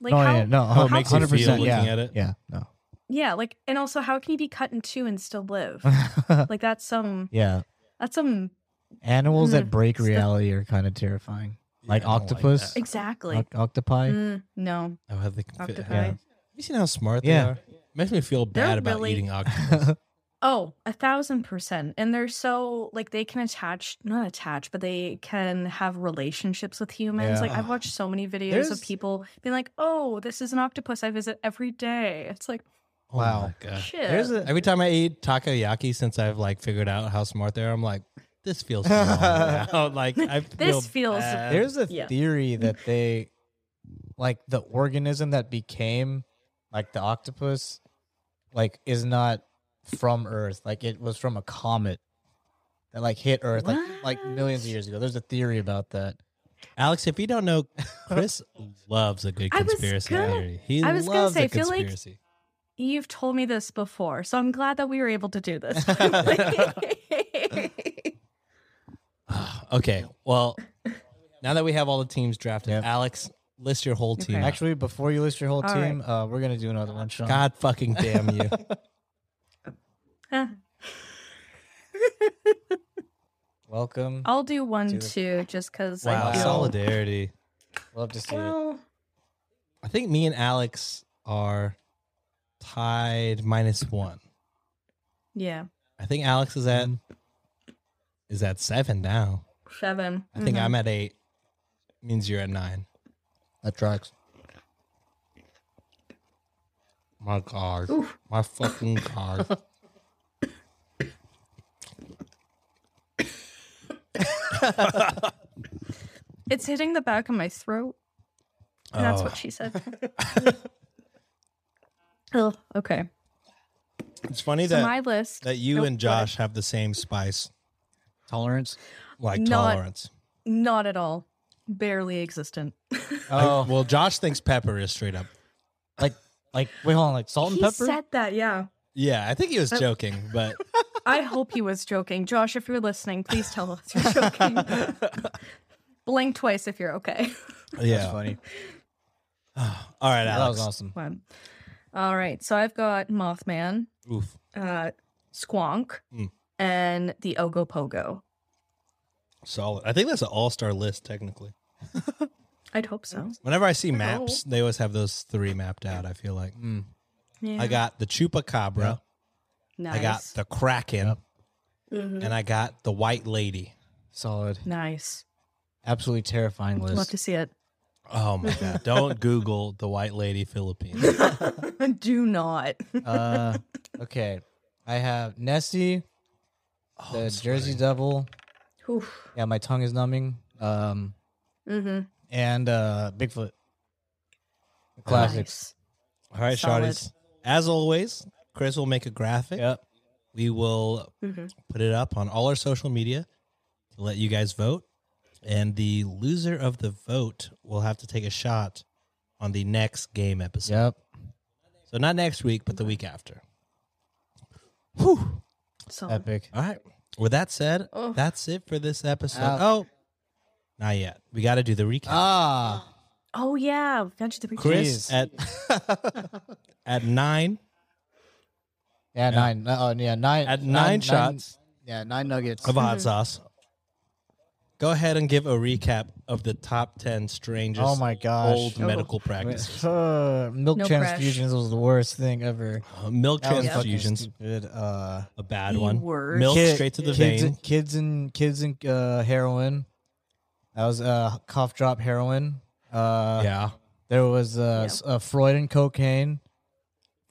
[SPEAKER 8] like
[SPEAKER 7] no,
[SPEAKER 8] how,
[SPEAKER 7] yeah, no,
[SPEAKER 3] how Oh, it makes you
[SPEAKER 7] 100%,
[SPEAKER 3] feel looking
[SPEAKER 7] yeah,
[SPEAKER 3] at it?
[SPEAKER 7] Yeah, no.
[SPEAKER 8] yeah, like, and also how can you be cut in two and still live? like that's some,
[SPEAKER 7] yeah,
[SPEAKER 8] that's some
[SPEAKER 7] animals that
[SPEAKER 8] Mm,
[SPEAKER 7] break
[SPEAKER 8] stuff-
[SPEAKER 7] reality are kind of terrifying. Like
[SPEAKER 3] Yeah, I don't
[SPEAKER 7] octopus?
[SPEAKER 3] that.
[SPEAKER 8] exactly.
[SPEAKER 7] Oc- octopi.
[SPEAKER 8] Mm, no,
[SPEAKER 3] Oh, how they can fit-
[SPEAKER 8] octopi.
[SPEAKER 3] Have you seen how smart
[SPEAKER 7] Yeah.
[SPEAKER 3] they are? Makes me feel
[SPEAKER 8] They're
[SPEAKER 3] bad about
[SPEAKER 8] really-
[SPEAKER 3] eating octopus.
[SPEAKER 8] Oh, a thousand percent. And they're so like they can attach, not attach, but they can have relationships with humans.
[SPEAKER 7] Yeah.
[SPEAKER 8] Like I've watched so many videos
[SPEAKER 7] There's-
[SPEAKER 8] of people being like, "Oh, this is an octopus I visit every day." It's like
[SPEAKER 3] Oh
[SPEAKER 7] Wow.
[SPEAKER 3] my gosh.
[SPEAKER 8] shit.
[SPEAKER 7] There's a
[SPEAKER 3] Every time I eat takoyaki, since I've like figured out how smart they are, I'm like, this feels wrong now. like I feel
[SPEAKER 8] This feels-
[SPEAKER 3] bad.
[SPEAKER 7] there's a
[SPEAKER 8] Um, yeah.
[SPEAKER 7] theory that they like the organism that became like the octopus like is not from Earth. Like it was from a comet that like hit Earth like like millions of years ago. There's a theory about that.
[SPEAKER 3] Alex. If you don't know, Chris loves a good
[SPEAKER 8] I was
[SPEAKER 3] conspiracy
[SPEAKER 8] gonna-
[SPEAKER 3] theory. He
[SPEAKER 8] I was gonna
[SPEAKER 3] loves
[SPEAKER 8] say,
[SPEAKER 3] a
[SPEAKER 8] I feel like-
[SPEAKER 3] conspiracy.
[SPEAKER 8] You've told me this before, so I'm glad that we were able to do this.
[SPEAKER 3] Okay. Well, now that we have all the teams drafted,
[SPEAKER 7] Yep.
[SPEAKER 3] Alex, list your whole team.
[SPEAKER 8] Okay.
[SPEAKER 3] Actually,
[SPEAKER 7] Actually, before you list your whole
[SPEAKER 8] All
[SPEAKER 7] team, uh, we're gonna do another one, Sean.
[SPEAKER 3] God fucking damn you.
[SPEAKER 8] Huh.
[SPEAKER 7] Welcome.
[SPEAKER 8] I'll do
[SPEAKER 7] Do
[SPEAKER 8] one
[SPEAKER 7] the-
[SPEAKER 8] too, just because
[SPEAKER 3] wow.
[SPEAKER 8] I feel
[SPEAKER 3] Solidarity.
[SPEAKER 7] Love to see it.
[SPEAKER 8] Well,
[SPEAKER 3] I think me and Alex are tied minus one.
[SPEAKER 8] yeah,
[SPEAKER 3] I think Alex is at Mm-hmm. is at seven now.
[SPEAKER 8] seven.
[SPEAKER 3] I think
[SPEAKER 8] Mhm.
[SPEAKER 3] I'm at eight. Means you're at nine.
[SPEAKER 7] That tracks.
[SPEAKER 3] My god. My fucking god.
[SPEAKER 8] It's hitting the back of my throat. and That's what she said. oh, okay.
[SPEAKER 3] It's funny
[SPEAKER 8] So
[SPEAKER 3] that
[SPEAKER 8] my list.
[SPEAKER 3] that you
[SPEAKER 8] Nope,
[SPEAKER 3] and
[SPEAKER 8] go ahead.
[SPEAKER 3] Josh have the same spice,
[SPEAKER 7] Tolerance.
[SPEAKER 3] like
[SPEAKER 8] Not-
[SPEAKER 3] tolerance.
[SPEAKER 8] Not at all. Barely existent.
[SPEAKER 7] Oh,
[SPEAKER 3] Like, well, Josh thinks pepper is straight up
[SPEAKER 7] like like wait, hold on, like salt and
[SPEAKER 8] he
[SPEAKER 7] pepper.
[SPEAKER 8] said that. Yeah.
[SPEAKER 3] Yeah, I think he was
[SPEAKER 8] Uh,
[SPEAKER 3] joking, but
[SPEAKER 8] I hope he was joking. Josh, if you're listening, please tell us you're joking. Blink twice if you're okay.
[SPEAKER 7] That's
[SPEAKER 3] yeah.
[SPEAKER 7] funny.
[SPEAKER 3] All right,
[SPEAKER 7] That was
[SPEAKER 3] Alex.
[SPEAKER 7] awesome.
[SPEAKER 8] Fun. All right. So I've got Mothman,
[SPEAKER 3] Oof.
[SPEAKER 8] uh, Squonk,
[SPEAKER 3] Mm.
[SPEAKER 8] and the Ogopogo.
[SPEAKER 3] Solid. I think that's an all-star list technically.
[SPEAKER 8] I'd hope so.
[SPEAKER 3] Whenever I see maps,
[SPEAKER 8] oh.
[SPEAKER 3] they always have those three mapped out, I feel like.
[SPEAKER 7] Mm.
[SPEAKER 8] Yeah.
[SPEAKER 3] I got the chupacabra,
[SPEAKER 11] Nice.
[SPEAKER 3] I got the kraken,
[SPEAKER 8] Mm-hmm.
[SPEAKER 11] Mhm.
[SPEAKER 3] and I got the white lady.
[SPEAKER 7] Solid.
[SPEAKER 8] nice.
[SPEAKER 7] Absolutely terrifying list.
[SPEAKER 8] Love to see it.
[SPEAKER 3] Oh my god. Don't Google the white lady Philippines.
[SPEAKER 8] Do not.
[SPEAKER 7] Uh, okay. I have Nessie,
[SPEAKER 3] Oh,
[SPEAKER 7] the
[SPEAKER 3] I'm
[SPEAKER 7] Jersey
[SPEAKER 3] sweating.
[SPEAKER 7] Devil.
[SPEAKER 8] Oof.
[SPEAKER 7] Yeah, my tongue is numbing. Um,
[SPEAKER 8] Mm-hmm.
[SPEAKER 7] and uh, Bigfoot. The classics.
[SPEAKER 3] All
[SPEAKER 8] Nice.
[SPEAKER 3] right,
[SPEAKER 8] Solid.
[SPEAKER 3] Shawty's. As always, Chris will make a graphic.
[SPEAKER 7] Yep.
[SPEAKER 3] We will
[SPEAKER 11] Mhm.
[SPEAKER 3] put it up on all our social media to let you guys vote. And the loser of the vote will have to take a shot on the next game episode.
[SPEAKER 7] Yep.
[SPEAKER 3] So not next week, but the week after.
[SPEAKER 8] So
[SPEAKER 7] Epic.
[SPEAKER 3] All right. With that said,
[SPEAKER 12] Oh.
[SPEAKER 3] that's it for this episode.
[SPEAKER 7] Ouch.
[SPEAKER 3] Oh, not yet. We got to do the recap.
[SPEAKER 7] Ah,
[SPEAKER 8] Oh yeah, we got you the
[SPEAKER 3] Chris
[SPEAKER 7] jeez.
[SPEAKER 3] at at nine
[SPEAKER 7] yeah, nine. Uh, oh, yeah, nine.
[SPEAKER 3] at nine, shots
[SPEAKER 7] yeah, nine nuggets.
[SPEAKER 3] of hot
[SPEAKER 8] Mm-hmm.
[SPEAKER 3] sauce. Go ahead and give a recap of the top ten strangest
[SPEAKER 7] Oh my gosh.
[SPEAKER 3] old medical practices.
[SPEAKER 7] Uh, milk
[SPEAKER 8] No fresh.
[SPEAKER 7] transfusions was the worst thing ever.
[SPEAKER 3] Uh, milk
[SPEAKER 7] That was fucking
[SPEAKER 3] transfusions,
[SPEAKER 7] stupid. Uh,
[SPEAKER 3] a bad
[SPEAKER 8] The
[SPEAKER 3] one.
[SPEAKER 8] worst.
[SPEAKER 3] Milk
[SPEAKER 7] kid-
[SPEAKER 3] straight to the
[SPEAKER 7] kids,
[SPEAKER 3] vein.
[SPEAKER 7] Kids and kids and uh, heroin. That was uh, cough drop heroin. Uh,
[SPEAKER 3] yeah,
[SPEAKER 7] There was uh,
[SPEAKER 8] Yeah.
[SPEAKER 7] s- uh, Freud and cocaine.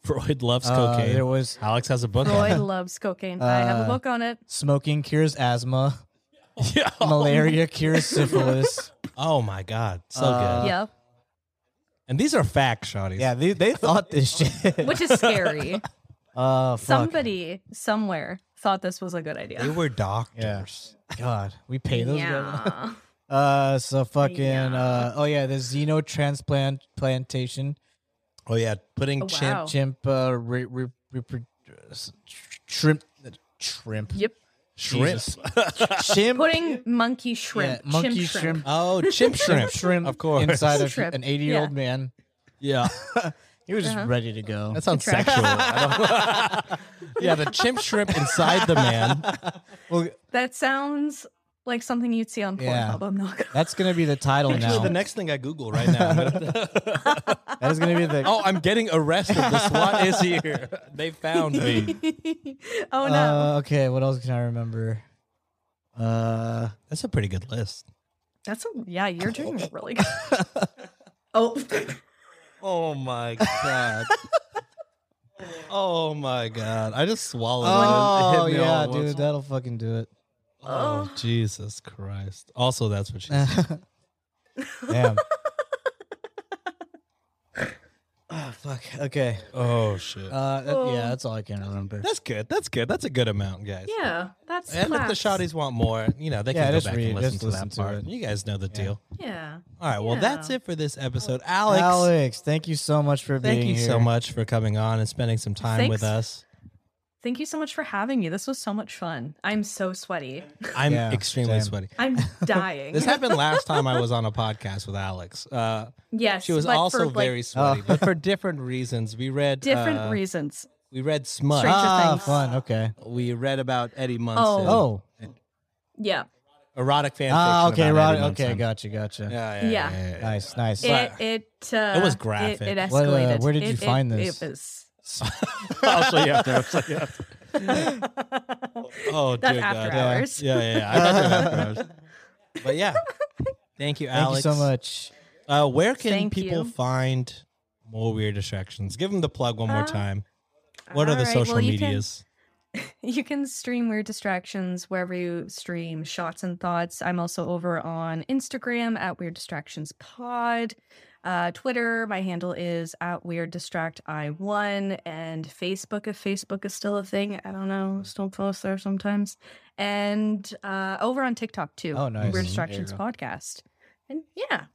[SPEAKER 3] Freud loves
[SPEAKER 7] Uh,
[SPEAKER 3] cocaine.
[SPEAKER 7] There was
[SPEAKER 3] Alex has a book. on
[SPEAKER 8] Freud
[SPEAKER 3] it.
[SPEAKER 8] loves cocaine. I have
[SPEAKER 7] Uh,
[SPEAKER 8] a book on it.
[SPEAKER 7] smoking cures asthma.
[SPEAKER 3] yeah.
[SPEAKER 8] Oh
[SPEAKER 7] Malaria cures syphilis.
[SPEAKER 3] Oh my god, so
[SPEAKER 7] Uh,
[SPEAKER 3] good.
[SPEAKER 8] yep.
[SPEAKER 3] And these are facts, Shawty.
[SPEAKER 7] yeah, they, they thought this shit.
[SPEAKER 8] Which is scary.
[SPEAKER 7] Uh, fuck.
[SPEAKER 8] Somebody somewhere thought this was a good
[SPEAKER 3] they
[SPEAKER 8] idea.
[SPEAKER 3] were doctors.
[SPEAKER 7] Yeah. God, we pay those. guys.
[SPEAKER 8] yeah.
[SPEAKER 7] Uh, so fucking.
[SPEAKER 8] Yeah.
[SPEAKER 7] Uh, oh yeah, the xenotransplant plantation.
[SPEAKER 3] Oh yeah, putting
[SPEAKER 8] Oh,
[SPEAKER 3] chimp
[SPEAKER 8] wow.
[SPEAKER 7] Chimp. Uh, re, re, repro- uh, s- shrimp. Shrimp.
[SPEAKER 8] Yep.
[SPEAKER 3] shrimp.
[SPEAKER 7] Jesus. Chimp.
[SPEAKER 8] Putting monkey shrimp.
[SPEAKER 7] Yeah, monkey
[SPEAKER 8] chimp shrimp.
[SPEAKER 3] Oh, chimp shrimp.
[SPEAKER 7] Shrimp, shrimp,
[SPEAKER 3] Of course.
[SPEAKER 7] inside of
[SPEAKER 8] Shrimp,
[SPEAKER 7] an 80 year old man.
[SPEAKER 3] Yeah.
[SPEAKER 7] He was just
[SPEAKER 8] Uh-huh.
[SPEAKER 7] ready to go.
[SPEAKER 3] That sounds
[SPEAKER 8] Attract-
[SPEAKER 3] sexual. I don't- yeah, the chimp shrimp inside the man.
[SPEAKER 7] Well,
[SPEAKER 8] That sounds like something you'd see on Pornhub.
[SPEAKER 7] Yeah.
[SPEAKER 8] I'm not gonna.
[SPEAKER 7] that's gonna be the title now.
[SPEAKER 3] next thing I Google right now.
[SPEAKER 7] that is gonna be the.
[SPEAKER 3] oh, I'm getting arrested. The SWAT is here. They found me.
[SPEAKER 8] oh no.
[SPEAKER 7] Uh, okay, what else can I remember? Uh,
[SPEAKER 3] That's a pretty good list.
[SPEAKER 8] That's a, yeah, you're doing really good. oh
[SPEAKER 3] Oh my god. oh my god. I just swallowed
[SPEAKER 7] oh
[SPEAKER 3] it. It hit me all
[SPEAKER 7] yeah,
[SPEAKER 3] at
[SPEAKER 7] dude,
[SPEAKER 3] once.
[SPEAKER 7] that'll fucking do it.
[SPEAKER 3] Oh, Jesus Christ. Also, that's what she
[SPEAKER 7] Eh.
[SPEAKER 3] said.
[SPEAKER 7] Damn. oh fuck. Okay.
[SPEAKER 3] Oh shit.
[SPEAKER 7] Uh, that-
[SPEAKER 8] Oh.
[SPEAKER 7] yeah, that's all I can remember.
[SPEAKER 3] that's good. That's good. That's a good amount, guys.
[SPEAKER 8] yeah, that's
[SPEAKER 3] And if the
[SPEAKER 8] class.
[SPEAKER 3] shotties want more, you know, they
[SPEAKER 7] Yeah,
[SPEAKER 3] can go
[SPEAKER 7] just
[SPEAKER 3] back
[SPEAKER 7] read-
[SPEAKER 3] and listen
[SPEAKER 7] just
[SPEAKER 3] to
[SPEAKER 7] listen
[SPEAKER 3] that
[SPEAKER 7] to
[SPEAKER 3] part.
[SPEAKER 7] it.
[SPEAKER 3] You guys know the deal.
[SPEAKER 8] Yeah.
[SPEAKER 3] All right. Well, that's
[SPEAKER 8] Yeah.
[SPEAKER 3] it for this episode.
[SPEAKER 7] Alex,
[SPEAKER 3] Alex,
[SPEAKER 7] thank you so much for
[SPEAKER 3] thank
[SPEAKER 7] being
[SPEAKER 3] you
[SPEAKER 7] here.
[SPEAKER 3] so much for coming on and spending some time with us.
[SPEAKER 8] Thank you so much for having me. This was so much fun. I'm so sweaty.
[SPEAKER 3] I'm
[SPEAKER 7] Yeah,
[SPEAKER 3] extremely
[SPEAKER 7] same.
[SPEAKER 3] sweaty.
[SPEAKER 8] I'm dying.
[SPEAKER 3] This happened last time I was on a podcast with Alex. Uh,
[SPEAKER 8] yes.
[SPEAKER 3] she was
[SPEAKER 8] but
[SPEAKER 3] also
[SPEAKER 8] for, like,
[SPEAKER 3] very sweaty,
[SPEAKER 7] Oh.
[SPEAKER 3] but for different reasons. We read
[SPEAKER 8] different
[SPEAKER 3] uh,
[SPEAKER 8] reasons.
[SPEAKER 3] We read Smut.
[SPEAKER 8] Stranger
[SPEAKER 7] Ah,
[SPEAKER 8] Things.
[SPEAKER 7] fun. Okay.
[SPEAKER 3] We read about Eddie Munson.
[SPEAKER 8] Oh.
[SPEAKER 7] Oh.
[SPEAKER 8] Yeah.
[SPEAKER 3] erotic fan fiction.
[SPEAKER 7] Ah, okay.
[SPEAKER 3] about
[SPEAKER 7] Right.
[SPEAKER 3] Eddie
[SPEAKER 7] Okay.
[SPEAKER 3] Munson.
[SPEAKER 7] Gotcha. Gotcha.
[SPEAKER 3] Yeah, yeah,
[SPEAKER 8] Yeah.
[SPEAKER 3] yeah, yeah, yeah.
[SPEAKER 7] Nice. Nice.
[SPEAKER 8] It it uh,
[SPEAKER 3] was graphic.
[SPEAKER 8] It, it escalated.
[SPEAKER 7] What, uh, where did you
[SPEAKER 8] It- it-
[SPEAKER 7] find this?
[SPEAKER 8] It was.
[SPEAKER 3] I'll show you after. I'll show you after. Oh,
[SPEAKER 8] That's
[SPEAKER 3] dear
[SPEAKER 8] after
[SPEAKER 3] God.
[SPEAKER 8] hours.
[SPEAKER 3] Yeah, yeah, yeah. I thought you were after hours. But yeah, thank you,
[SPEAKER 7] Thank
[SPEAKER 3] Alex.
[SPEAKER 7] you so much.
[SPEAKER 3] Uh, where can
[SPEAKER 8] Thank
[SPEAKER 3] people
[SPEAKER 8] you.
[SPEAKER 3] find more weird distractions? Give them the plug one more
[SPEAKER 8] Uh,
[SPEAKER 3] time. What are the
[SPEAKER 8] Alright,
[SPEAKER 3] social
[SPEAKER 8] well, you can-
[SPEAKER 3] medias?
[SPEAKER 8] You can stream Weird Distractions wherever you stream Shots and Thoughts. I'm also over on Instagram at Weird Distractions Pod. Uh, Twitter, my handle is at Weird Distract I1. And Facebook, if Facebook is still a thing, I don't know, still post there sometimes. And uh, over on TikTok too.
[SPEAKER 7] Oh, nice. There
[SPEAKER 8] Weird
[SPEAKER 7] you
[SPEAKER 8] Distractions
[SPEAKER 7] go.
[SPEAKER 8] Podcast. And yeah,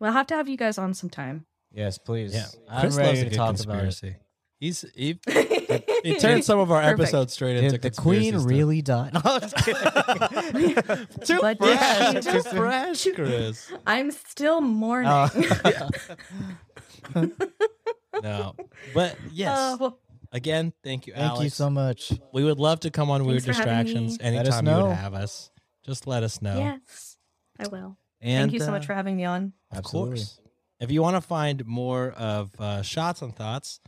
[SPEAKER 8] we'll have to have you guys on sometime.
[SPEAKER 7] Yes, please.
[SPEAKER 3] Yeah,
[SPEAKER 7] I'm
[SPEAKER 3] Chris
[SPEAKER 7] ready
[SPEAKER 3] loves a
[SPEAKER 7] to
[SPEAKER 3] good
[SPEAKER 7] talk
[SPEAKER 3] conspiracy. He's he, he turned
[SPEAKER 8] Turns
[SPEAKER 3] some of our
[SPEAKER 8] Perfect.
[SPEAKER 3] episodes straight
[SPEAKER 7] about it.
[SPEAKER 3] into
[SPEAKER 7] Did the
[SPEAKER 3] conspiracy
[SPEAKER 7] queen
[SPEAKER 3] stuff.
[SPEAKER 7] really died? No, I'm just kidding.
[SPEAKER 3] too
[SPEAKER 8] But did
[SPEAKER 3] fresh,
[SPEAKER 8] she
[SPEAKER 3] too
[SPEAKER 8] just-
[SPEAKER 3] fresh, Chris.
[SPEAKER 8] I'm still mourning.
[SPEAKER 7] Oh.
[SPEAKER 3] No, but yes.
[SPEAKER 8] Uh, well,
[SPEAKER 3] Again, thank you,
[SPEAKER 7] Thank
[SPEAKER 3] Alex.
[SPEAKER 7] you so much.
[SPEAKER 3] We would love to come on Weird
[SPEAKER 8] Thanks for having
[SPEAKER 3] Distractions
[SPEAKER 8] me.
[SPEAKER 7] Let us
[SPEAKER 3] anytime you would
[SPEAKER 7] know.
[SPEAKER 3] have us. Just let us
[SPEAKER 7] Oh.
[SPEAKER 3] know.
[SPEAKER 8] yes, I will.
[SPEAKER 3] And,
[SPEAKER 8] Thank you so much
[SPEAKER 3] uh,
[SPEAKER 8] for having me on.
[SPEAKER 3] Of
[SPEAKER 7] Absolutely.
[SPEAKER 3] course. If you want to find more of uh, Shots and Thoughts,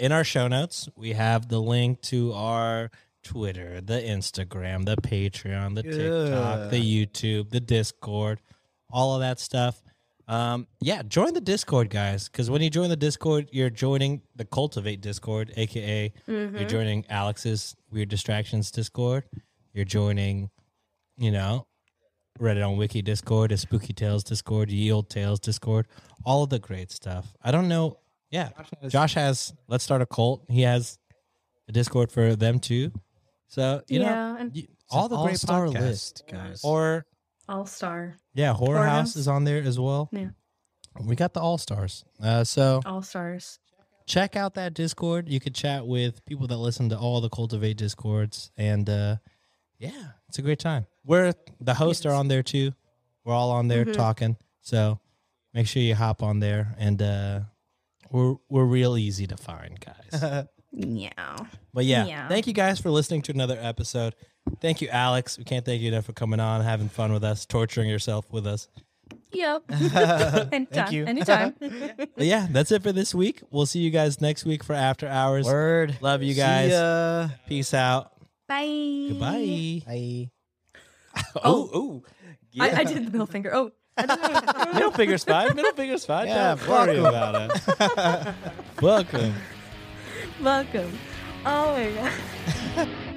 [SPEAKER 3] in our show notes, we have the link to our Twitter, the Instagram, the Patreon, the TikTok, the YouTube, the Discord, all of that stuff. Um, yeah, join the Discord, guys, because when you join the Discord, you're joining the Cultivate Discord, aka you're joining Alex's Weird Distractions Discord. You're joining, you know, Reddit on Wiki Discord, a Spooky Tales Discord, Ye Old Tales Discord, all of the great stuff. I don't know. Yeah, Josh has Let's Start a Cult. He has a Discord for them too. So you
[SPEAKER 8] Yeah,
[SPEAKER 3] know,
[SPEAKER 8] and-
[SPEAKER 3] you-
[SPEAKER 7] It's an
[SPEAKER 3] all the great
[SPEAKER 7] all-star
[SPEAKER 3] podcasts.
[SPEAKER 7] list, guys.
[SPEAKER 3] Or
[SPEAKER 8] All star,
[SPEAKER 3] yeah, Horror,
[SPEAKER 8] Horror
[SPEAKER 3] House
[SPEAKER 8] House.
[SPEAKER 3] is on there as well.
[SPEAKER 8] Yeah.
[SPEAKER 3] we got the All Stars. Uh, so
[SPEAKER 8] all stars.
[SPEAKER 3] check out that Discord. You could chat with people that listen to all the Cultivate Discords, and uh, Yeah, it's a great time. We're the hosts are on there too. We're all on there talking. So make sure you hop on there, and uh, we're we're real easy to find, guys.
[SPEAKER 8] Yeah.
[SPEAKER 3] but yeah,
[SPEAKER 8] Yeah.
[SPEAKER 3] thank you guys for listening to another episode. Thank you, Alex. We can't thank you enough for coming on, having fun with us, torturing yourself with us.
[SPEAKER 8] Yep. anytime.
[SPEAKER 7] you.
[SPEAKER 8] Anytime.
[SPEAKER 3] But yeah, that's it for this week. We'll see you guys next week for After Hours.
[SPEAKER 7] Word.
[SPEAKER 3] Love you
[SPEAKER 7] See
[SPEAKER 3] guys.
[SPEAKER 7] ya.
[SPEAKER 3] Peace out.
[SPEAKER 8] Bye.
[SPEAKER 3] Goodbye.
[SPEAKER 7] Bye.
[SPEAKER 3] Oh, oh.
[SPEAKER 8] I, I did the middle finger. Oh.
[SPEAKER 3] Middle finger's fine. Middle finger's fine.
[SPEAKER 7] Yeah,
[SPEAKER 3] Don't worry
[SPEAKER 7] welcome.
[SPEAKER 3] about it. welcome.
[SPEAKER 8] Welcome. Oh my god.